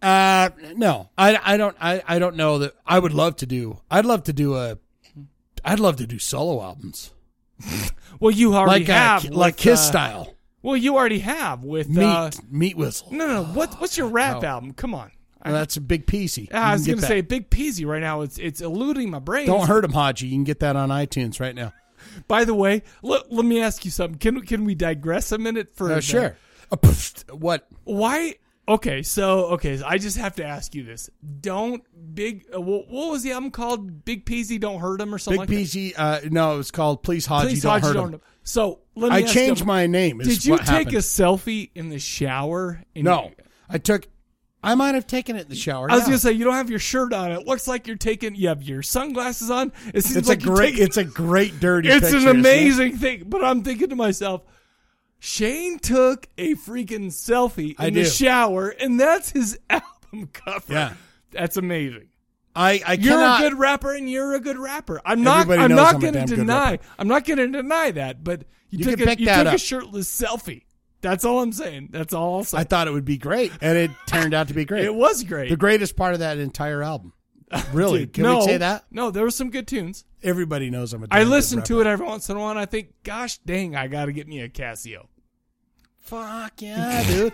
S2: Uh, no, I, I don't I, I don't know that I would love to do. I'd love to do a. I'd love to do solo
S1: [LAUGHS]
S2: albums.
S1: Well, you already
S2: Like, uh,
S1: have
S2: ki-
S1: with,
S2: like Kiss
S1: uh,
S2: style.
S1: Well, you already have with
S2: Meat-
S1: uh,
S2: Meat Whistle.
S1: No, no, no. What what's your rap
S2: Oh.
S1: album? Come on.
S2: Well, that's a big piecey. You
S1: Ah, I
S2: can
S1: was
S2: get
S1: gonna
S2: that.
S1: say Big Peasy right now. It's it's eluding my brain.
S2: Don't hurt him, Haji. You can get that on iTunes right now.
S1: By the way, let, let me ask you something. Can can we digress a minute for?
S2: Uh,
S1: the-
S2: sure. what?
S1: Why? Okay, so okay, so I just have to ask you this. Don't big. Uh, wha- what was the album called? Big Peasy, don't hurt him or
S2: Big
S1: something. like that?
S2: PG. Uh, no, it was called Please Haji.
S1: Please,
S2: don't
S1: Hodge,
S2: hurt
S1: don't
S2: him.
S1: hurt him. So let me
S2: I
S1: ask
S2: changed
S1: you-
S2: my name. is
S1: Did you
S2: what
S1: take
S2: happened.
S1: a selfie in the shower? And
S2: No, I took. I might have taken it in the shower.
S1: I was
S2: yeah.
S1: gonna say you don't have your shirt on. It looks like you're taking. You have your sunglasses on. It seems
S2: It's
S1: like
S2: a
S1: you're
S2: great.
S1: taking-
S2: It's a great dirty.
S1: It's an
S2: picture, isn't it?
S1: amazing thing. But I'm thinking to myself, Shane took a freaking selfie in
S2: I
S1: the
S2: do.
S1: shower, and that's his [LAUGHS] album cover.
S2: Yeah.
S1: That's amazing.
S2: I, I
S1: you're
S2: cannot-
S1: a good rapper, and you're a good rapper. I'm not.
S2: Everybody
S1: I'm
S2: knows
S1: not
S2: I'm a
S1: going to
S2: damn good
S1: deny.
S2: rapper.
S1: I'm not going to deny that. But you,
S2: You
S1: took
S2: can
S1: a,
S2: pick
S1: you
S2: that
S1: took a
S2: up.
S1: shirtless selfie. That's all I'm saying. That's all. I'll say.
S2: I thought it would be great, and it turned out to be
S1: [LAUGHS]
S2: great.
S1: It was great.
S2: The greatest part of that entire album.
S1: [LAUGHS]
S2: Really?
S1: Dude,
S2: Can
S1: no,
S2: we say
S1: [LAUGHS]
S2: that?
S1: No, there were some good tunes.
S2: Everybody knows I'm a.
S1: I listen to it every once in a while, and I think, gosh dang, I got to get me a Casio.
S2: Fuck yeah, dude.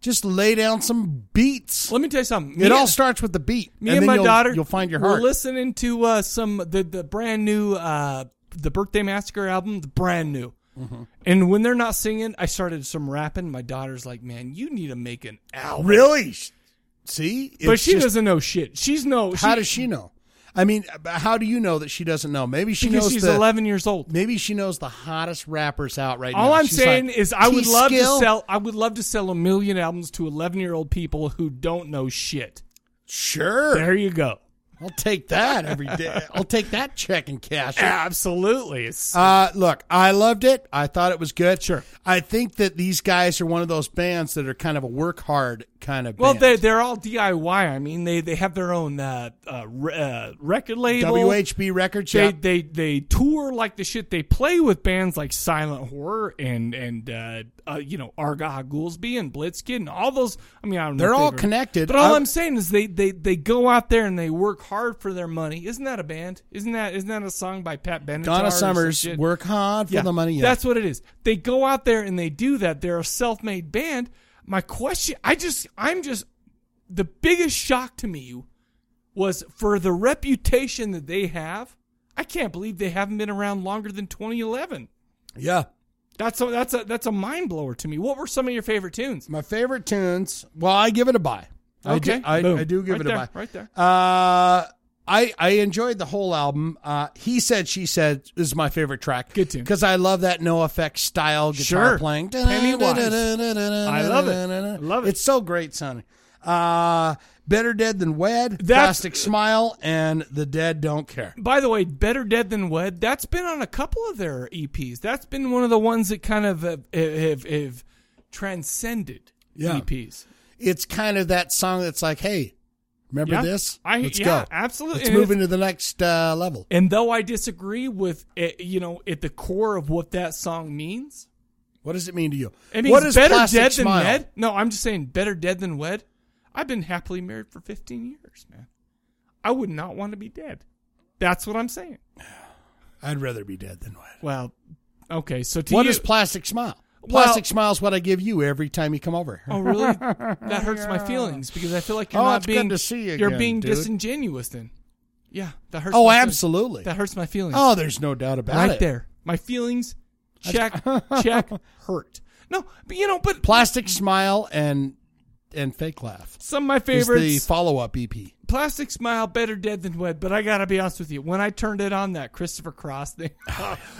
S2: Just lay down some beats.
S1: Let me tell you something. Me-
S2: it all starts with the beat.
S1: Me
S2: and
S1: and,
S2: then
S1: my
S2: you'll-
S1: daughter,
S2: You'll find your
S1: were
S2: heart.
S1: listening to uh, some the the brand new uh, the Birthday Massacre album, the brand new.
S2: Mm-hmm.
S13: Mhm.
S1: And when they're not singing, I started some rapping. My daughter's like, "Man, you need to make an album."
S2: Really? See,
S1: Oh, but
S2: It's
S1: she
S2: just-
S1: doesn't know shit. She's no.
S2: How does she know? I mean, how do you know that she doesn't know? Maybe she
S1: Because
S2: knows
S1: she's
S2: the-
S1: 11 years old.
S2: Maybe she knows the hottest rappers out right now.
S1: All I'm
S2: She's
S1: saying
S2: like,
S1: is I would love
S2: T-Skill?
S1: to sell I would love to sell a million albums to 11-year-old people who don't know shit.
S2: Sure.
S1: There you go.
S2: I'll take that every
S1: [LAUGHS]
S2: day. I'll take that check and cash it.
S1: Absolutely. It's-
S2: Uh, look, I loved it. I thought it was good. Sure. I think that these guys are one of those bands that are kind of a work hard kind of
S1: well,
S2: band.
S1: they they're all DIY. I mean, they they have their own uh, uh, re- uh, record label.
S2: WHB Records,
S1: They
S2: yeah.
S1: they they tour like the shit. They play with bands like Silent Horror and and uh, uh, you know Argyle Goolsby and Blitzkid and all those. I mean, I don't know.
S2: They're
S1: if
S2: all
S1: they've-
S2: connected.
S1: But all
S2: I-
S1: I'm saying is they they they go out there and they work hard for their money. Isn't that a band? Isn't that isn't that a song by Pat Benatar? or
S2: Donna
S1: some
S2: Summers,
S1: shit?
S2: work hard for
S1: Yeah,
S2: the money. Yeah.
S1: That's what it is. They go out there and they do that. They're a self-made band. My question, I just, I'm just, the biggest shock to me was for the reputation that they have. I can't believe they haven't been around longer than 2011.
S2: Yeah.
S1: That's a, that's a that's a mind blower to me. What were some of your favorite tunes?
S2: My favorite tunes. Well, I give it a buy. I do-
S1: Okay,
S2: I,
S1: boom.
S2: I do give
S1: Right
S2: it a
S1: there,
S2: buy.
S1: right there.
S2: Uh, I I enjoyed the whole album. Uh, he said, she said is my favorite track. Good tune because I love that no effect style guitar
S1: Sure.
S2: playing.
S1: Pennywise.
S2: I
S1: I love it.
S2: love it. It's so great sounding. Uh, better dead than wed. Plastic smile and the dead don't care.
S1: By the way, Better Dead Than Wed, that's been on a couple of their EPs. That's been one of the ones that kind of have, have, have transcended E
S2: Yeah.
S1: EPs.
S2: It's kind of that song that's like, hey, remember
S1: Yeah.
S2: this?
S1: I-
S2: Let's
S1: yeah,
S2: go.
S1: absolutely.
S2: Let's
S1: And
S2: move
S1: it's-
S2: into the next uh, level.
S1: And though I disagree with it, you know, at the core of what that song means,
S2: what does it mean to you?
S1: It means
S2: What is
S1: better
S2: Plastic
S1: dead
S2: Smile?
S1: than wed. No, I'm just saying better dead than wed. I've been happily married for 15 years, man. I would not want to be dead. That's what I'm saying.
S2: I'd rather be dead than wed.
S1: Well, okay. So to
S2: What
S1: you,
S2: is plastic smile?
S1: Well-
S2: Plastic smile's what I give you every time you come over.
S1: Oh,
S2: [LAUGHS]
S1: really? That hurts my feelings because I feel like you're
S2: Oh,
S1: not
S2: it's good
S1: being
S2: to see you
S1: are
S2: again,
S1: being
S2: dude.
S1: disingenuous. Then, yeah, that hurts.
S2: Oh,
S1: my feelings.
S2: absolutely.
S1: That hurts my feelings.
S2: Oh, there's no doubt about it.
S1: Right there, my feelings.
S2: [LAUGHS]
S1: Check, check, hurt. No, but you know, but
S2: Plastic smile and and fake laugh.
S1: Some of my
S2: is the E
S1: favorites-
S2: follow up EP.
S1: Plastic Smile, better dead than wed. But I gotta be honest with you, when I turned it on, that Christopher Cross thing, [LAUGHS]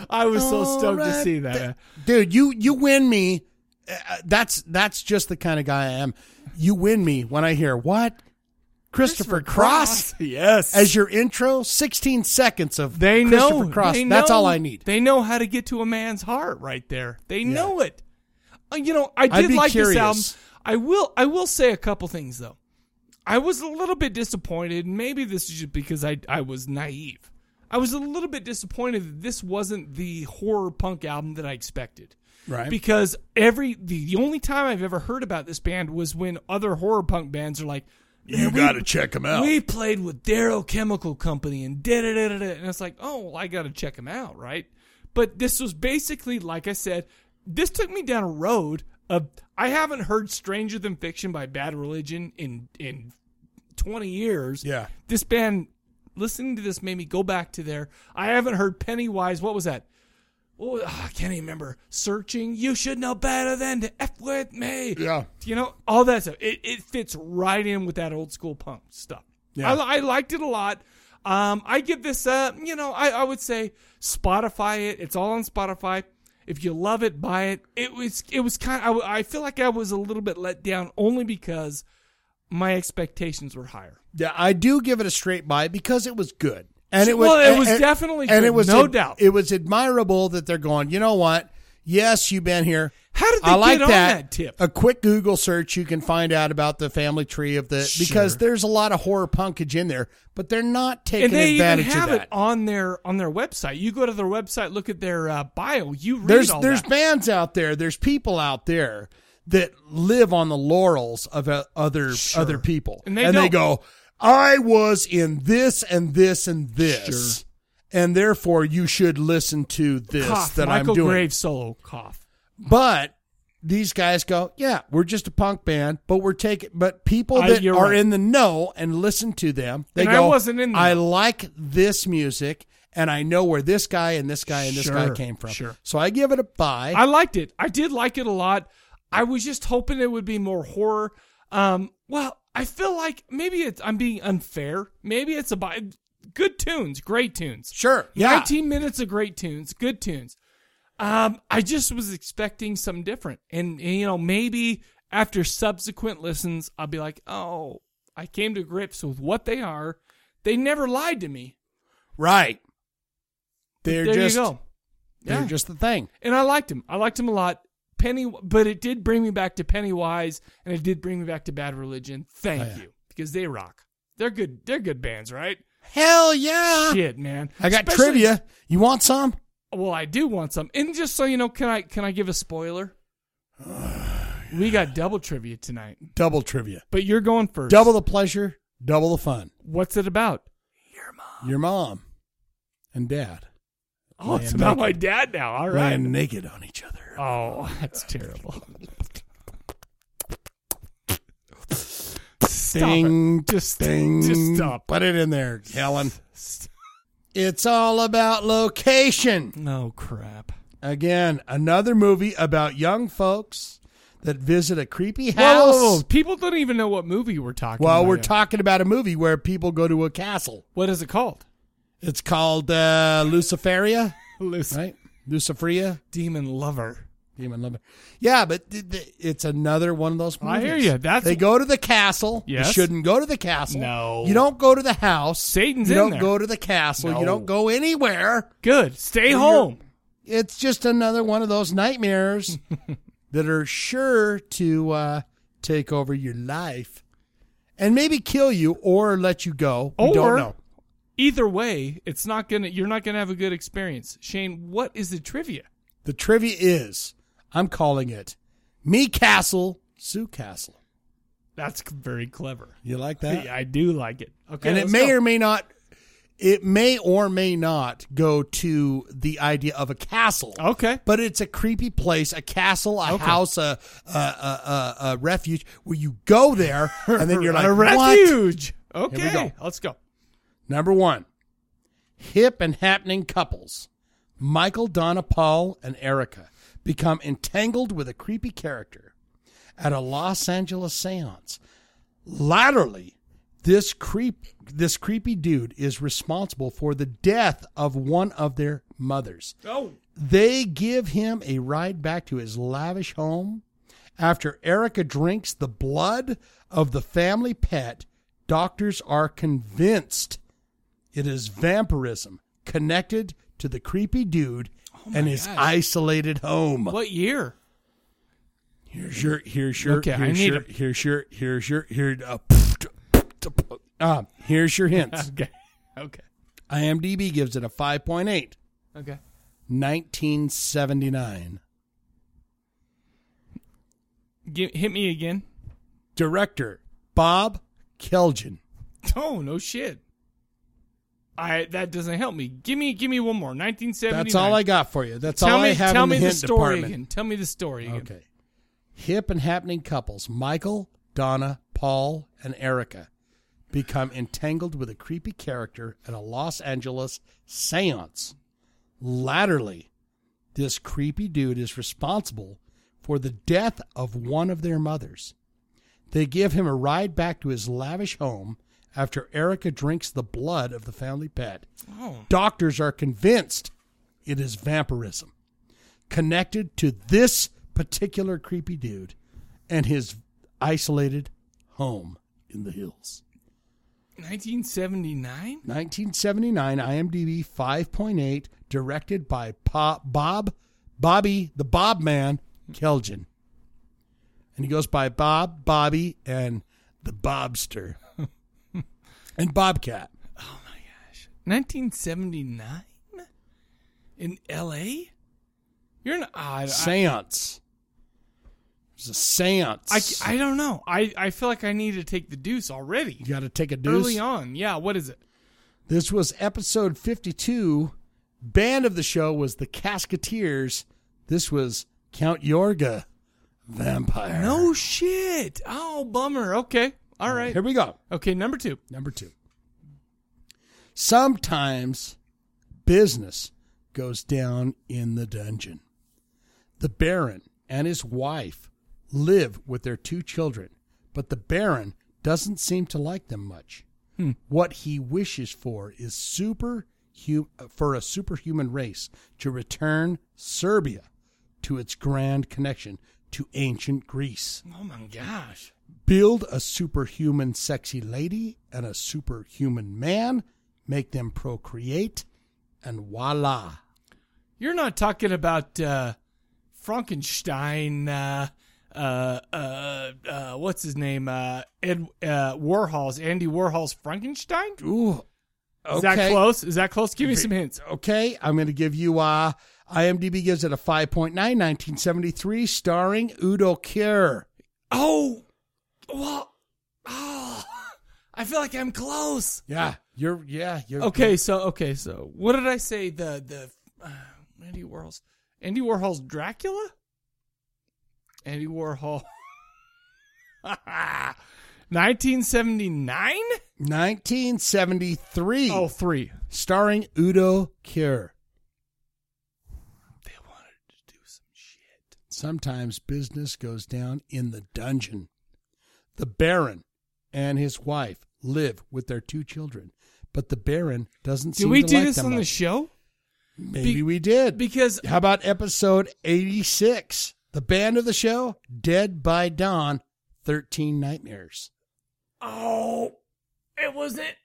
S1: I was so
S2: All
S1: stoked to
S2: Oh, right.
S1: see that. man.
S2: dude. You you win me. Uh, that's that's just the kind of guy I am. You win me when I hear what
S1: Christopher
S2: Christopher, Cross,
S1: Cross, yes,
S2: as your intro. Sixteen seconds of
S1: They
S2: Christopher
S1: know.
S2: Cross.
S1: they
S2: that's
S1: know-
S2: all I need.
S1: They know how to get to a man's heart right there. They know it. Uh, you know, I
S2: I'd
S1: did
S2: be
S1: like
S2: curious.
S1: this album. I will. I will say a couple things though. I was a little bit disappointed. and Maybe this is just because I I was naive. I was a little bit disappointed that this wasn't the horror punk album that I expected.
S2: Right.
S1: Because every the, the only time I've ever heard about this band was when other horror punk bands are like,
S2: You
S1: "Man, we-
S2: gotta check 'em out."
S1: We played with Darrow Chemical Company and da da da da, da," and it's like, oh, well, I got to check them out, right? But this was basically, like I said, this took me down a road of I haven't heard "Stranger Than Fiction" by Bad Religion in in twenty years.
S2: Yeah.
S1: this band. Listening to this made me go back to there. I haven't heard Pennywise. What was that? Oh, I can't even remember. Searching, you should know better than to F with me.
S2: Yeah.
S1: You know, all that stuff. It, it fits right in with that old school punk stuff.
S2: Yeah.
S1: I, I liked it a lot. Um, I give this, uh, you know, I, I would say Spotify it. It's all on Spotify. If you love it, buy it. It was, it was kind of, I, I feel like I was a little bit let down only because my expectations were higher.
S2: Yeah, I do give it a straight buy because it was good, and it was
S1: Well, it was
S2: and-
S1: definitely
S2: and
S1: good,
S2: it was
S1: no
S2: ad-
S1: doubt.
S2: it was admirable that they're going. You know what? Yes, you've been here.
S1: How did they
S2: I like
S1: get on
S2: that.
S1: that tip?
S2: A quick Google search, you can find out about the family tree of the because there's a lot of horror punkage in there, but they're not taking
S1: and they even
S2: advantage
S1: have
S2: of
S1: it
S2: that.
S1: on their on their website. You go to their website, look at their uh, bio. You read
S2: There's
S1: all
S2: there's
S1: that.
S2: bands out there, there's people out there that live on the laurels of uh, other other people,
S1: And they don't.
S2: go, I was in this and this and this. And therefore, you should listen to this
S1: Cough,
S2: that
S1: Michael
S2: I'm doing.
S1: Graves solo cough.
S2: But these guys go, yeah, we're just a punk band, but we're taking, but people
S1: I-
S2: that
S1: you're
S2: are
S1: right.
S2: in the know and listen to them, they
S1: And I
S2: go,
S1: wasn't in the
S2: I
S1: know."
S2: like this music and I know where this guy and this guy and this guy
S1: Sure,
S2: came from.
S1: sure.
S2: So I give it a buy.
S1: I liked it. I did like it a lot. I was just hoping it would be more horror. Um, well, I feel like maybe it's I'm being unfair. Maybe it's a buy. good tunes, great tunes.
S2: Sure. yeah.
S1: 19 minutes of great tunes, good tunes. Um, I just was expecting something different. And, and, you know, maybe after subsequent listens, I'll be like, oh, I came to grips with what they are. They never lied to me.
S2: Right. They're
S1: there you
S2: just
S1: go.
S2: they're
S1: Yeah.
S2: just the thing.
S1: And I liked him. I liked him a lot. Penny, but it did bring me back to Pennywise, and it did bring me back to Bad Religion.
S2: Oh,
S1: Thank you, because they rock. They're good. They're good bands, right?
S2: Hell yeah!
S1: Shit, man.
S2: Ah. I got
S1: Especially-
S2: trivia. eh, You want some?
S1: Well, I do want some. And just so you know, can I can I give a
S2: [SIGHS]
S1: spoiler? we got double trivia tonight.
S2: Double trivia.
S1: But you're going first.
S2: Double the pleasure, double the fun.
S1: What's it about?
S2: Your mom and dad.
S1: Oh, it's
S2: Laying
S1: about
S2: naked-
S1: my dad now. All right.
S2: Laying naked on each other.
S1: Oh, that's
S2: [LAUGHS]
S1: terrible.
S2: Sting.
S1: Just
S2: sting.
S1: just stop.
S2: Put it in there,
S1: [LAUGHS]
S2: Helen. It's all about location.
S1: No crap.
S2: Again, another movie about young folks that visit a creepy
S1: Whoa, whoa,
S2: house.
S1: whoa. People don't even know what movie we're talking
S2: Well,
S1: about.
S2: we're
S1: here.
S2: talking about a movie where people go to a castle.
S1: What is it called?
S2: It's called uh, Luciferia.
S1: [LAUGHS] Luc-
S2: right? Luciferia.
S1: Demon Lover.
S2: Demon Lover. Yeah, but th- th- it's another one of those movies.
S1: I hear ya. That's-
S2: they go to the castle.
S1: Yes.
S2: You shouldn't go to the castle.
S1: No.
S2: You don't go to the house.
S1: Satan's
S2: You
S1: in
S2: don't
S1: there.
S2: go to the castle.
S1: No.
S2: You don't go anywhere.
S1: Good. Stay
S2: You're-
S1: home.
S2: It's just another one of those
S1: [LAUGHS]
S2: nightmares that are sure to uh, take over your life and maybe kill you or let you go. we
S1: Or-
S2: don't know.
S1: Either way, it's not gonna. You're not gonna have a good experience. Shane, what is the trivia?
S2: The trivia is I'm calling it Me Castle, Sue Castle.
S1: That's c- very clever.
S2: You like that?
S1: I do like it. Okay,
S2: and it
S1: let's
S2: may
S1: go.
S2: or may not, it may or may not go to the idea of a castle.
S1: Okay.
S2: But it's a creepy place, a castle, a
S1: Okay.
S2: house, a, a, a, a, a refuge where you
S1: [LAUGHS]
S2: go there and then you're like,
S1: a
S2: what?
S1: refuge.
S2: Here we
S1: Okay,
S2: go.
S1: let's go.
S2: Number one, hip and happening couples. Michael, Donna, Paul, and Erica become entangled with a creepy character at a Los Angeles seance. Laterally, this creep this creepy dude is responsible for the death of one of their mothers.
S1: Oh.
S2: They give him a ride back to his lavish home after Erica drinks the blood of the family pet. Doctors are convinced it is vampirism connected to the creepy dude and his
S1: gosh.
S2: isolated home.
S1: Oh What year?
S2: Here's your, here's your,
S1: Okay, I
S2: here's
S1: need
S2: your,
S1: a-
S2: here's your, here's your, here, uh, uh, here's your
S1: [LAUGHS]
S2: hints.
S1: okay. Okay.
S2: IMDb gives it a 5.8.
S1: Okay.
S2: 1979.
S1: Gi- hit me again.
S2: Director Bob Kelgen.
S1: Oh no shit. I that doesn't help me. Give me give me one more. 1979.
S2: That's all I got for you. That's
S1: tell
S2: all
S1: me,
S2: I have
S1: Tell
S2: in the
S1: me
S2: hint
S1: the story
S2: department.
S1: again. Tell me the story again.
S2: Okay. Hip and happening couples, Michael, Donna, Paul, and Erica, become entangled with a creepy character at a Los Angeles seance. Latterly, this creepy dude is responsible for the death of one of their mothers. They give him a ride back to his lavish home after Erica drinks the blood of the family pet.
S1: Oh.
S2: Doctors are convinced it is vampirism connected to this particular creepy dude and his isolated home in the hills.
S1: 1979.
S2: 1979 IMDb 5.8 directed by pa- Bob Bobby the Bob Man Kelgen. And he goes by Bob, Bobby and the Bobster. and Bobcat.
S1: 1979 in L.A. You're an odd
S2: Seance. It was a seance.
S1: I, I don't know. I, I feel like I need to take the deuce already. You
S2: got to take a deuce.
S1: Early on. Yeah, what is it?
S2: This was episode 52. Band of the show was the Casketeers. This was Count Yorga, Vampire.
S1: No shit. Oh, bummer. Okay. All right.
S2: Here we go.
S1: Okay, number two.
S2: Number two. Sometimes business goes down in the dungeon. The Baron and his wife live with their two children, but the Baron doesn't seem to like them much.
S1: Hmm.
S2: What he wishes for is super for a superhuman race to return Serbia to its grand connection to ancient Greece.
S1: Oh my gosh.
S2: Build a superhuman sexy lady and a superhuman man, make them procreate, and voila.
S1: You're not talking about uh, Frankenstein. Uh, uh, uh, uh, what's his name? Uh, Ed uh, Warhol's Andy Warhol's Frankenstein.
S2: Ooh,
S1: is that
S2: okay.
S1: close? Is that close? Give me some hints.
S2: Okay, I'm going to give you. Uh, IMDb gives it a 5.9, 1973, starring Udo Kier.
S1: Oh, well, oh,
S2: ah,
S1: I feel like I'm close.
S2: Yeah, you're. Yeah, you're.
S1: Okay, so okay, so what did I say? The the uh, Andy Warhol's Andy Warhol's Dracula. Andy Warhol. [LAUGHS] 1979?
S2: 1973. Oh,
S1: three.
S2: Starring Udo Kier. Sometimes business goes down in the dungeon. The Baron and his wife live with their two children, but the Baron doesn't
S1: Did
S2: seem
S1: we
S2: to
S1: do
S2: like
S1: this
S2: them
S1: on the
S2: much.
S1: show?
S2: Maybe
S1: Be-
S2: we did.
S1: Because
S2: how about episode 86? The band of the show, Dead by Dawn, 13 Nightmares.
S1: Oh, it wasn't.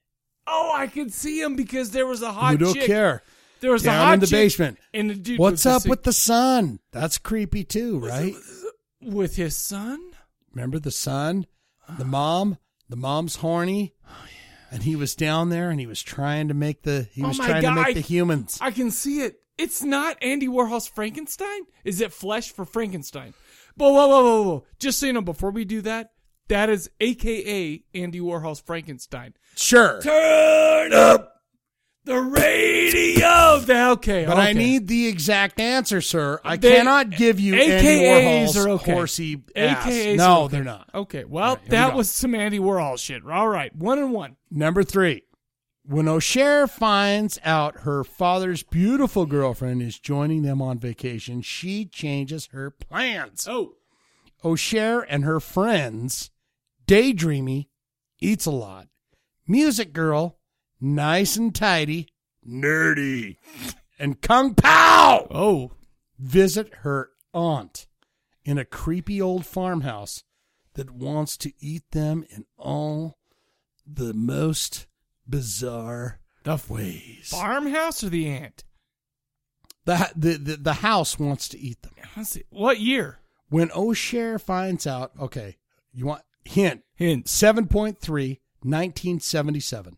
S1: Oh, I could see him because there was a hot
S2: we don't
S1: chick.
S2: care.
S1: There was
S2: Down
S1: a hot
S2: in the
S1: chick
S2: basement.
S1: And the dude
S2: What's
S1: with
S2: up
S1: the
S2: with the sun? That's creepy too, right?
S1: with his son?
S2: Remember the son, the mom, the mom's horny, and he was down there and he was trying to make the he
S1: Oh
S2: was
S1: my
S2: trying
S1: God,
S2: to
S1: I-
S2: make the humans.
S1: I can see it. It's not Andy Warhol's Frankenstein. Is it flesh for Frankenstein? But whoa, whoa, whoa, whoa! Just so you know, before we do that, that is AKA Andy Warhol's Frankenstein.
S2: Sure.
S1: Turn up the radio. The- Okay,
S2: But I
S1: okay.
S2: need the exact answer, sir. I
S1: They-
S2: cannot give you Andy
S1: AKAs
S2: Warhol's
S1: are okay.
S2: horsey ass.
S1: AKAs
S2: no,
S1: are okay.
S2: they're not.
S1: Okay, well,
S2: here we
S1: that
S2: go.
S1: was some Andy Warhol shit. All right, one and one.
S2: Number three. When O'Share finds out her father's beautiful girlfriend is joining them on vacation, she changes her plans.
S1: Oh.
S2: O'Share and her friends, Daydreamy, Eats a Lot, Music Girl, Nice and Tidy, Nerdy, and Kung Pao.
S1: Oh.
S2: Visit her aunt in a creepy old farmhouse that wants to eat them in all the most bizarre of ways.
S1: Farmhouse or the ant?
S2: The, the, the, the house wants to eat them.
S1: Let's see. What year?
S2: When O'Share finds out, okay, you want hint.
S1: Hint.
S2: 7.3, 1977.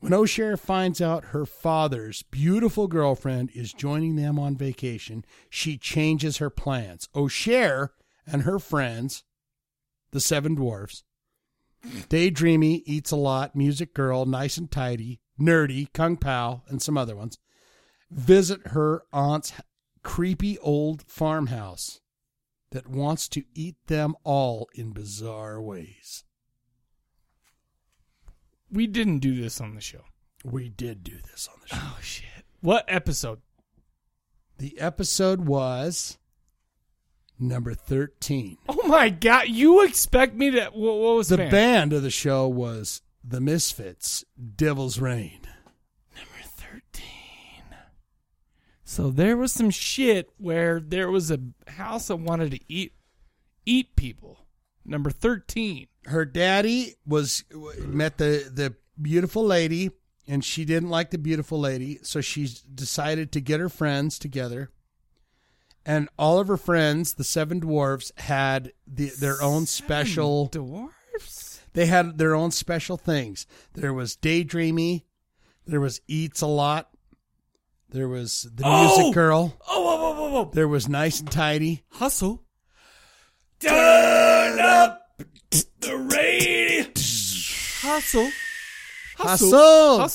S2: When O'Share finds out her father's beautiful girlfriend is joining them on vacation, she changes her plans. O'Share and her friends, the Seven Dwarfs, Daydreamy, Eats a Lot, Music Girl, Nice and Tidy, Nerdy, Kung Pao, and some other ones, visit her aunt's creepy old farmhouse that wants to eat them all in bizarre ways.
S1: We didn't do this on the show.
S2: We did do this on the show.
S1: Oh, shit. What episode?
S2: The episode was number 13.
S1: Oh my god! You expect me to? What, what was
S2: The
S1: band?
S2: band of the show was The Misfits, Devil's Reign.
S1: So there was some shit where there was a house that wanted to eat eat people. Number thirteen.
S2: Her daddy was met the the beautiful lady and she didn't like the beautiful lady, so she decided to get her friends together. And all of her friends, the seven dwarves, had the, their own special
S1: dwarves.
S2: They had their own special things. There was daydreamy, there was eats a lot, there was the
S1: Oh!
S2: music girl,
S1: Oh, whoa, whoa, whoa, whoa!
S2: there was nice and tidy,
S1: Hustle. Turn up the radio. Hustle.
S2: hustle,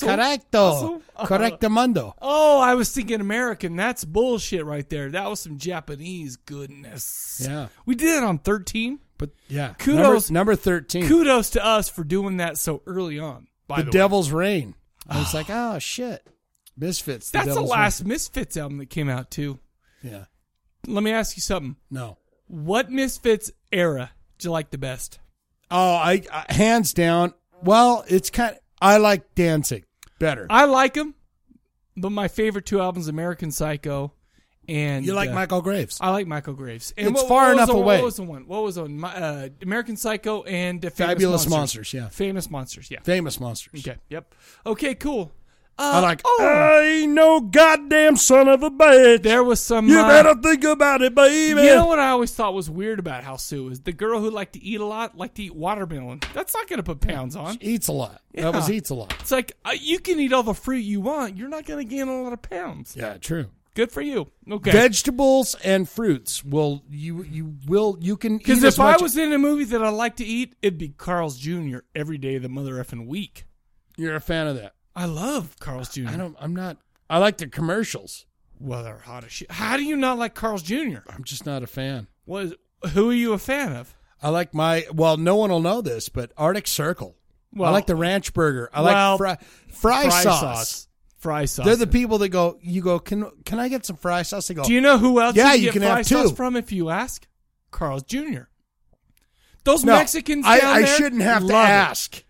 S2: correcto,
S1: Hustle.
S2: correcto mundo.
S1: Oh, I was thinking American. That's bullshit right there. That was some Japanese goodness.
S2: Yeah.
S1: We did it on 13.
S2: But yeah.
S1: Kudos.
S2: Number, number 13.
S1: Kudos to us for doing that so early on. By the,
S2: the,
S1: way.
S2: Devil's Reign. I was like, oh shit, Misfits. The
S1: Ah. That's the
S2: Devil's
S1: last Misfits album that came out too.
S2: Yeah.
S1: Let me ask you something.
S2: No.
S1: What Misfits era do you like the best?
S2: Reign. Oh, I, I hands down Well, it's kind. I like dancing better.
S1: I like him, but my favorite two albums, American Psycho, and uh,
S2: You like Michael Graves.
S1: I like Michael Graves.
S2: It's far
S1: was
S2: enough
S1: the-
S2: away.
S1: What was the one? What was on my, uh, American Psycho and uh, Famous
S2: Fabulous
S1: Monsters?
S2: Monsters, yeah.
S1: Famous Monsters. Yeah.
S2: Famous monsters.
S1: Okay. Yep. Okay. Cool.
S2: I like.
S1: oh.
S2: I ain't no goddamn son of a bitch.
S1: There was some.
S2: You
S1: uh,
S2: better think about it, baby.
S1: You know what I always thought was weird about how Sue is the girl who liked to eat a lot, liked to eat watermelon. That's not going to put pounds on.
S2: She eats a lot. That was eats a lot.
S1: It's like uh, you can eat all the fruit you want. You're not going to gain a lot of pounds.
S2: Yeah, true.
S1: Good for you. Okay.
S2: Vegetables and fruits will you you will you can eat
S1: Because
S2: as
S1: if I
S2: much-
S1: was in a movie that I like to eat, it'd be Carl's Jr. every day of the mother effing week.
S2: You're a fan of that.
S1: I love Carl's Jr.
S2: I don't. I'm not. I like the commercials.
S1: Well, they're hot as shit. How do you not like Carl's Jr.?
S2: I'm just not a fan.
S1: What is, who are you a fan of?
S2: I like my. Well, no one will know this, but Arctic Circle. I like the ranch burger. I like
S1: well,
S2: fry, fry, sauce.
S1: Fry sauce.
S2: They're the people that go. You go. Can can I get some fry sauce? They go.
S1: Do you know who else?
S2: Yeah,
S1: you,
S2: you
S1: get
S2: can
S1: fry
S2: have
S1: sauce
S2: two.
S1: from if you ask. Carl's Jr. Those
S2: No,
S1: Mexicans.
S2: I-
S1: down
S2: I
S1: there
S2: shouldn't have to
S1: love it.
S2: ask. It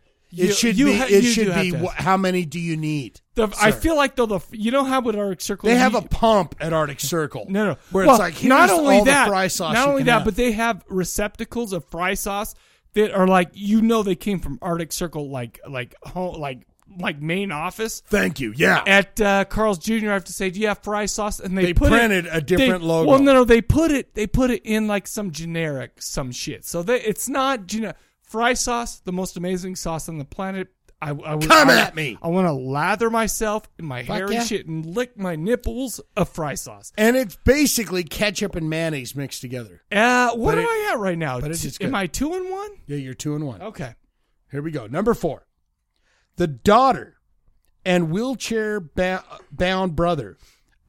S1: You-
S2: should
S1: you
S2: be.
S1: ha-
S2: it
S1: you do
S2: should
S1: have
S2: be.
S1: to
S2: wh-
S1: ask.
S2: how many do you need?
S1: The, I
S2: sir?
S1: feel like though the you know how with Arctic Circle
S2: They have
S1: you-
S2: a pump at Arctic Circle.
S1: No, no.
S2: Where
S1: Well,
S2: it's like here's all the fry sauce.
S1: Not
S2: you
S1: only
S2: can
S1: that,
S2: have.
S1: but they have receptacles of fry sauce that are like you know they came from Arctic Circle, like like home, like like main office.
S2: Thank you, yeah.
S1: At uh, Carl's Jr., I have to say, do you have fry sauce? And they,
S2: They
S1: put it-
S2: printed a different
S1: they-
S2: logo.
S1: Well, no, no, they put it. They put it in like some generic some shit. So they, it's not generic. Fry sauce, the most amazing sauce on the planet. I, I would-
S2: Come
S1: I-
S2: at me.
S1: I want to lather myself in my
S2: Fuck
S1: hair and
S2: yeah.
S1: shit and lick my nipples of fry sauce.
S2: and it's basically ketchup and mayonnaise mixed together.
S1: Uh, what
S2: But
S1: am
S2: it-
S1: I at right now?
S2: but it's just
S1: Am
S2: good.
S1: I two and one?
S2: Yeah, you're two and one.
S1: Okay.
S2: Here we go. Number four. The daughter and wheelchair ba- bound brother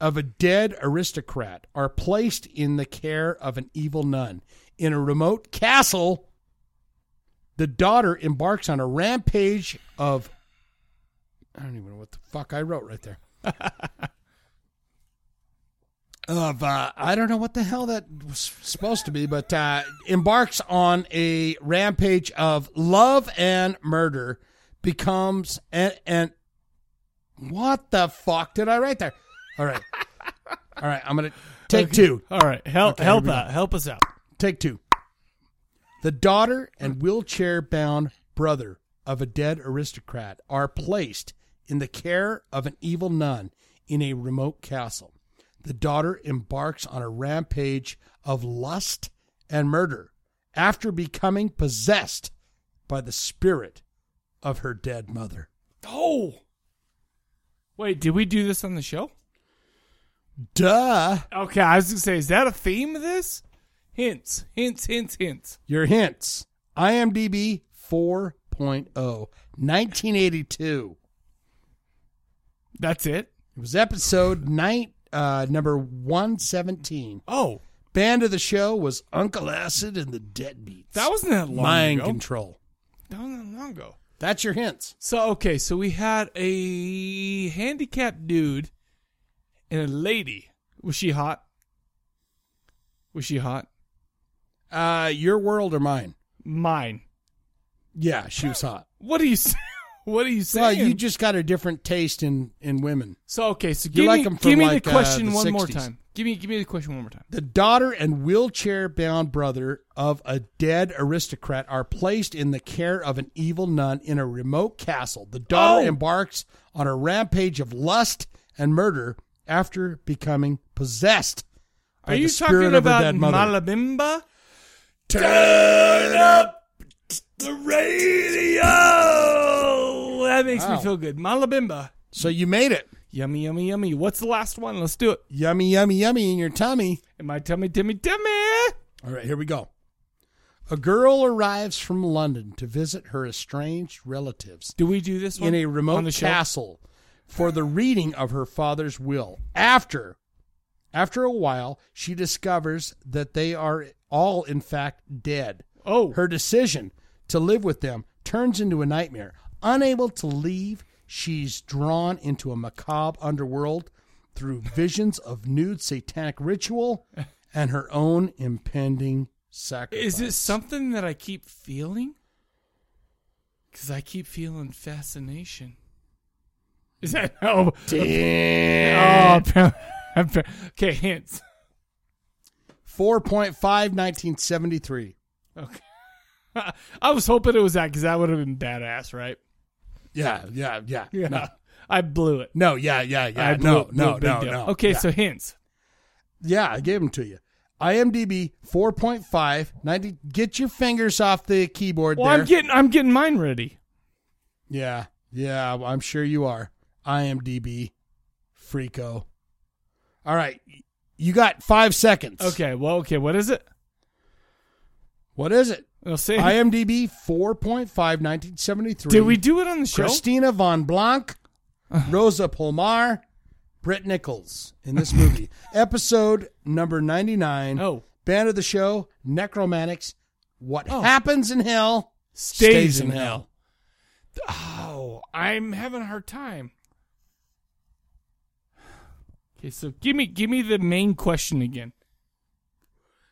S2: of a dead aristocrat are placed in the care of an evil nun. In a remote castle, the daughter embarks on a rampage of. I don't even know what the fuck I wrote
S1: [LAUGHS]
S2: right there. of uh, I don't know what the hell that was supposed to be, but uh, embarks on a rampage of love and murder, becomes and and what the fuck did I write there? All
S1: [LAUGHS]
S2: right, all right, I'm gonna take
S1: Okay.
S2: two.
S1: All right, help
S2: Okay, here
S1: help
S2: we go.
S1: out, help us out.
S2: Take two. The daughter and wheelchair bound brother of a dead aristocrat are placed in the care of an evil nun in a remote castle. The daughter embarks on a rampage of lust and murder after becoming possessed by the spirit of her dead mother.
S1: Oh, wait, did we do this on the show?
S2: Duh.
S1: Okay, I was gonna say, is that a theme of this? Hints, hints, hints, hints.
S2: Your hints. IMDb 4.0, 1982.
S1: That's it.
S2: It was episode night uh, number 117.
S1: Oh.
S2: Band of the show was Uncle Acid and the Deadbeats.
S1: That wasn't that long
S2: Mind
S1: ago.
S2: control.
S1: That wasn't that long ago.
S2: That's your hints.
S1: So okay, so we had a handicapped dude and a lady. Was she hot? Was she hot?
S2: Uh, your world or mine?
S1: Mine.
S2: Yeah, she was hot.
S1: What are you? s- [LAUGHS] What are you saying?
S2: Well, you just got a different taste in, in women.
S1: So okay, so
S2: You
S1: give
S2: like
S1: me
S2: 'em from,
S1: give me
S2: like,
S1: the
S2: uh,
S1: question
S2: the
S1: one more
S2: 60s.
S1: time. Give me give me the question one more time.
S2: The daughter and wheelchair bound brother of a dead aristocrat are placed in the care of an evil nun in a remote castle. The daughter
S1: Oh.
S2: embarks on a rampage of lust and murder after becoming possessed. by
S1: Are
S2: the
S1: you
S2: spirit
S1: talking
S2: of her
S1: about
S2: dead mother.
S1: Malabimba?
S2: Turn up
S1: the radio. That makes me
S2: Wow.
S1: feel good. Malabimba.
S2: So you made it.
S1: Yummy, yummy, yummy. What's the last one? Let's do it.
S2: Yummy, yummy, yummy in your tummy.
S1: In my tummy, tummy, tummy.
S2: All right, here we go. A girl arrives from London to visit her estranged relatives.
S1: Do we do this one?
S2: in a remote
S1: On the show?
S2: castle for the reading of her father's will? After, after a while, she discovers that they are all in fact dead.
S1: Oh,
S2: her decision to live with them turns into a nightmare. Unable to leave, she's drawn into a macabre underworld through visions of nude satanic ritual and her own impending sacrifice.
S1: Is it something that I keep feeling? Because I keep feeling fascination. Is that
S2: Oh,
S1: how?
S2: Damn.
S1: [LAUGHS] Oh, apparently- [LAUGHS] okay, hints.
S2: 4.5, 1973.
S1: Okay. [LAUGHS] I was hoping it was that because that would have been badass, right?
S2: Yeah, yeah, yeah.
S1: Yeah.
S2: No.
S1: I blew it.
S2: No, yeah, yeah, yeah.
S1: I blew
S2: no,
S1: it, blew
S2: no,
S1: it, big
S2: no,
S1: deal.
S2: no.
S1: Okay,
S2: yeah.
S1: so hints.
S2: Yeah, I gave them to you. IMDb 4.5, 90. Get your fingers off the keyboard
S1: Well,
S2: there.
S1: I'm getting I'm getting mine ready.
S2: Yeah, yeah, well, I'm sure you are. IMDb, freako. All right, you got five seconds.
S1: Okay, well, okay, what is it?
S2: What is it?
S1: I'll say.
S2: IMDb 4.5, 1973.
S1: Did we do it on the show?
S2: Christina Von Blanc, Rosa Polmar, Britt Nichols in this
S1: [LAUGHS]
S2: movie. Episode number 99.
S1: Oh.
S2: Band of the show, Necromantics. What happens in hell
S1: Stays [LAUGHS] in hell. Oh, I'm having a hard time. Okay, so give me give me the main question again.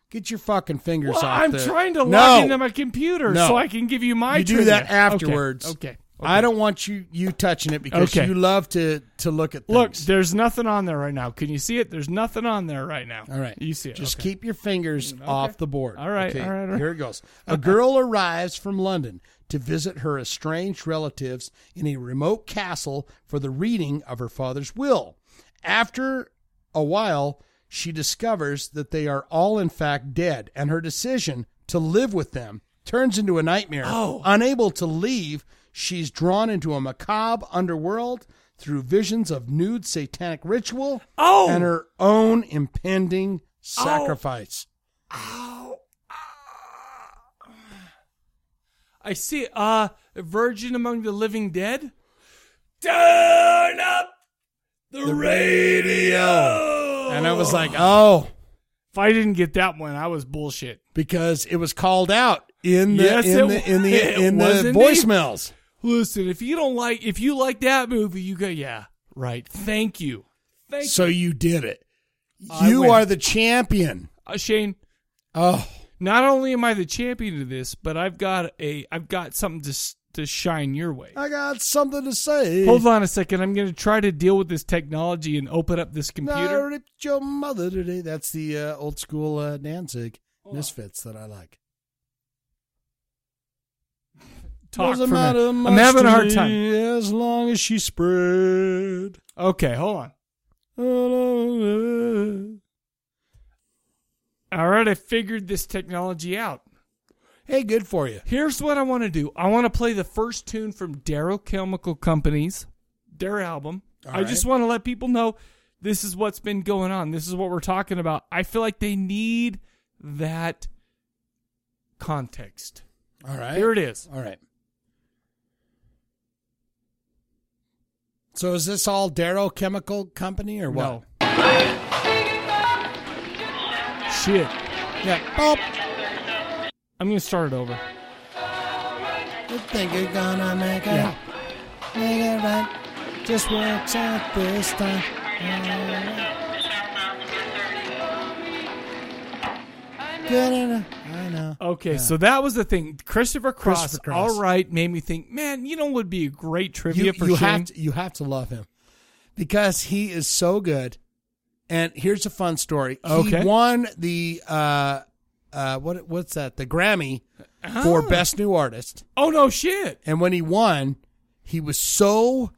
S2: Get your fucking fingers
S1: Well,
S2: off
S1: I'm
S2: the-
S1: trying to
S2: No.
S1: log into my computer
S2: No.
S1: so I can give you my.
S2: You do that
S1: trivia.
S2: afterwards.
S1: Okay. okay.
S2: I don't want you you touching it because
S1: Okay.
S2: you love to to look at things.
S1: Look, there's nothing on there right now. Can you see it? There's nothing on there right now.
S2: All right.
S1: You see it.
S2: Just
S1: okay.
S2: keep your fingers off the board.
S1: All right, all right, all right.
S2: Here it goes. A girl arrives from London to visit her estranged relatives in a remote castle for the reading of her father's will. After a while, she discovers that they are all, in fact, dead, and her decision to live with them turns into a nightmare.
S1: Oh.
S2: Unable to leave, she's drawn into a macabre underworld through visions of nude satanic ritual
S1: Oh.
S2: and her own impending
S1: Oh.
S2: sacrifice.
S1: I see. Uh, Virgin Among the Living Dead. Turn up the, radio.
S2: And I was like, oh,
S1: If I didn't get that one, I was bullshit.
S2: because it was called out in the
S1: Yes,
S2: in,
S1: it
S2: the, in
S1: wa- [LAUGHS]
S2: the in the
S1: it was indeed.
S2: voicemails.
S1: Listen, if you don't like, if you like that movie, you go, yeah, right. Thank you, thank
S2: So
S1: you,
S2: you did it.
S1: I
S2: you
S1: win.
S2: are the champion.
S1: uh, Shane.
S2: Oh,
S1: Not only am I the champion of this, but I've got a, I've got something to s- to shine your way.
S2: I got something to say.
S1: Hold on a second. I'm going to try to deal with this technology and open up this
S2: I
S1: computer.
S2: ripped your mother today. That's the uh, old school uh, Danzig misfits that I like.
S1: [LAUGHS] Talk
S2: Doesn't
S1: for a minute.
S2: matter
S1: I'm
S2: much
S1: having a
S2: to
S1: hard
S2: me
S1: time.
S2: As long as she spread.
S1: Okay, hold on. All right, I figured this technology out.
S2: Hey, good for you.
S1: Here's what I want to do. I want to play the first tune from Darrow Chemical Company's their album.
S2: All
S1: I
S2: right.
S1: just want to let people know this is what's been going on. This is what we're talking about. I feel like they need that context.
S2: All right.
S1: Here it is.
S2: All right. So is this all Darrow Chemical Company or what?
S1: No. Shit.
S2: Yeah. Oh,
S1: I'm going to start it over.
S2: you think you're gonna make it?
S1: Yeah.
S2: Make it right. Just works out this time. Good enough. I know.
S1: Okay, so that was the thing. Christopher Cross,
S2: Christopher Cross.
S1: all right, made me think, man, you know what would be a great trivia
S2: you,
S1: for
S2: you
S1: Shane?
S2: have to, you have to love him because he is so good. And here's a fun story.
S1: Okay.
S2: He won the uh, uh, what what's that? The Grammy for
S1: Ah.
S2: best new artist.
S1: Oh no shit.
S2: And when he won, he was so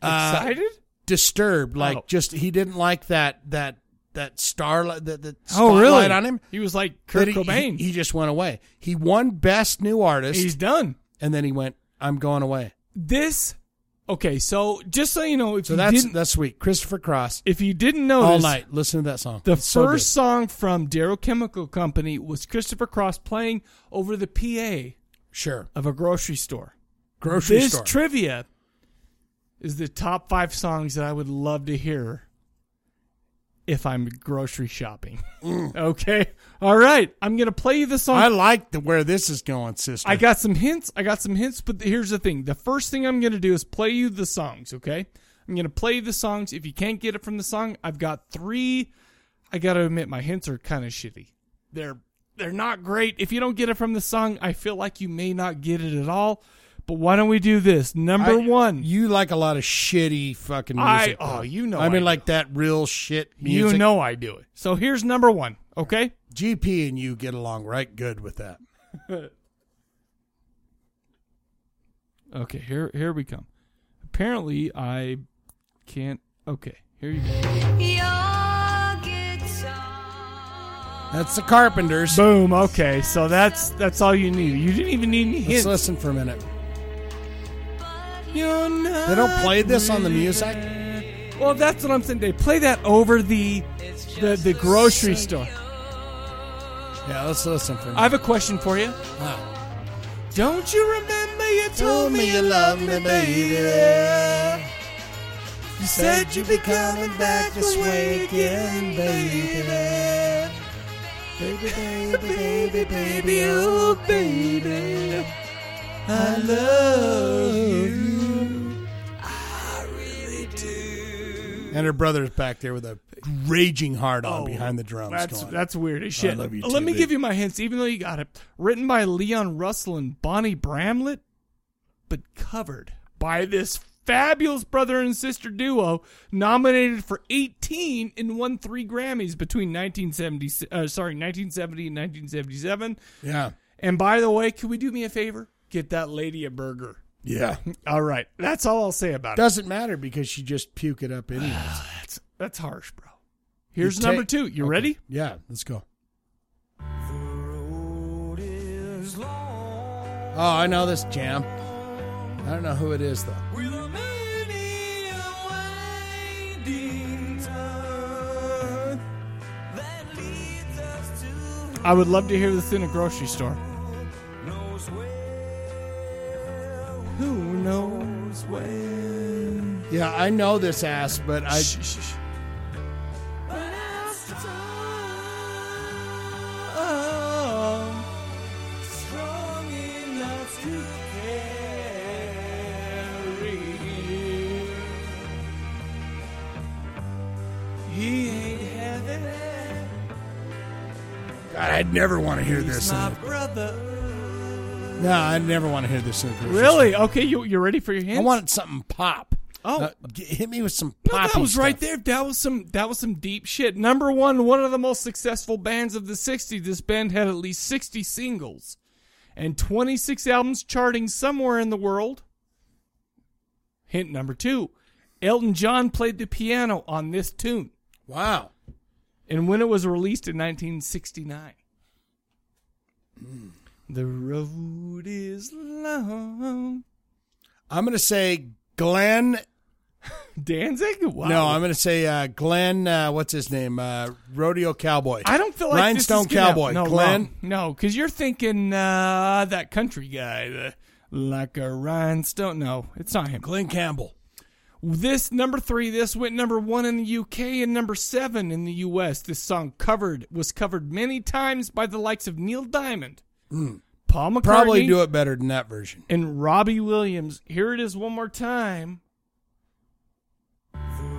S2: uh,
S1: Excited?
S2: disturbed. Like
S1: Oh.
S2: just he didn't like that that that starlight that the
S1: Oh,
S2: spotlight
S1: really?
S2: on him.
S1: He was like Kurt
S2: that he-
S1: Cobain.
S2: He, he just went away. He won best new artist.
S1: He's done.
S2: And then he went. I'm going away.
S1: this okay, so just so you know, if
S2: So
S1: you
S2: that's
S1: didn't
S2: that's sweet. Christopher Cross.
S1: if you didn't notice
S2: all night. Listen to that song.
S1: The
S2: It's so good.
S1: first song from Darrow Chemical Company was Christopher Cross playing over the PA
S2: sure
S1: of a grocery store.
S2: Grocery
S1: this
S2: store.
S1: trivia is the top five songs that I would love to hear if I'm grocery shopping. [LAUGHS] okay, all right. I'm gonna play you the song.
S2: Mm. I like the where this is going, sister.
S1: I got some hints. I got some hints, but here's the thing. The first thing I'm going to do is play you the songs, okay? I'm going to play you the songs. If you can't get it from the song, I've got 3 I got to admit my hints are kind of shitty. They're they're not great. If you don't get it from the song, I feel like you may not get it at all, But why don't we do this? Number
S2: I- [LAUGHS]
S1: one.
S2: You like a lot of shitty fucking
S1: I-
S2: music.
S1: oh,
S2: though.
S1: you know
S2: I mean,
S1: I
S2: like that real shit
S1: You
S2: music.
S1: know I do it. So here's number one, okay?
S2: GP and you get along right good with that.
S1: Okay, here here we come. Apparently I can't okay, here you go.
S2: That's the Carpenters.
S1: Boom, okay. So that's that's all you need. You didn't even need any
S2: Let's
S1: hints.
S2: listen for a minute.
S1: They
S2: don't play this on the music?
S1: Well, that's what I'm saying. They play that over the the, the grocery store.
S2: Yeah, let's listen for a minute.
S1: I have a question for you. Don't you remember you told me you loved me, baby? You said you'd be coming back this way again, baby. Baby, baby, baby, baby, oh, baby. I love you.
S2: And her brother's back there with a raging hard on
S1: Oh,
S2: behind the drums.
S1: That's
S2: going,
S1: that's weird as
S2: I
S1: shit.
S2: love you
S1: Let
S2: too,
S1: me
S2: babe.
S1: give you my hints, even though you got it. Written by Leon Russell and Bonnie Bramlett, but covered by this fabulous brother and sister duo, nominated for 18 and won three Grammys between 1970, uh, sorry, 1970 and 1977.
S2: Yeah.
S1: And by the way, can we do me a favor? Get that lady a burger.
S2: Yeah.
S1: [LAUGHS] All right. That's all I'll say about it.
S2: Doesn't matter because she just puke it
S1: [SIGHS]
S2: up anyways. that's
S1: that's harsh, bro. Here's
S2: You
S1: number
S2: take-
S1: two. You ready?
S2: Yeah, let's go. Oh, I know this jam. I don't know who it is though.
S1: I would love to hear this in a grocery store. Who knows when?
S2: Yeah, I know this ass, but I.
S13: He ain't heaven.
S2: God, I'd never want to hear
S13: He's
S2: this. In
S13: my
S2: a,
S13: brother.
S2: no, I'd never want to hear this in a grocery
S1: Really? Okay, you you ready for your
S2: store.
S1: hints?
S2: I wanted something pop.
S1: Oh.
S2: Uh, g- hit me with some
S1: No,
S2: pop.
S1: that was right there. That was some that was some deep shit. Number one, one of the most successful bands of the '60s. This band had at least 60 singles and 26 albums charting somewhere in the world. Hint number two: Elton John played the piano on this tune.
S2: Wow!
S1: And when it was released in 1969. The road is long.
S2: I'm gonna say Glenn
S1: Danzig. Wow.
S2: No, I'm going to say uh, Glenn. Uh, what's his name? Uh, Rodeo Cowboy.
S1: I don't feel like
S2: Rhinestone
S1: this is gonna-
S2: Cowboy.
S1: No,
S2: Glenn.
S1: wrong. No, because you're thinking uh, that country guy, the, like a rhinestone. No, it's not him.
S2: Glenn Campbell.
S1: This number three. This went number one in the UK and number seven in the US. This song covered was covered many times by the likes of Neil Diamond,
S2: Mm.
S1: Paul McCartney,
S2: Probably do it better than that version.
S1: and Robbie Williams. Here it is one more time.
S13: [LAUGHS]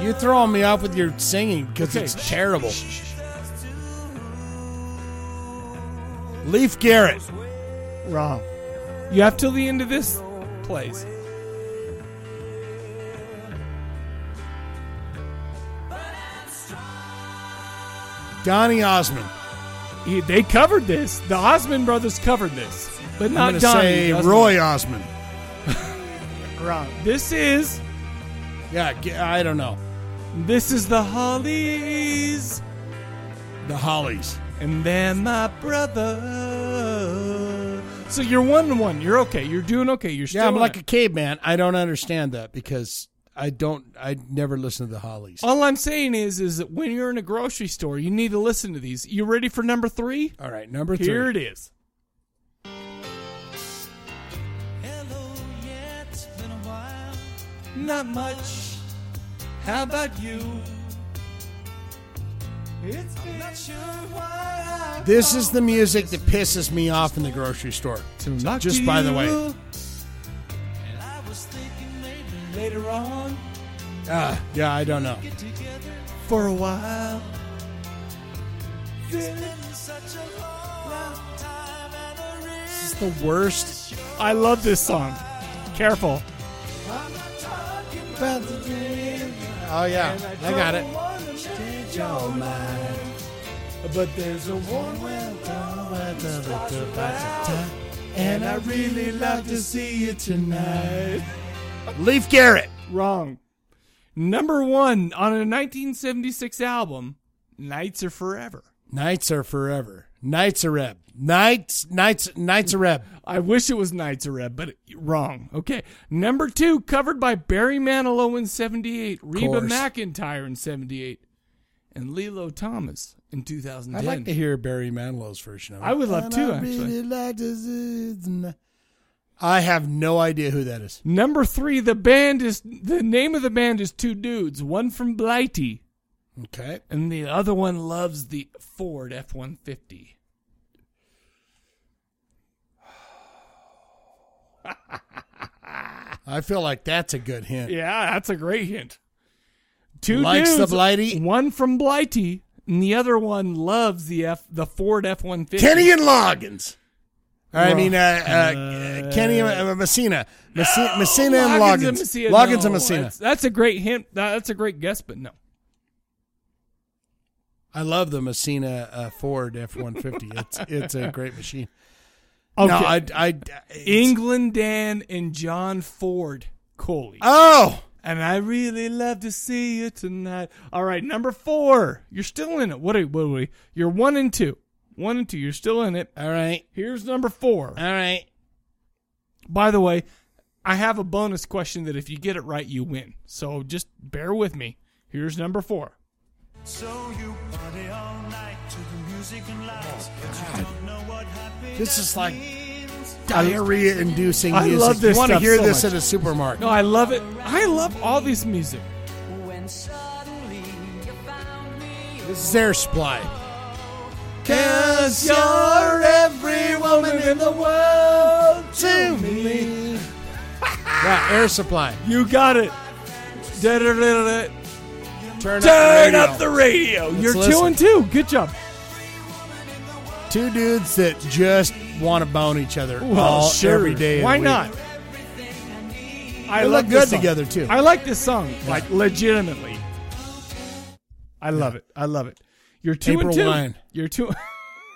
S2: You're throwing me off with your singing because
S13: Okay.
S2: it's terrible. Leaf Garrett.
S1: Wrong. You have till the end of this plays.
S2: Donny Osmond.
S1: He, they covered this. The Osmond brothers covered this, but not
S2: I'm gonna
S1: Donnie.
S2: say
S1: Osmond.
S2: Roy Osmond.
S1: Wrong. This is.
S2: Yeah, g- I don't know.
S1: This is the Hollies.
S2: The Hollies.
S1: And then my brother. So you're one and one. You're okay. You're doing okay. You're still
S2: Yeah, I'm
S1: in
S2: like
S1: it.
S2: a caveman. I don't understand that because I don't. I never listen to the Hollies.
S1: All I'm saying is, is that when you're in a grocery store, you need to listen to these. You ready for number three?
S2: All right, number three.
S1: Here it is.
S13: Not much. How about you? It's been not sure why I
S2: This is the music that pisses me off in the grocery store. Just by the way.
S13: was thinking maybe later on
S2: Ah, yeah, I don't know.
S1: For a while.
S2: This is the worst.
S1: I love this song. Careful.
S2: Oh yeah, I got it.
S13: But there's a warm welcome and I really love to see you tonight.
S2: Leaf Garrett.
S1: Wrong. Number one on a 1976 album, Nights Are Forever.
S2: Nights are forever. Nights are reb. Nights, nights, nights are reb.
S1: I wish it was Nights are reb, but wrong. Okay. Number two, covered by Barry Manilow in 78, Reba
S2: course.
S1: McIntyre in 78, and Lilo Thomas in 2010.
S2: I'd like to hear Barry Manilow's version of it.
S1: I would love
S2: And
S1: to,
S2: I
S1: actually.
S2: really like to see it tonight. I have no idea who that is.
S1: Number three, the band is the name of the band is two dudes, one from Blighty.
S2: Okay.
S1: And the other one loves the Ford F one fifty.
S2: I feel like that's a good hint.
S1: Yeah, that's a great hint. Two
S2: Likes the
S1: dudes,
S2: Blighty?
S1: one from Blighty, and the other one loves the F the Ford F one fifty.
S2: Kenny and Loggins. Or, I
S1: Wrong.
S2: mean, uh, uh, Kenny uh, Messina. Messi- Messina and
S1: Loggins
S2: Loggins.
S1: and Messina.
S2: Loggins
S1: No,
S2: and Messina.
S1: That's, that's a great hint. That- that's a great guess, but no.
S2: I love the Messina uh, Ford F one fifty. It's it's a
S1: [LAUGHS]
S2: great machine.
S1: Okay.
S2: No, I, I
S1: England Dan and John Ford Coley.
S2: Oh.
S1: And I really love to see you tonight. All right, number four. You're still in it. What are, what are we? You're one and two. One and two. You're still in it.
S2: All right.
S1: Here's number four. All
S2: right.
S1: By the way, I have a bonus question that if you get it right, you win. So just bear with me. Here's number four.
S13: So you party all night to the music and lights. You don't know what happy
S2: This is like diarrhea inducing.
S1: I
S2: music.
S1: love this
S2: You want to
S1: stuff
S2: hear
S1: so
S2: this
S1: much.
S2: at a supermarket?
S1: No, I love it. I love all this music.
S13: when suddenly you found me.
S2: This is their supply.
S13: Cause you're every woman in the world to me.
S2: Yeah, air supply.
S1: You got it. Da-da-da-da-da.
S2: Turn,
S1: Turn up the radio. You're two and two. Good job.
S2: Two dudes that just want to bone each other
S1: Well,
S2: all
S1: sure.
S2: every day. of
S1: Why
S2: the week.
S1: not? I
S2: They
S1: love
S2: look
S1: this
S2: good
S1: song.
S2: together, too.
S1: I like this song, like legitimately. I love it. I love it. You're two
S2: April
S1: and two.
S2: Wine.
S1: You're two.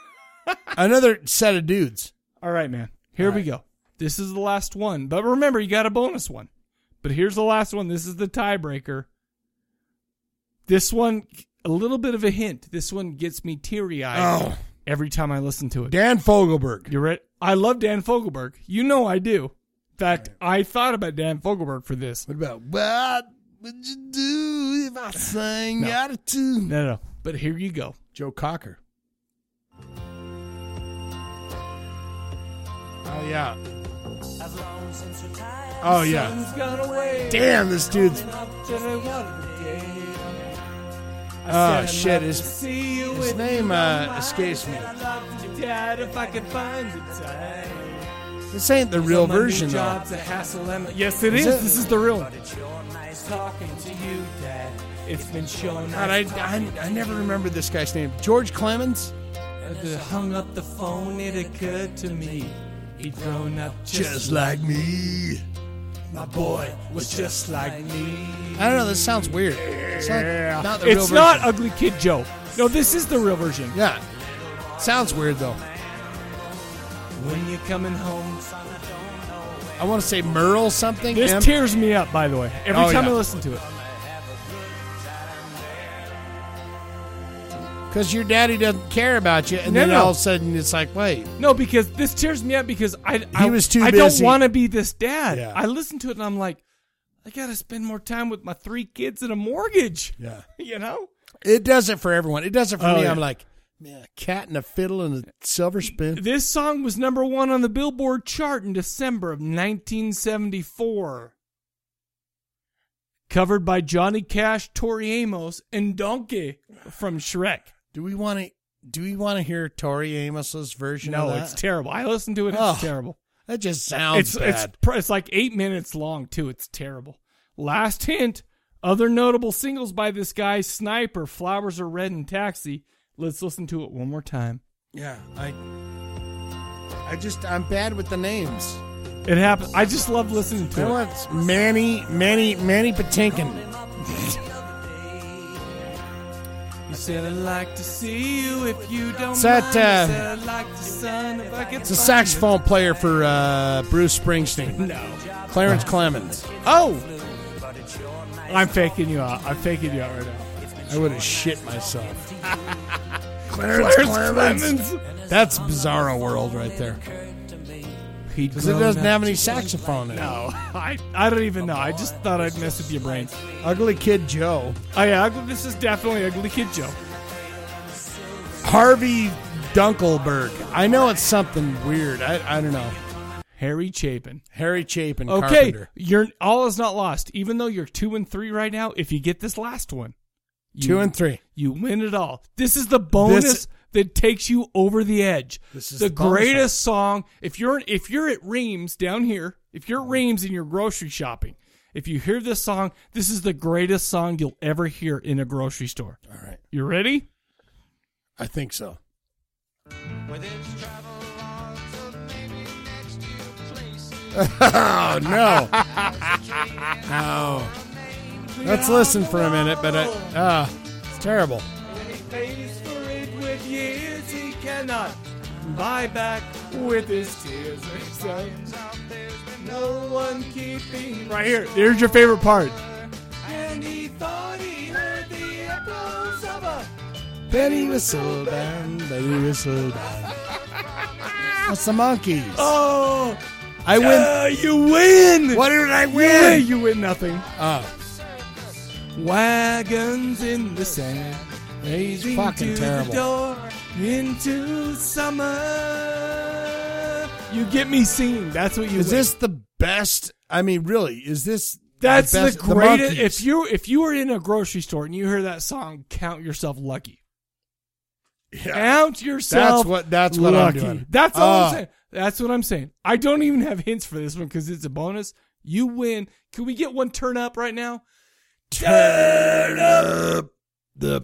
S1: [LAUGHS]
S2: Another set of dudes.
S1: All right, man. Here we go. This is the last one, but remember, you got a bonus one. But here's the last one. This is the tiebreaker. This one, a little bit of a hint. This one gets me teary eyed
S2: Oh.
S1: every time I listen to it.
S2: Dan Fogelberg.
S1: You're right. I love Dan Fogelberg. You know I do. In fact, I thought about Dan Fogelberg for this.
S2: What about what would you do if I sang
S1: No.
S2: out of tune?
S1: No, no. But here you go.
S2: Joe Cocker. Oh yeah. Oh yeah. Damn, this dude's. Oh shit, his, his name uh, escapes me. This ain't the real version though.
S1: Yes, it is.
S2: Is it?
S1: This is the real one.
S13: It's been shown
S2: God, I, I, I never remember this guy's name. George Clemens.
S1: hung up the phone, it occurred to me. He'd grown up
S2: me.
S13: my boy was just like me.
S2: I don't know. This sounds weird. It's like not the real
S1: It's not
S2: version.
S1: Ugly Kid Joe. No, this is the real version.
S2: Yeah. Sounds weird though.
S1: When you're coming home.
S2: I want to say Merle something.
S1: This
S2: M-
S1: tears me up, by the way. Every
S2: Oh,
S1: time
S2: yeah.
S1: I listen to it.
S2: Because your daddy doesn't care about you, and
S1: No,
S2: then
S1: no.
S2: all of a sudden it's like, wait,
S1: No, because this tears me up because I I,
S2: was too
S1: I
S2: busy.
S1: don't want to be this dad.
S2: Yeah.
S1: I listen to it and I'm like, I gotta spend more time with my three kids and a mortgage.
S2: Yeah.
S1: [LAUGHS] you know.
S2: it does it for everyone. It does it for
S1: Oh,
S2: me.
S1: yeah.
S2: I'm like, man, a cat and a fiddle and a silver spoon.
S1: This song was number one on the Billboard chart in December of 1974. Covered by Johnny Cash, Tori Amos, and Donkey from Shrek.
S2: Do we want to? Do we want to hear Tori Amos's version?
S1: No,
S2: of that?
S1: it's terrible. I listen to it. It's
S2: Oh,
S1: terrible.
S2: That just sounds
S1: it's,
S2: bad.
S1: It's, pr- it's like eight minutes long too. It's terrible. Last hint: Other notable singles by this guy Sniper, Flowers Are Red, and Taxi. Let's listen to it one more time.
S2: Yeah, I, I just I'm bad with the names.
S1: It happens. I just love listening to
S2: You know
S1: it.
S2: what's Manny, Manny,
S1: [LAUGHS]
S2: Manny Patinkin.
S1: You said I'd like to see you if you don't
S2: It's that,
S1: mind.
S2: uh,
S1: You said I'd like to, son, if I could
S2: It's a
S1: find
S2: saxophone player for uh, Bruce Springsteen.
S1: No,
S2: Clarence Clemens.
S1: Oh, I'm faking you out. I'm faking you out right now.
S2: I would have shit myself.
S1: Clarence Clemens.
S2: That's Bizarro World right there. Because it
S1: grown
S2: doesn't
S1: up
S2: have any saxophone in it.
S1: No, [LAUGHS] I, I don't even know. I just thought I'd mess with your [LAUGHS] brains.
S2: Ugly Kid Joe.
S1: Oh yeah, ugly- this is definitely Ugly Kid Joe.
S2: Harvey Dunkelberg. I know it's something weird. I, I don't know.
S1: Harry Chapin.
S2: Harry Chapin.
S1: Okay,
S2: Carpenter.
S1: you're all is not lost. Even though you're two and three right now, if you get this last one, you-
S2: Two and three.
S1: you win it all. This is the bonus that takes you over the edge.
S2: This is
S1: the,
S2: the bonus
S1: greatest song. If you're if you're at Reams down here, if you're at
S2: Mm-hmm.
S1: Reams and you're grocery shopping, if you hear this song, this is the greatest song you'll ever hear in a grocery store. All
S2: right,
S1: you ready?
S2: I think so. [LAUGHS] oh [LAUGHS] no! oh, let's listen for a minute. But it, uh, it's terrible.
S1: pays for it with years he cannot buy back with his tears. [LAUGHS] No one keeping
S13: Right here.
S1: Here's your favorite part.
S13: And he thought he heard the echoes of a
S2: Betty was so down. Betty was so down. That's the monkeys.
S1: Oh,
S2: I win.
S1: Yeah, you win.
S2: What did I
S1: You
S2: win?
S1: You win nothing.
S2: Oh,
S1: Wagons in the sand, raising
S2: fucking
S1: to
S2: terrible.
S1: the door into summer. You get me singing. That's what you.
S2: is
S1: win.
S2: this the best? I mean, really, is this?
S1: That's
S2: the,
S1: the,
S2: best,
S1: greatest.
S2: monkeys?
S1: if you if you were in a grocery store and you hear that song, count yourself lucky. Count yourself.
S2: That's what- that's what I'm
S1: lucky.
S2: doing.
S1: That's all I'm
S2: Ah.
S1: saying. That's what I'm saying. I don't even have hints for this one because it's a bonus. You win. Can we get one turn up right now? Turn up
S2: the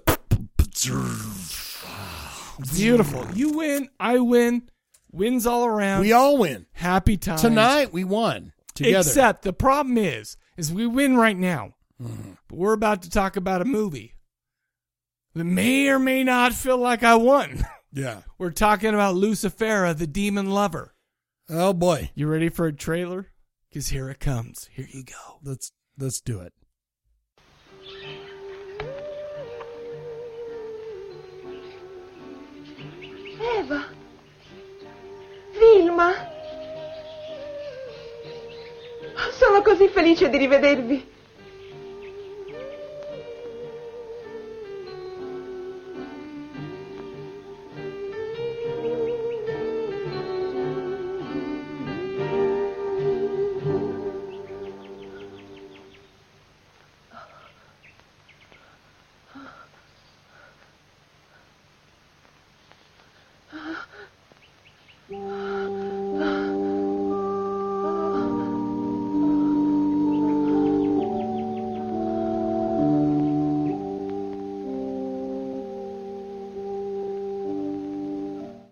S1: beautiful. You win. I win. Wins all around.
S2: We all win.
S1: Happy times
S2: Tonight we won together.
S1: Except the problem is, is we win right now,
S2: Mm-hmm.
S1: but we're about to talk about a movie that may or may not feel like I won. [LAUGHS]
S2: Yeah.
S1: We're talking about Lucifera, the demon lover.
S2: Oh boy,
S1: you ready for a trailer? Because here it comes. Here you go.
S2: Let's let's do it.
S14: Eva. Vilma. Sono così felice di rivedervi.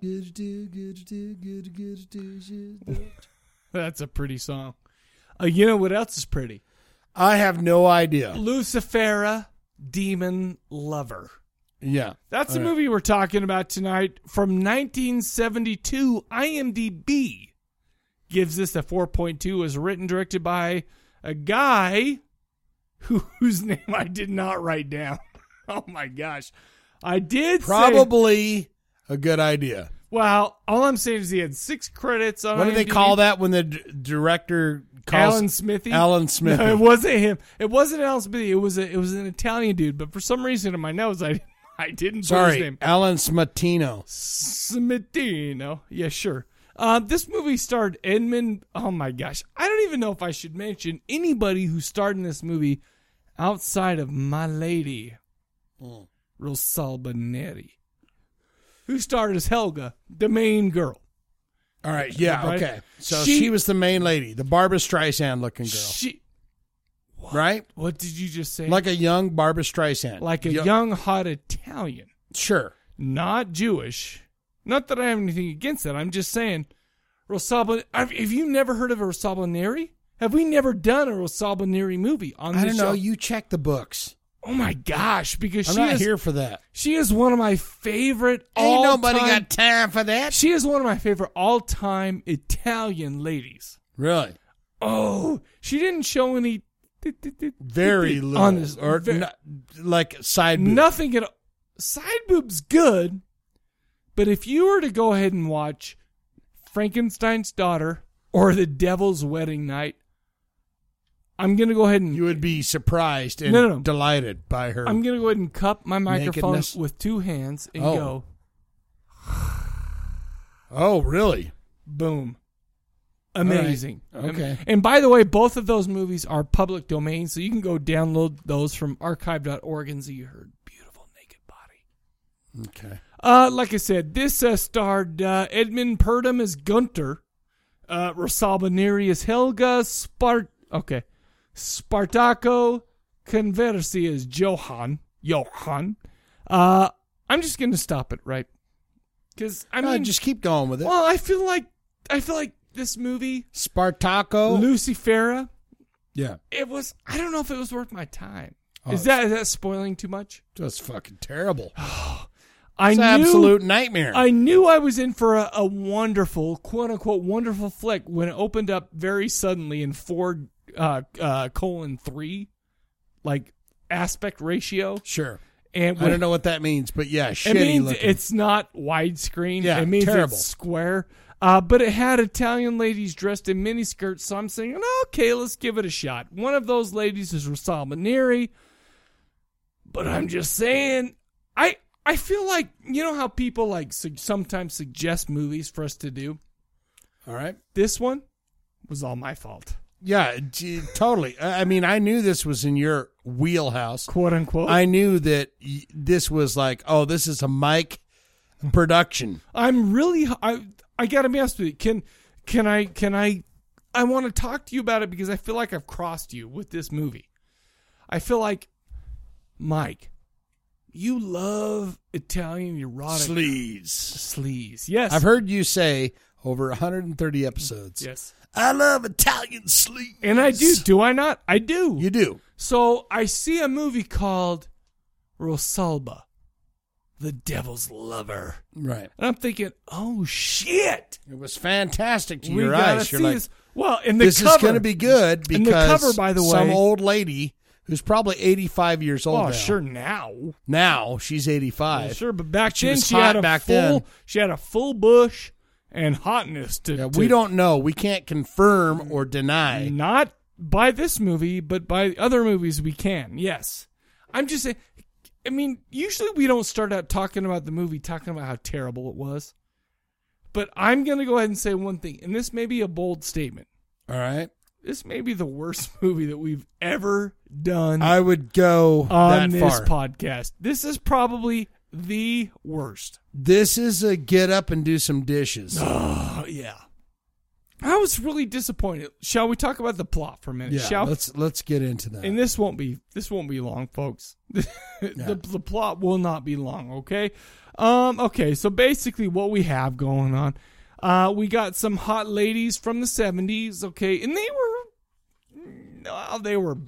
S1: [LAUGHS] That's a pretty song. Uh, you know what else is pretty?
S2: I have no idea.
S1: Lucifera, demon lover.
S2: Yeah,
S1: That's the
S2: All right.
S1: movie we're talking about tonight from 1972. IMDb gives this a 4.2. It was written and directed by a guy [LAUGHS] who- whose name I did not write down. [LAUGHS] Oh my gosh. I did say-
S2: Probably a good idea.
S1: well, all I'm saying is he had six credits on
S2: What do they
S1: IMDb.
S2: call that when the d- director calls
S1: Oh, Alan Smithy.
S2: Alan Smithy.
S1: No, it wasn't him. It wasn't Alan Smithy. It was a, it was an Italian dude, but for some reason in my nose I I didn't [LAUGHS] put his
S2: Sorry,
S1: name.
S2: Alan Smatino.
S1: Smitino. Yeah, sure. Um, this movie starred Edmund. Oh my gosh, I don't even know if I should mention anybody who starred in this movie outside of my lady,
S2: Hmm.
S1: Rosalba who starred as Helga, the main girl.
S2: All right, yeah,
S1: Right?
S2: okay. So
S1: She-
S2: she, was the main lady, the Barbara Streisand looking girl.
S1: She,
S2: right?
S1: What did you just say?
S2: Like a young Barbara Streisand.
S1: like a
S2: Yo-
S1: young hot Italian.
S2: Sure.
S1: Not Jewish. Not that I have anything against that. I'm just saying, Rosalba. Have have you never heard of a Rosalba Neri? Have we never done a Rosalba Neri movie on this
S2: I don't know.
S1: show?
S2: You check the books.
S1: Oh my gosh! Because
S2: I'm
S1: she
S2: not
S1: is
S2: here for that.
S1: She is one of my favorite.
S2: Ain't nobody
S1: all-time-
S2: got time for that.
S1: She is one of my favorite all-time Italian ladies.
S2: Really?
S1: Oh, she didn't show any
S2: Very little,
S1: on this-
S2: or
S1: ve-
S2: no- like side boob.
S1: nothing at all. Side boob's good, but if you were to go ahead and watch Frankenstein's Daughter or The Devil's Wedding Night, I'm gonna go ahead and
S2: you would be surprised and
S1: No, no, no.
S2: delighted by her.
S1: I'm gonna go ahead and cup my microphone
S2: Nakedness.
S1: with two hands and
S2: Oh.
S1: go
S2: oh, really?
S1: boom. Amazing.
S2: All right. Okay.
S1: And by the way, both of those movies are public domain, so you can go download those from archive.org and see you heard.
S2: Okay.
S1: Uh, like I said, this uh, starred uh, Edmund Purdom as Gunter, uh, Rosalba Neri as Helga, Spart okay, Spartaco Conversi as Johan. Johan. Uh, I'm just gonna stop it right because I
S2: No,
S1: mean,
S2: Uh, just keep going with it.
S1: Well, I feel like I feel like this movie,
S2: Spartaco,
S1: Lucy Farah.
S2: Yeah.
S1: It was. I don't know if it was worth my time.
S2: Oh,
S1: is that is that spoiling too much?
S2: That's fucking
S1: [SIGHS]
S2: terrible. [SIGHS]
S1: I
S2: It's
S1: knew,
S2: an absolute nightmare.
S1: I knew I was in for a, a wonderful, quote unquote, wonderful flick when it opened up very suddenly in four uh, uh, colon three, like aspect ratio.
S2: Sure.
S1: And
S2: I don't know what that means, but yeah, shitty
S1: it means
S2: looking.
S1: it's not widescreen.
S2: Yeah,
S1: it means
S2: terrible.
S1: it's square. Uh, but it had Italian ladies dressed in miniskirts, so I'm saying, "Oh, okay, let's give it a shot. One of those ladies is Rosalba Neri, but I'm just saying, I I feel like you know how people like su- sometimes suggest movies for us to do.
S2: All right,
S1: this one was all my fault.
S2: Yeah, gee, totally. I I mean, I knew this was in your wheelhouse,
S1: quote unquote.
S2: I knew that y- this was like, oh, this is a mic production.
S1: I'm really I I gotta be honest with you. Can can I can I I want to talk to you about it because I feel like I've crossed you with this movie. I feel like Mike, you love Italian erotic
S2: sleaze
S1: sleaze. Yes,
S2: I've heard you say over 130 episodes.
S1: Yes.
S2: I love Italian sleep.
S1: And I do, do I not? I do. You do. So I see a movie called Rosalba, The Devil's Lover.
S2: Right.
S1: And I'm thinking, oh shit.
S2: It was fantastic to
S1: We
S2: your
S1: gotta
S2: eyes. You're
S1: see
S2: like,
S1: this. Well, and the
S2: this is
S1: cover-
S2: going to be good because
S1: and the cover, by the
S2: some
S1: way-
S2: old lady who's probably 85 years old.
S1: Oh,
S2: now.
S1: sure now.
S2: Now she's 85.
S1: Well, sure, but back
S2: she
S1: then
S2: was
S1: she
S2: hot
S1: had a
S2: back
S1: full
S2: then.
S1: she had a full bush and hotness to.
S2: Yeah,
S1: to-
S2: we don't know. We can't confirm or deny.
S1: Not by this movie, but by other movies we can. Yes, I'm just saying. I mean, usually we don't start out talking about the movie talking about how terrible it was, but I'm gonna go ahead and say one thing, and this may be a bold statement.
S2: All right.
S1: This may be the worst [LAUGHS] movie that we've ever done.
S2: I would go
S1: on
S2: that
S1: this
S2: far.
S1: podcast. This is probably the
S2: [SIGHS]
S1: worst.
S2: This is a get up and do some dishes.
S1: Oh, [SIGHS] yeah. I was really disappointed. Shall we talk about the plot for a minute?
S2: yeah.
S1: Shall
S2: let's let's get into that.
S1: and this won't be this won't be long, folks. [LAUGHS] the, the plot will not be long, okay? Um, okay, so basically what we have going on, uh, we got some hot ladies from the seventies, okay, and they were no, they were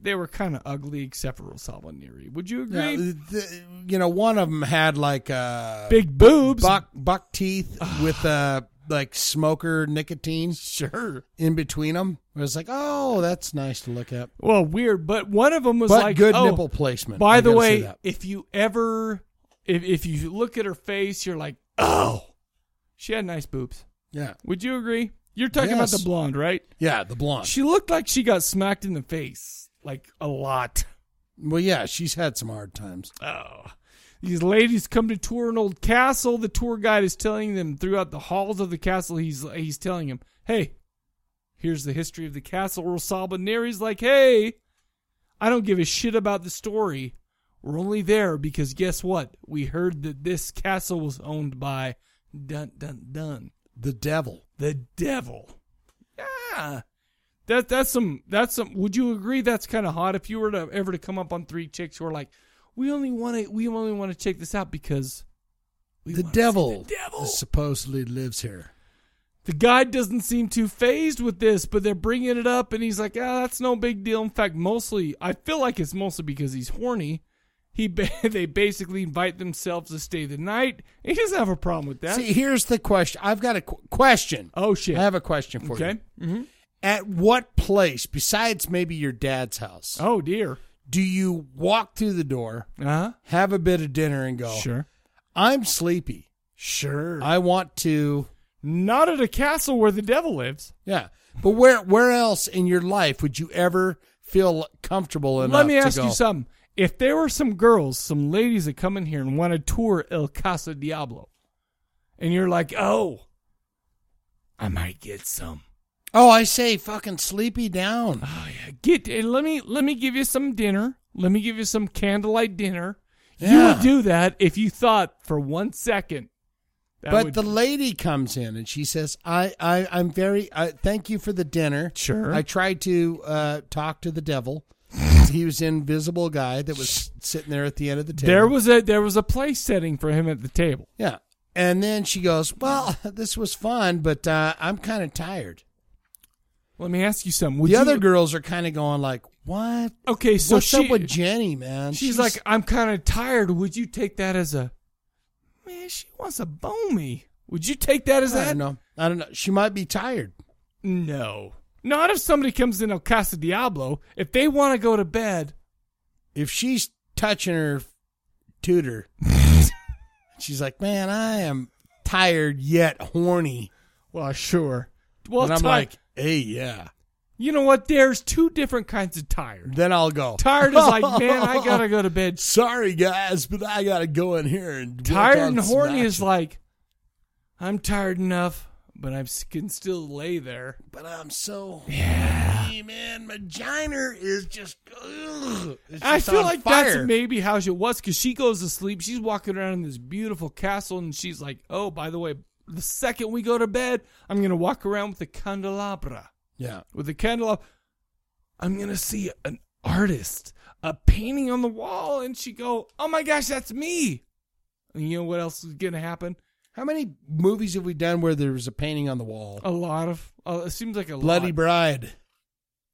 S1: they were kind of ugly except for Rosalba Neri. Would you
S2: Yeah,
S1: agree?
S2: th- you know, one of them had like uh,
S1: Big boobs,
S2: buck
S1: [SIGHS]
S2: buck teeth with uh, like smoker nicotine.
S1: Sure,
S2: in between them, it was like, oh, that's nice to look at.
S1: Well, weird, but one of them was
S2: But
S1: like
S2: good
S1: oh,
S2: nipple placement.
S1: By
S2: I
S1: the
S2: gotta say
S1: way,
S2: that.
S1: if you ever if if you look at her face, you're like, oh, she had nice boobs.
S2: Yeah.
S1: Would you agree? You're talking about
S2: Yes.
S1: the blonde, right?
S2: Yeah, the blonde.
S1: She looked like she got smacked in the face, like a lot.
S2: Well, yeah, she's had some hard times.
S1: Oh. These ladies come to tour an old castle. The tour guide is telling them throughout the halls of the castle. He's he's telling him, "Hey, here's the history of the castle." Rosalba Neri's like, "Hey, I don't give a shit about the story. We're only there because guess what? We heard that this castle was owned by dun dun dun
S2: the devil.
S1: The devil. Ah, That that's some that's some. Would you agree that's kind of hot? If you were to ever to come up on three chicks who are like, we only want to we only want to check this out because
S2: the devil, supposedly lives here.
S1: the guy doesn't seem too phased with this, but they're bringing it up, and he's like, "Ah, that's no big deal." In fact, mostly I feel like it's mostly because he's horny. He ba- [LAUGHS] they basically invite themselves to stay the night. He doesn't have a problem with that.
S2: See, here's the question. I've got a qu- question.
S1: Oh shit!
S2: I have a question for you.
S1: okay. Mm-hmm.
S2: At what place besides maybe your dad's house?
S1: Oh dear.
S2: Do you walk through the door,
S1: uh-huh.
S2: have a bit of dinner, and go?
S1: Sure.
S2: I'm sleepy.
S1: Sure.
S2: I want to.
S1: Not at a castle where the devil lives.
S2: Yeah, but where where else in your life would you ever feel comfortable enough?
S1: Let me
S2: to
S1: ask
S2: go,
S1: you something. If there were some girls, some ladies that come in here and want to tour El Casa Diablo, and you're like, oh, I might get some.
S2: Oh, I say, fucking sleepy down.
S1: Oh yeah, get and let me let me give you some dinner. Let me give you some candlelight dinner. You would do that if you thought for one second. that
S2: but
S1: would-
S2: the lady comes in and she says, "I, I, I'm very. I, thank you for the dinner.
S1: Sure.
S2: I tried to uh, talk to the devil. he was invisible guy that was sitting there at the end of the table.
S1: there was a there was a place setting for him at the table.
S2: yeah. And then she goes, "Well, [LAUGHS] this was fun, but uh, I'm kind of tired."
S1: Let me ask you something. Would
S2: the
S1: you-
S2: other girls are kind of going like, "What?
S1: Okay, so
S2: what's
S1: she-
S2: up with Jenny, man?
S1: She's, like, I'm kind of tired. Would you take that as a man? She wants to bone me. Would you take that as
S2: I
S1: that?
S2: don't know. I don't know. She might be tired.
S1: No, not if somebody comes in El Casa Diablo. If they want to go to bed,
S2: if she's touching her
S1: [LAUGHS]
S2: tutor, she's like, "Man, I am tired yet horny."
S1: Well, sure. Well,
S2: and I'm
S1: ti-
S2: like, "Hey, yeah."
S1: You know what? There's two different kinds of tired.
S2: Then I'll go.
S1: Tired is like, man,
S2: [LAUGHS]
S1: I gotta go to bed.
S2: Sorry guys, but I gotta go in here and work
S1: Tired
S2: on
S1: and
S2: some
S1: horny is
S2: action.
S1: like, I'm tired enough, but I can still lay there.
S2: But I'm so yeah. man, vagina is just. Ugh, it's
S1: I
S2: just
S1: feel
S2: on
S1: like
S2: fire.
S1: that's maybe how she was because she goes to sleep. She's walking around in this beautiful castle and she's like, oh, by the way, the second we go to bed, I'm going to walk around with a candelabra.
S2: Yeah.
S1: With a candelabra. I'm going to see an artist, a painting on the wall, and she go, oh my gosh, that's me. And you know what else is going to happen?
S2: How many movies have we done where there was a painting on the wall?
S1: A lot of, uh, it seems like a
S2: Bloody
S1: lot.
S2: Bride.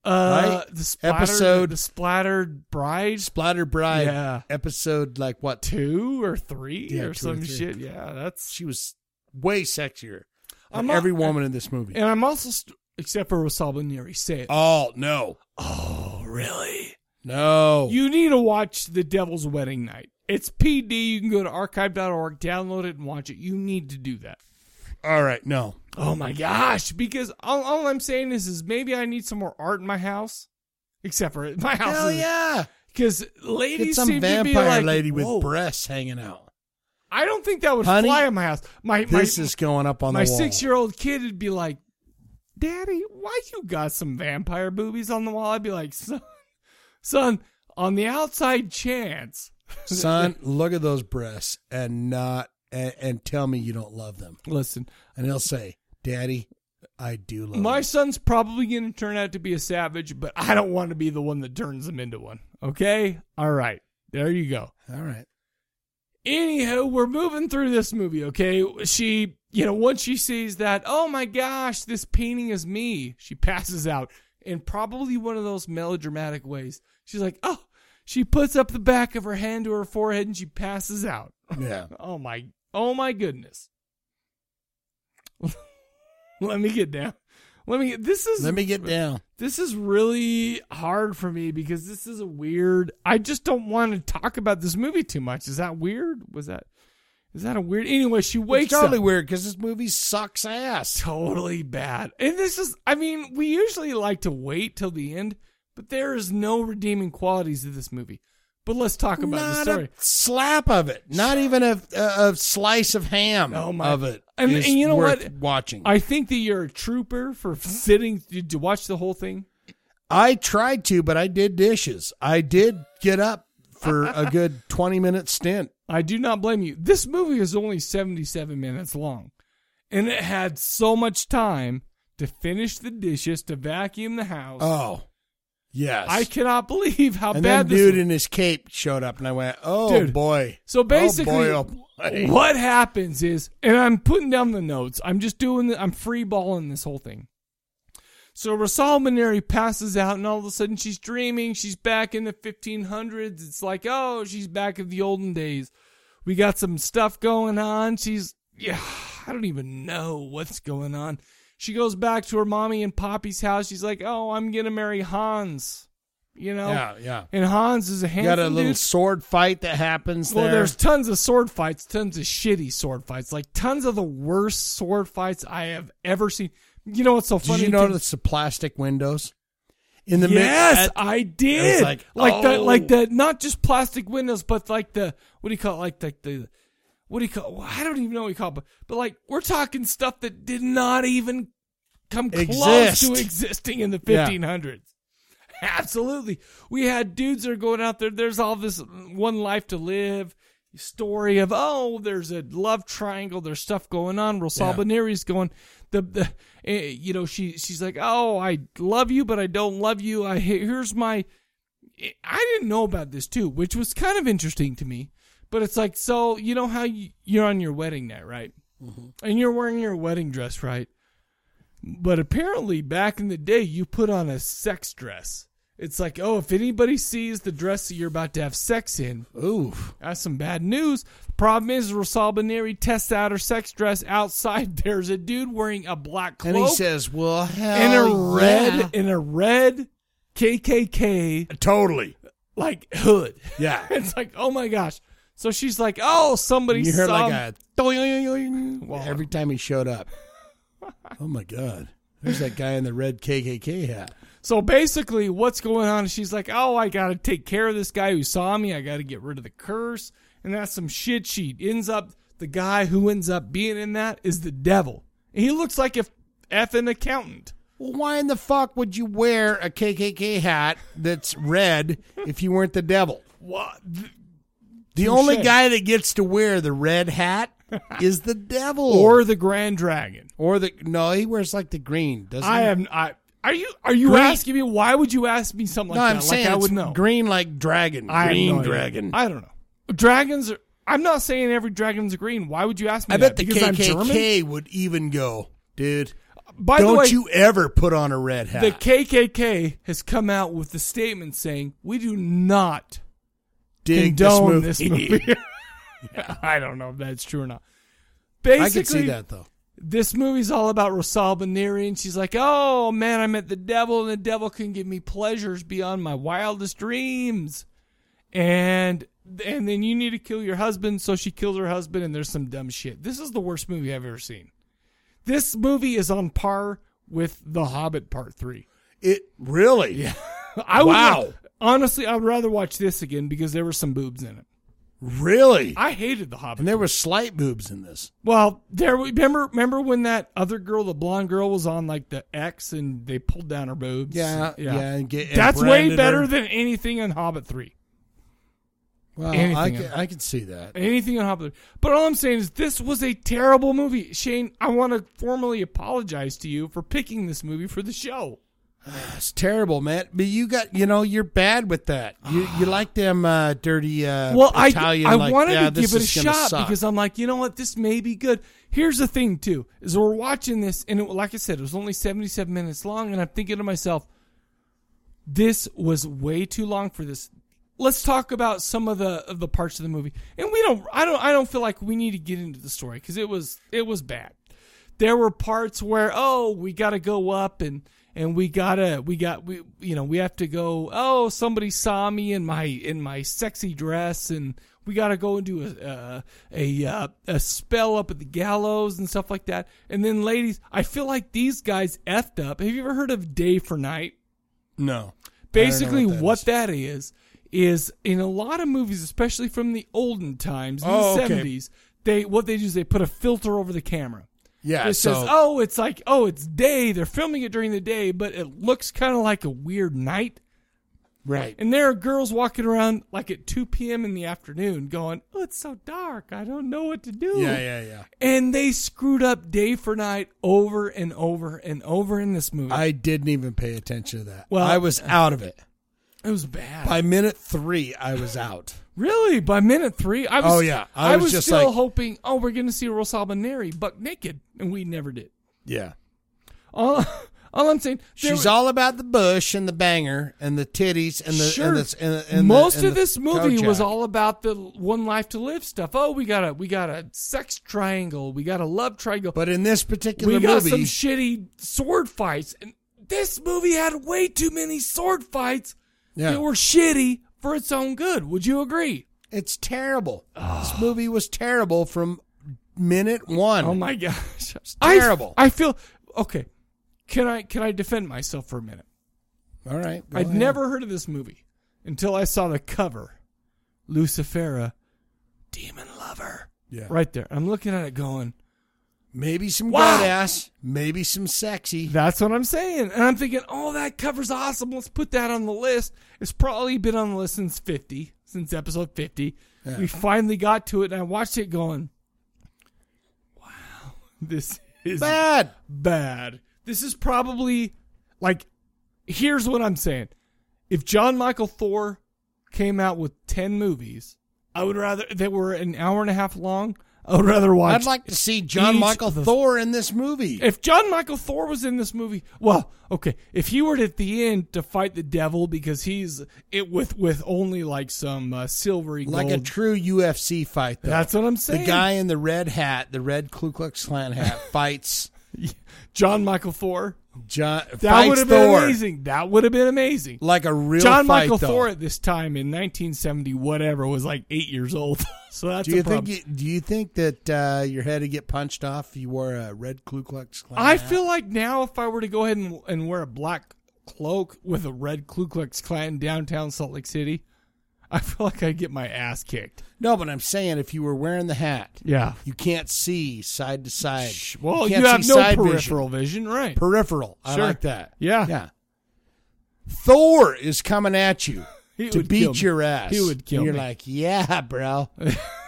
S1: Uh,
S2: right?
S1: the splatter,
S2: episode
S1: the splattered bride,
S2: splattered bride.
S1: Yeah.
S2: episode like what
S1: two or three or some shit. Yeah, that's
S2: she was way sexier.
S1: I'm
S2: than
S1: not-
S2: every woman in this movie.
S1: And I'm also, st- except for Rosalba Neri, say it.
S2: oh no,
S1: oh really?
S2: No,
S1: You need to watch The Devil's Wedding Night. It's PD. You can go to archive.org, download it, and watch it. You need to do that.
S2: all right, no.
S1: Oh my gosh! Because all, all I'm saying is, is maybe I need some more art in my house. Except for it, my house.
S2: Hell yeah!
S1: Because ladies
S2: Get some
S1: seem
S2: vampire
S1: to be like,
S2: lady with
S1: "Whoa."
S2: breasts hanging out.
S1: I don't think that would
S2: Honey,
S1: fly in my house. My
S2: this
S1: my,
S2: is going up on
S1: my
S2: the wall.
S1: six-year-old kid would be like, "Daddy, why you got some vampire boobies on the wall?" I'd be like, "Son, son, on the outside chance."
S2: Son, look at those breasts and not and, and tell me you don't love them.
S1: Listen,
S2: and he'll say, "Daddy, I do love."
S1: [LAUGHS] my son's probably going to turn out to be a savage, but I don't want to be the one that turns him into one. Okay, all right, there you go.
S2: them." All right,
S1: Anywho, we're moving through this movie, okay? She, you know, once she sees that, oh my gosh, this painting is me, she passes out in probably one of those melodramatic ways. She's like, oh, she puts up the back of her hand to her forehead and she passes out.
S2: Yeah.
S1: [LAUGHS] oh my, oh my goodness. [LAUGHS] Let me get down. Let me get, this is,
S2: let me get down.
S1: this is really hard for me because this is a weird. I just don't want to talk about this movie too much. Is that weird? Was that is that a weird? Anyway, she wakes
S2: it's totally
S1: up.
S2: weird because this movie sucks ass.
S1: Totally bad. And this is. I mean, we usually like to wait till the end, but there is no redeeming qualities of this movie. But let's talk about the
S2: Not
S1: story.
S2: a slap of it. Not even a, a, a slice of ham of it.
S1: Oh And,
S2: is
S1: and you know
S2: worth
S1: what?
S2: Watching.
S1: I think that you're a trooper for [LAUGHS] sitting. Did you watch the whole thing?
S2: I tried to, but I did dishes. I did get up for
S1: [LAUGHS]
S2: a good 20 minute stint.
S1: I do not blame you. This movie is only 77 minutes long, and it had so much time to finish the dishes, to vacuum the house.
S2: Oh, yes.
S1: I cannot believe how
S2: and
S1: bad
S2: then
S1: this
S2: dude in his cape showed up, and I went, "Oh
S1: Dude.
S2: boy!"
S1: So basically,
S2: oh boy, oh boy.
S1: what happens is, and I'm putting down the notes. I'm just doing. The, I'm free balling this whole thing. So Rasal Maneri passes out, and all of a sudden she's dreaming. She's back in the 1500s. It's like, oh, she's back in the olden days. We got some stuff going on. She's, yeah, I don't even know what's going on. She goes back to her mommy and Poppy's house. She's like, oh, I'm gonna marry Hans. You know,
S2: Yeah, yeah.
S1: And Hans is a
S2: You
S1: handsome
S2: got a little
S1: dude.
S2: sword fight that happens
S1: Well,
S2: there.
S1: there's tons of sword fights, tons of shitty sword fights, like tons of the worst sword fights I have ever seen. You know what's so
S2: Did
S1: funny?
S2: you notice
S1: too?
S2: the plastic windows in the
S1: yes,
S2: mix?
S1: I did.
S2: like,
S1: like the
S2: oh.
S1: like the not just plastic windows, but like the what do you call it? like the, the what do you call? well, I don't even know what you call, it, but but like we're talking stuff that did not even come close to
S2: Exist.
S1: existing in the
S2: Yeah.
S1: 1500s. Absolutely, we had dudes that are going out there. There's all this one life to live story of oh, there's a love triangle. There's stuff going on. Rosal
S12: Yeah.
S1: Baneri's going the, the eh, you know she she's like oh I love you but I don't love you. I here's my I didn't know about this too, which was kind of interesting to me. But it's like, so you know how you, you're on your wedding night, right?
S2: Mm-hmm.
S1: And you're wearing your wedding dress, right? But apparently, back in the day, you put on a sex dress. It's like, oh, if anybody sees the dress that you're about to have sex in,
S2: oof,
S1: that's some bad news. The problem is, Rosal Baneri tests out her sex dress outside. [LAUGHS] There's a dude wearing a black cloak
S2: and he says, "Well, hell
S1: in a red
S2: yeah."
S1: in a red KKK
S2: totally
S1: like hood. [LAUGHS]
S2: Yeah.
S1: it's like oh my gosh. So she's like, oh, somebody
S2: You heard
S1: saw
S2: like a doing every time he showed up. oh my god! There's that guy in the red KKK hat.
S1: So basically, what's going on? She's like, "Oh, I gotta take care of this guy who saw me. I gotta get rid of the curse." And that's some shit. She ends up the guy who ends up being in that is the devil. And he looks like a effing accountant.
S2: Well, why in the fuck would you wear a KKK hat that's red if you weren't the devil?
S1: What?
S2: The
S1: Touche.
S2: only guy that gets to wear the
S1: [LAUGHS]
S2: red hat is the devil
S1: Or the Grand Dragon,
S2: or the no, he wears like the green. Doesn't
S1: I
S2: he?
S1: am. I are you are you
S2: Green-
S1: asking me why would you ask me something like
S2: no,
S1: that?
S2: I'm saying
S1: like I
S2: it's
S1: would know.
S2: green like dragon.
S1: I have
S2: green
S1: no idea.
S2: dragon.
S1: I don't know. Dragons. Are, I'm not saying every dragon's green. Why would you ask me?
S2: I bet
S1: that?
S2: the
S1: Because I'm
S2: KKK
S1: German? Uh,
S2: would even go, dude.
S1: By the
S2: don't
S1: way-
S2: you ever put on a red hat?
S1: The KKK has come out with the statement saying we do not
S2: Dig this
S1: condone
S2: movie."
S1: this movie.
S2: [LAUGHS]
S1: [LAUGHS] I don't know if that's true or not. Basically,
S2: I could see that though.
S1: This movie's all about Rosal Beneri, and she's like, "Oh man, I met the devil, and the devil can give me pleasures beyond my wildest dreams." And and then you need to kill your husband, so she kills her husband, and there's some dumb shit. This is the worst movie I've ever seen. This movie is on par with The Hobbit Part Three.
S2: It really,
S1: yeah. [LAUGHS] I would
S2: Wow.
S1: ra- honestly, I would rather watch this again because there were some boobs in it.
S2: Really,
S1: I hated The Hobbit.
S2: and there were slight boobs in this.
S1: Well, there remember remember when that other girl, the blonde girl, was on like the X and they pulled down her boobs.
S2: Yeah, yeah, and get- and
S1: that's way
S2: branded
S1: better
S2: her.
S1: than anything in Hobbit Three.
S2: Well,
S1: Anything
S2: I
S1: in
S2: could,
S1: it.
S2: I could see that.
S1: Anything on Hobbit. But all I'm saying is this was a terrible movie. Shane, I want to formally apologize to you for picking this movie for the show.
S2: It's terrible, man. But you got, you know, you're bad with that. You
S1: [SIGHS]
S2: you like them uh, dirty uh,
S1: well, I,
S2: Italian.
S1: I
S2: like,
S1: wanted
S2: yeah,
S1: to
S2: this
S1: give it a
S2: is gonna
S1: shot
S2: suck.
S1: because I'm like, you know what, this may be good. Here's the thing too, is we're watching this, and it, like I said, it was only 77 minutes long, and I'm thinking to myself, this was way too long for this. Let's talk about some of the of the parts of the movie, and we don't. I don't. I don't feel like we need to get into the story because it was it was bad. There were parts where oh we got to go up and and we gotta we got we you know we have to go oh somebody saw me in my in my sexy dress and we got to go and do a uh, a uh, a spell up at the gallows and stuff like that. And then ladies, I feel like these guys effed up. Have you ever heard of day for night?
S2: no.
S1: Basically, what, that is is in a lot of movies, especially from the olden times, in
S2: Oh,
S1: the
S2: okay.
S1: seventies, they what they do is they put a filter over the camera.
S2: Yeah,
S1: it
S2: so-
S1: says, "Oh, it's like oh, it's day. They're filming it during the day, but it looks kind of like a weird night."
S2: Right.
S1: And there are girls walking around like at 2 p.m. in the afternoon going, oh, it's so dark. I don't know what to do.
S2: Yeah, yeah, yeah.
S1: And they screwed up day for night over and over and over in this movie.
S2: I didn't even pay attention to that.
S1: Well-
S2: I was
S1: [LAUGHS]
S2: out of it.
S1: It was bad.
S2: By minute three, I was out.
S1: Really? By minute three? I was,
S2: Oh, yeah. I
S1: I,
S2: was
S1: was,
S2: just
S1: still
S2: like-
S1: hoping, oh, we're going to see Rosalba Neri buck naked. And we never did.
S2: Yeah.
S1: All, all I'm saying. there
S2: She's
S1: were-
S2: all about the bush and the banger and the titties and the
S1: sure.
S2: and the, and the- and the-
S1: Most
S2: and
S1: of
S2: the
S1: this movie
S2: Kojak.
S1: was all about the one life to live stuff. Oh, we got a we got a sex triangle, we got a love triangle.
S2: But in this particular
S1: we got
S2: movie-
S1: some shitty sword fights. And this movie had way too many sword fights
S2: Yeah.
S1: that were shitty for its own good. Would you agree?
S2: It's terrible. This movie was terrible from minute one. Oh
S1: my gosh, I-
S2: terrible.
S1: I, feel okay. Can I can I defend myself for a minute?
S2: All right, go
S1: I'd
S2: ahead.
S1: never heard of this movie until I saw the cover, Lucifera, Demon Lover.
S2: Yeah.
S1: right there. I'm looking at it going,
S2: maybe some
S1: Wow.
S2: good ass, maybe some sexy.
S1: That's what I'm saying, and I'm thinking, oh, that cover's awesome. Let's put that on the list. It's probably been on the list since 50, since episode 50.
S2: Yeah.
S1: We finally got to it, and I watched it going, wow, this is
S2: bad.
S1: Bad. This is probably like, here's what I'm saying. If John Michael Thor came out with 10 movies, I would rather, that were an hour and a half long, I would rather watch.
S2: I'd like to see John
S1: each
S2: Michael
S1: of those-
S2: Thor in this movie.
S1: if John Michael Thor was in this movie, well, okay, if he were at the end to fight the devil because he's it with with only like some uh, silvery
S2: like a
S1: gold.
S2: true UFC fight. Though.
S1: That's what I'm saying.
S2: The guy in the red hat, the red Ku Klux
S1: [LAUGHS]
S2: Klan hat, fights
S1: John Michael Thor.
S2: John
S1: that
S2: fights
S1: would have been
S2: Thor
S1: amazing. That would have been amazing.
S2: like a real
S1: John
S2: fight,
S1: Michael
S2: though.
S1: Thor at this time in 1970 whatever was like eight years old. [LAUGHS] so that's
S2: do you
S1: a problem.
S2: think you, do you think that uh, your head would get punched off if you wore a red Ku Klux Klan?
S1: I
S2: hat?
S1: feel like now if I were to go ahead and, and wear a black cloak with a red Ku Klux Klan downtown Salt Lake City, I feel like I'd get my ass kicked.
S2: no, but I'm saying if you were wearing the hat,
S1: Yeah.
S2: you can't see side to side.
S1: Well, you,
S2: can't
S1: have
S2: see
S1: no
S2: side
S1: peripheral vision. right?
S2: Peripheral. I
S1: Sure.
S2: like that.
S1: Yeah.
S2: yeah. Thor is coming at you
S1: [LAUGHS] He
S2: to
S1: would kill
S2: beat
S1: me.
S2: your ass.
S1: He would kill
S2: And You're
S1: me.
S2: like, yeah,
S1: [LAUGHS]
S2: bro.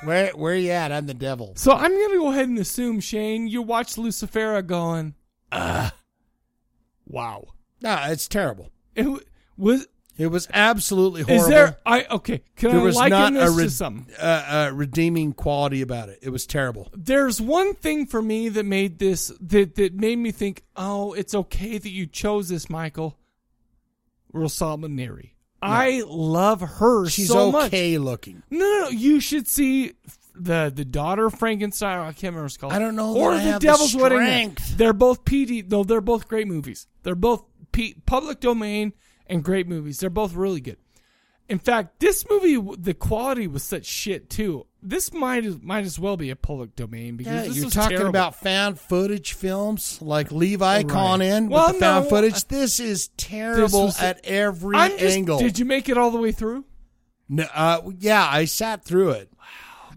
S2: where where you at? I'm the devil.
S1: So I'm gonna go ahead and assume Shane, you watched Lucifera going, uh, wow.
S2: No, it's terrible.
S1: It w- was.
S2: It was absolutely horrible.
S1: Is there? I okay. Can
S2: there
S1: I
S2: was
S1: liken
S2: not
S1: this
S2: a, re-
S1: to something?
S2: Uh, uh, redeeming quality about it. It was terrible.
S1: There's one thing for me that made this that that made me think, oh, it's okay that you chose this, Michael. Rosalba Neri. I love her
S2: She's
S1: so much.
S2: okay looking.
S1: No, no, no, you should see the the daughter of Frankenstein. I can't remember what it's called.
S2: I don't know
S1: Or
S2: that I
S1: the
S2: have the
S1: Devil's Wedding. Night.
S2: strength.
S1: They're both PD. No, they're both great movies. They're both P, public domain and great movies. They're both really good. In fact, this movie, w- the quality was such shit too. This might as- might as well be a public domain because
S2: Yeah,
S1: this
S2: you're
S1: was
S2: talking
S1: terrible.
S2: about found footage films like Levi Conan
S1: Well,
S2: with the found
S1: no, uh,
S2: footage. This is terrible
S1: was-
S2: at every
S1: I'm just-
S2: angle.
S1: Did you make it all the way through?
S2: No, uh, yeah, I sat through it.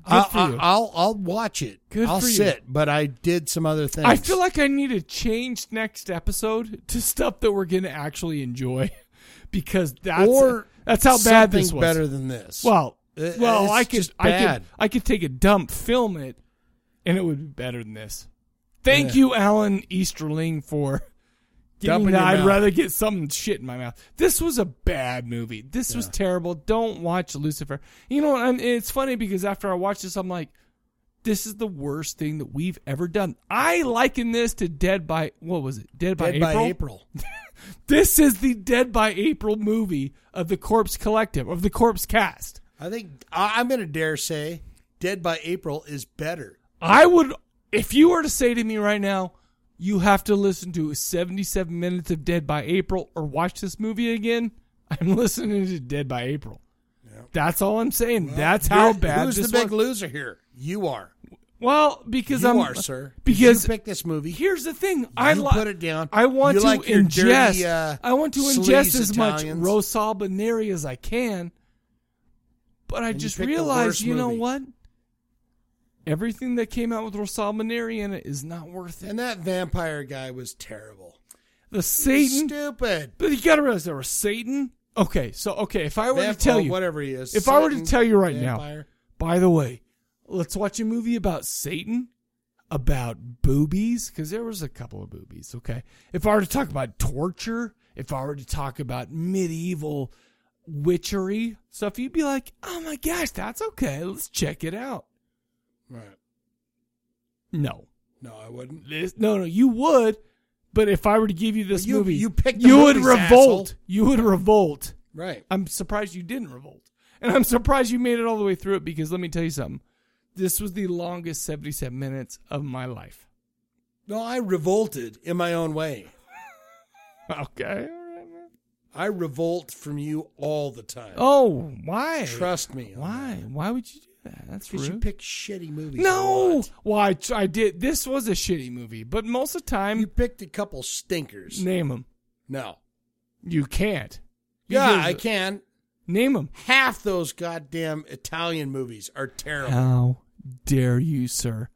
S1: Wow,
S2: I, will I'll watch it.
S1: Good
S2: I'll
S1: for you.
S2: sit, but I did some other things.
S1: I feel like I need to change next episode to stuff that we're gonna actually enjoy, [LAUGHS] because that's
S2: Or
S1: that's how bad this was.
S2: something better than this.
S1: Well,
S2: Uh,
S1: well,
S2: it's
S1: I could
S2: just
S1: I
S2: bad.
S1: could I could take a dump, film it, and it would be better than this. Thank
S2: Yeah.
S1: you, Alan Easterling, for giving
S2: Dump
S1: me
S2: in your
S1: that. I'd
S2: mouth.
S1: rather get some shit in my mouth. This was a bad movie. This was terrible. Don't watch Lucifer. You know what? I'm, it's funny because after I watched this, I'm like, this is the worst thing that we've ever done. I liken this to Dead by what was it? Dead by
S2: Dead
S1: April.
S2: by April.
S1: This is the Dead by April movie of the Corpse Collective of the Corpse Cast.
S2: I think I, I'm going to dare say Dead by April is better.
S1: I would, if you were to say to me right now, you have to listen to 77 minutes of Dead by April or watch this movie again, I'm [LAUGHS] listening to Dead by April. That's all I'm saying. That's how
S2: You're-
S1: bad
S2: Who's
S1: this
S2: the big
S1: was.
S2: loser here? You are.
S1: Well, because
S2: you
S1: I'm
S2: are, sir.
S1: Because
S2: you picked this movie.
S1: Here's the thing. I
S2: you
S1: li-
S2: put it down.
S1: I want
S2: You
S1: to
S2: like your
S1: ingest.
S2: dirty, uh,
S1: I want to
S2: sleaze
S1: ingest as much
S2: Italians.
S1: Rosalba Neri as I can. But I
S2: And you
S1: just
S2: picked the worst
S1: realized, you know
S2: movie.
S1: what? Everything that came out with Rosalba Neri in it is not worth it.
S2: And that vampire guy was terrible.
S1: The Satan,
S2: Stupid.
S1: but you gotta realize there was Satan, Okay, so okay, if I were
S2: Vamp-
S1: to tell
S2: oh,
S1: you
S2: whatever he is,
S1: if I were to
S2: Satan,
S1: tell you right
S2: vampire.
S1: now, by the way, let's watch a movie about Satan, about boobies, because there was a couple of boobies. Okay, if I were to talk about torture, if I were to talk about medieval witchery stuff, you'd be like, oh my gosh, that's okay. Let's check it out.
S2: Right.
S1: No,
S2: No, I wouldn't.
S1: This- no, no, you would. But if I were to give you this
S2: You-
S1: movie,
S2: you picked the
S1: you would
S2: movies,
S1: revolt.
S2: asshole.
S1: You would revolt.
S2: Right.
S1: I'm surprised you didn't revolt. And I'm surprised you made it all the way through it because let me tell you something. This was the longest 77 minutes of my life.
S2: No, I revolted in my own way.
S1: [LAUGHS] okay.
S2: I revolt from you all the time.
S1: Oh, why?
S2: Trust me.
S1: Why? Why would you do that? That's
S2: Because you
S1: rude.
S2: pick shitty movies.
S1: no. Well, I, I did. This was a shitty movie, but most of the time. You
S2: picked a couple stinkers.
S1: Name them.
S2: No.
S1: You can't.
S2: Yeah,
S1: Because-
S2: I can.
S1: Name them.
S2: Half those goddamn Italian movies are terrible.
S1: How dare you, sir?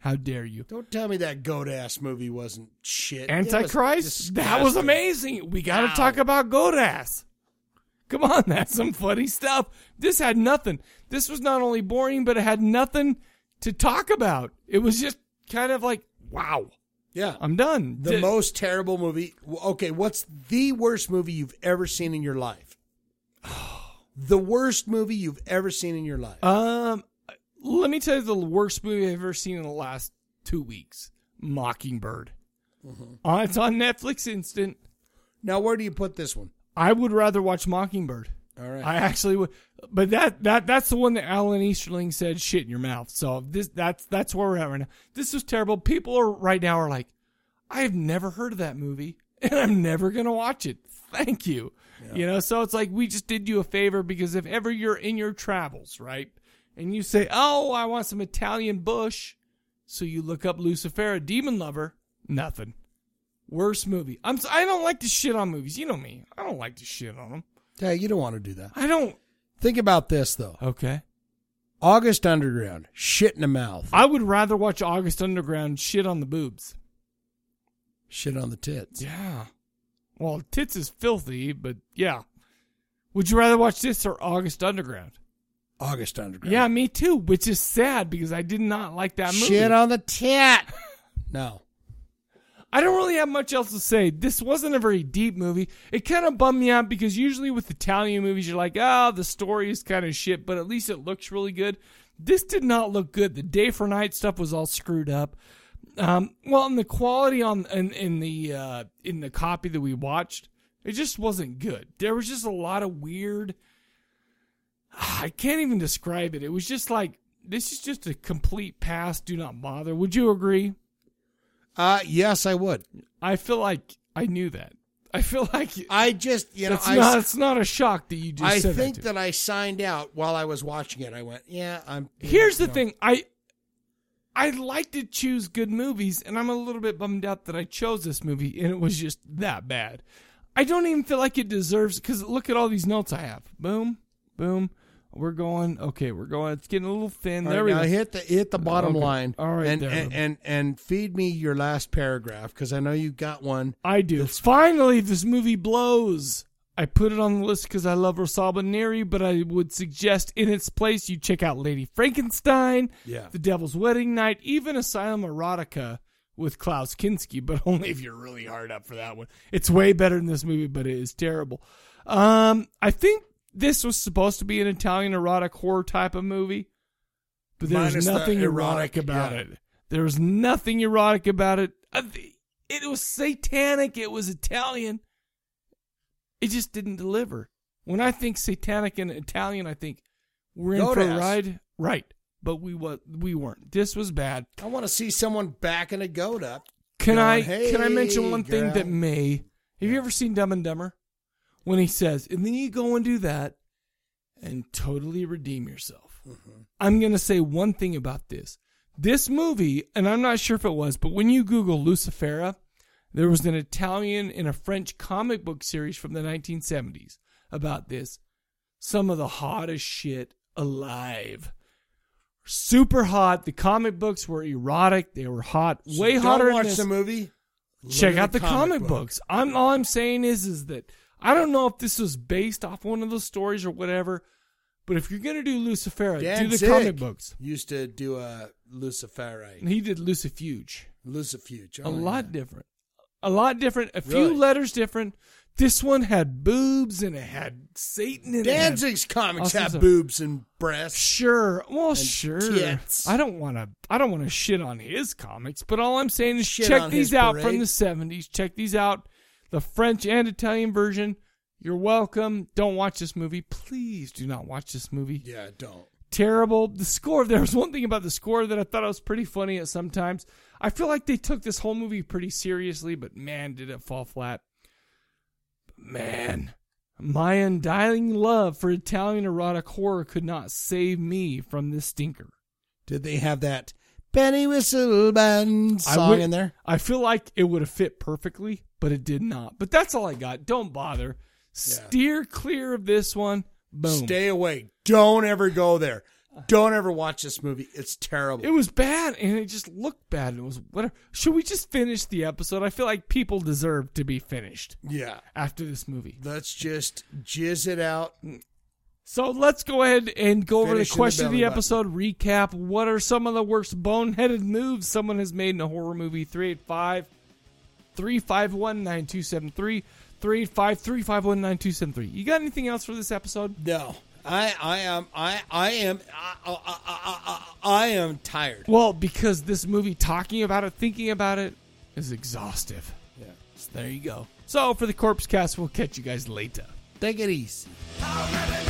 S1: How dare you?
S2: Don't tell me that goat ass movie wasn't shit. It was
S1: Antichrist? That was
S2: disgusting.
S1: amazing. We got to
S2: Ow.
S1: talk about Godas. Come on, [LAUGHS] that's some funny stuff. This had nothing. This was not only boring, but it had nothing to talk about. It was just kind of like, wow.
S2: Yeah.
S1: I'm done.
S2: The
S1: Th-
S2: most terrible movie. Okay, what's the worst movie you've ever seen in your life? [SIGHS] The worst movie you've ever seen in your life.
S1: Um, let me tell you the worst movie I've ever seen in the last two weeks Mockingbird. Uh, it's on Netflix Instant.
S2: Now, where do you put this one?
S1: I would rather watch Mockingbird.
S2: All right.
S1: I actually would, but that that that's the one that Alan Easterling said shit in your mouth. So this that's that's where we're at right now. This is terrible. People are right now are like, I have never heard of that movie, [LAUGHS] and I'm never gonna watch it. Thank you. You know, so it's like we just did you a favor because if ever you're in your travels, right, and you say, "Oh, I want some Italian bush," so you look up Lucifera, Demon Lover, nothing. Worst movie. I'm. s- I don't like to shit on movies. You know me. I don't like to shit on them.
S2: Hey, you don't want to do that.
S1: I don't.
S2: Think about this though.
S1: Okay.
S2: August Underground, shit in the mouth,
S1: I would rather watch August Underground shit on the boobs.
S2: shit on the tits.
S1: Yeah. Well, tits is filthy, but yeah. Would you rather watch this or August Underground?
S2: August Underground.
S1: Yeah, me too. Which is sad because I did not like that movie.
S2: Shit on the
S1: [LAUGHS]
S2: tit. No.
S1: I don't really have much else to say. This wasn't a very deep movie. It kind of bummed me out because usually with Italian movies, you're like, ah, the story is kind of shit, but at least it looks really good. This did not look good. The day for night stuff was all screwed up. Um, well, and the quality on in, in the uh, in the copy that we watched, it just wasn't good. There was just a lot of weird. I can't even describe it. It was just like this is just a complete pass. Do not bother. Would you agree?
S2: Uh yes, I would.
S1: I feel like I knew that. I feel like
S2: I just you know
S1: it's
S2: I,
S1: not it's not a shock that you just
S2: I
S1: said
S2: think
S1: that. to me.
S2: that I signed out while I was watching it. I went, yeah, I'm.
S1: Here's the
S2: no.
S1: thing. I I like to choose good movies, and I'm a little bit bummed out that I chose this movie and it was just that bad. I don't even feel like it deserves because look at all these notes I have. Boom, boom. We're going. Okay, we're going. It's getting a little thin.
S2: All
S1: there we
S2: right, now
S1: go.
S2: hit the hit the bottom
S1: Okay.
S2: line.
S1: All right,
S2: and,
S1: there.
S2: and, and and feed me your last paragraph because I know you got one.
S1: I do. Finally, this movie blows. I put it on the list because I love Rosalba Neri, but I would suggest in its place you check out Lady Frankenstein,
S13: Yeah.
S1: The Devil's Wedding Night, even Asylum Erotica with Klaus Kinski, but [LAUGHS] [LAUGHS] only if you're really hard up for that one. It's way better than this movie, but it is terrible. Um, I think this was supposed to be an Italian erotic horror type of movie, but there's
S2: Minus the
S1: nothing erotic,
S2: erotic,
S1: about
S2: yeah.
S1: it. There was nothing erotic about it. Uh, the- It was satanic. It was Italian. It just didn't deliver. When I think satanic and Italian, I think we're in
S2: Goat
S1: for a
S2: ass.
S1: ride, right? But we wa- we weren't. This was bad.
S2: I want to see someone backing a goat up.
S1: Can
S2: going,
S1: I can I
S2: "Hey,
S1: mention one thing
S2: girl."
S1: that may? Have you ever seen Dumb and Dumber? When he says, and then you go and do that, and totally redeem yourself. I'm gonna say one thing about this. This movie, and I'm not sure if it was, but when you Google Lucifera, there was an Italian and a French comic book series from the 1970s about this. Some of the hottest shit alive. Super hot. The comic books were erotic. They were hot.
S2: So
S1: way
S2: Mm-hmm. don't
S1: hotter
S2: watch
S1: than this.
S2: the movie. Look
S1: Check
S2: at
S1: out the comic,
S2: book.
S1: books. I'm all I'm saying is is that I don't know if this was based off one of those stories or whatever, but if you're gonna do Lucifera,
S2: Dan
S1: do the
S2: Zig
S1: comic books.
S2: Used to do a Luciferi.
S1: He did Lucifuge.
S2: Lucifuge. oh,
S1: a lot different. A lot different. A
S2: Really?
S1: few letters different. This one had boobs and it had Satan. And it had
S2: Danzig's comics
S1: all
S2: have
S1: sorts of-
S2: boobs and breasts.
S1: Sure. Well,
S2: and
S1: sure.
S2: tits.
S1: I don't want to. I don't want to shit on his comics, but all I'm saying is
S2: Shit
S1: check
S2: on
S1: these
S2: his
S1: out
S2: parade.
S1: from the '70s. Check these out, the French and Italian version. You're welcome. Don't watch this movie, please. Do not watch this movie.
S2: Yeah, don't.
S1: Terrible. The score. There was one thing about the score that I thought was pretty funny at sometimes. I feel like they took this whole movie pretty seriously, but man, did it fall flat. Man, my undying love for Italian erotic horror could not save me from this stinker.
S2: Did they have that Benny Whistleman song in there?
S1: I feel like it would have fit perfectly, but it did not. But that's all I got. Don't bother. Steer clear of this one. Boom.
S2: Stay away. Don't ever go there. Don't ever watch this movie. It's terrible.
S1: It was bad, and it just looked bad. It was whatever. Should we just finish the episode? I feel like people deserve to be finished.
S2: Yeah.
S1: After this movie,
S2: let's just jizz it out.
S1: So let's go ahead and go over the
S2: Finish in the
S1: question of
S2: belly
S1: the episode. Recap: What are some of the worst boneheaded moves someone has made in a horror movie? 385 351 9273 385 351 9273. You got anything else for this episode?
S2: No. I I am I I am I, I, I, I, I am tired.
S1: Well, because this movie, talking about it, thinking about it, is exhaustive. Yeah. So there you go. So for the Corpse Cast, we'll catch you guys later.
S2: Take it easy.
S13: Already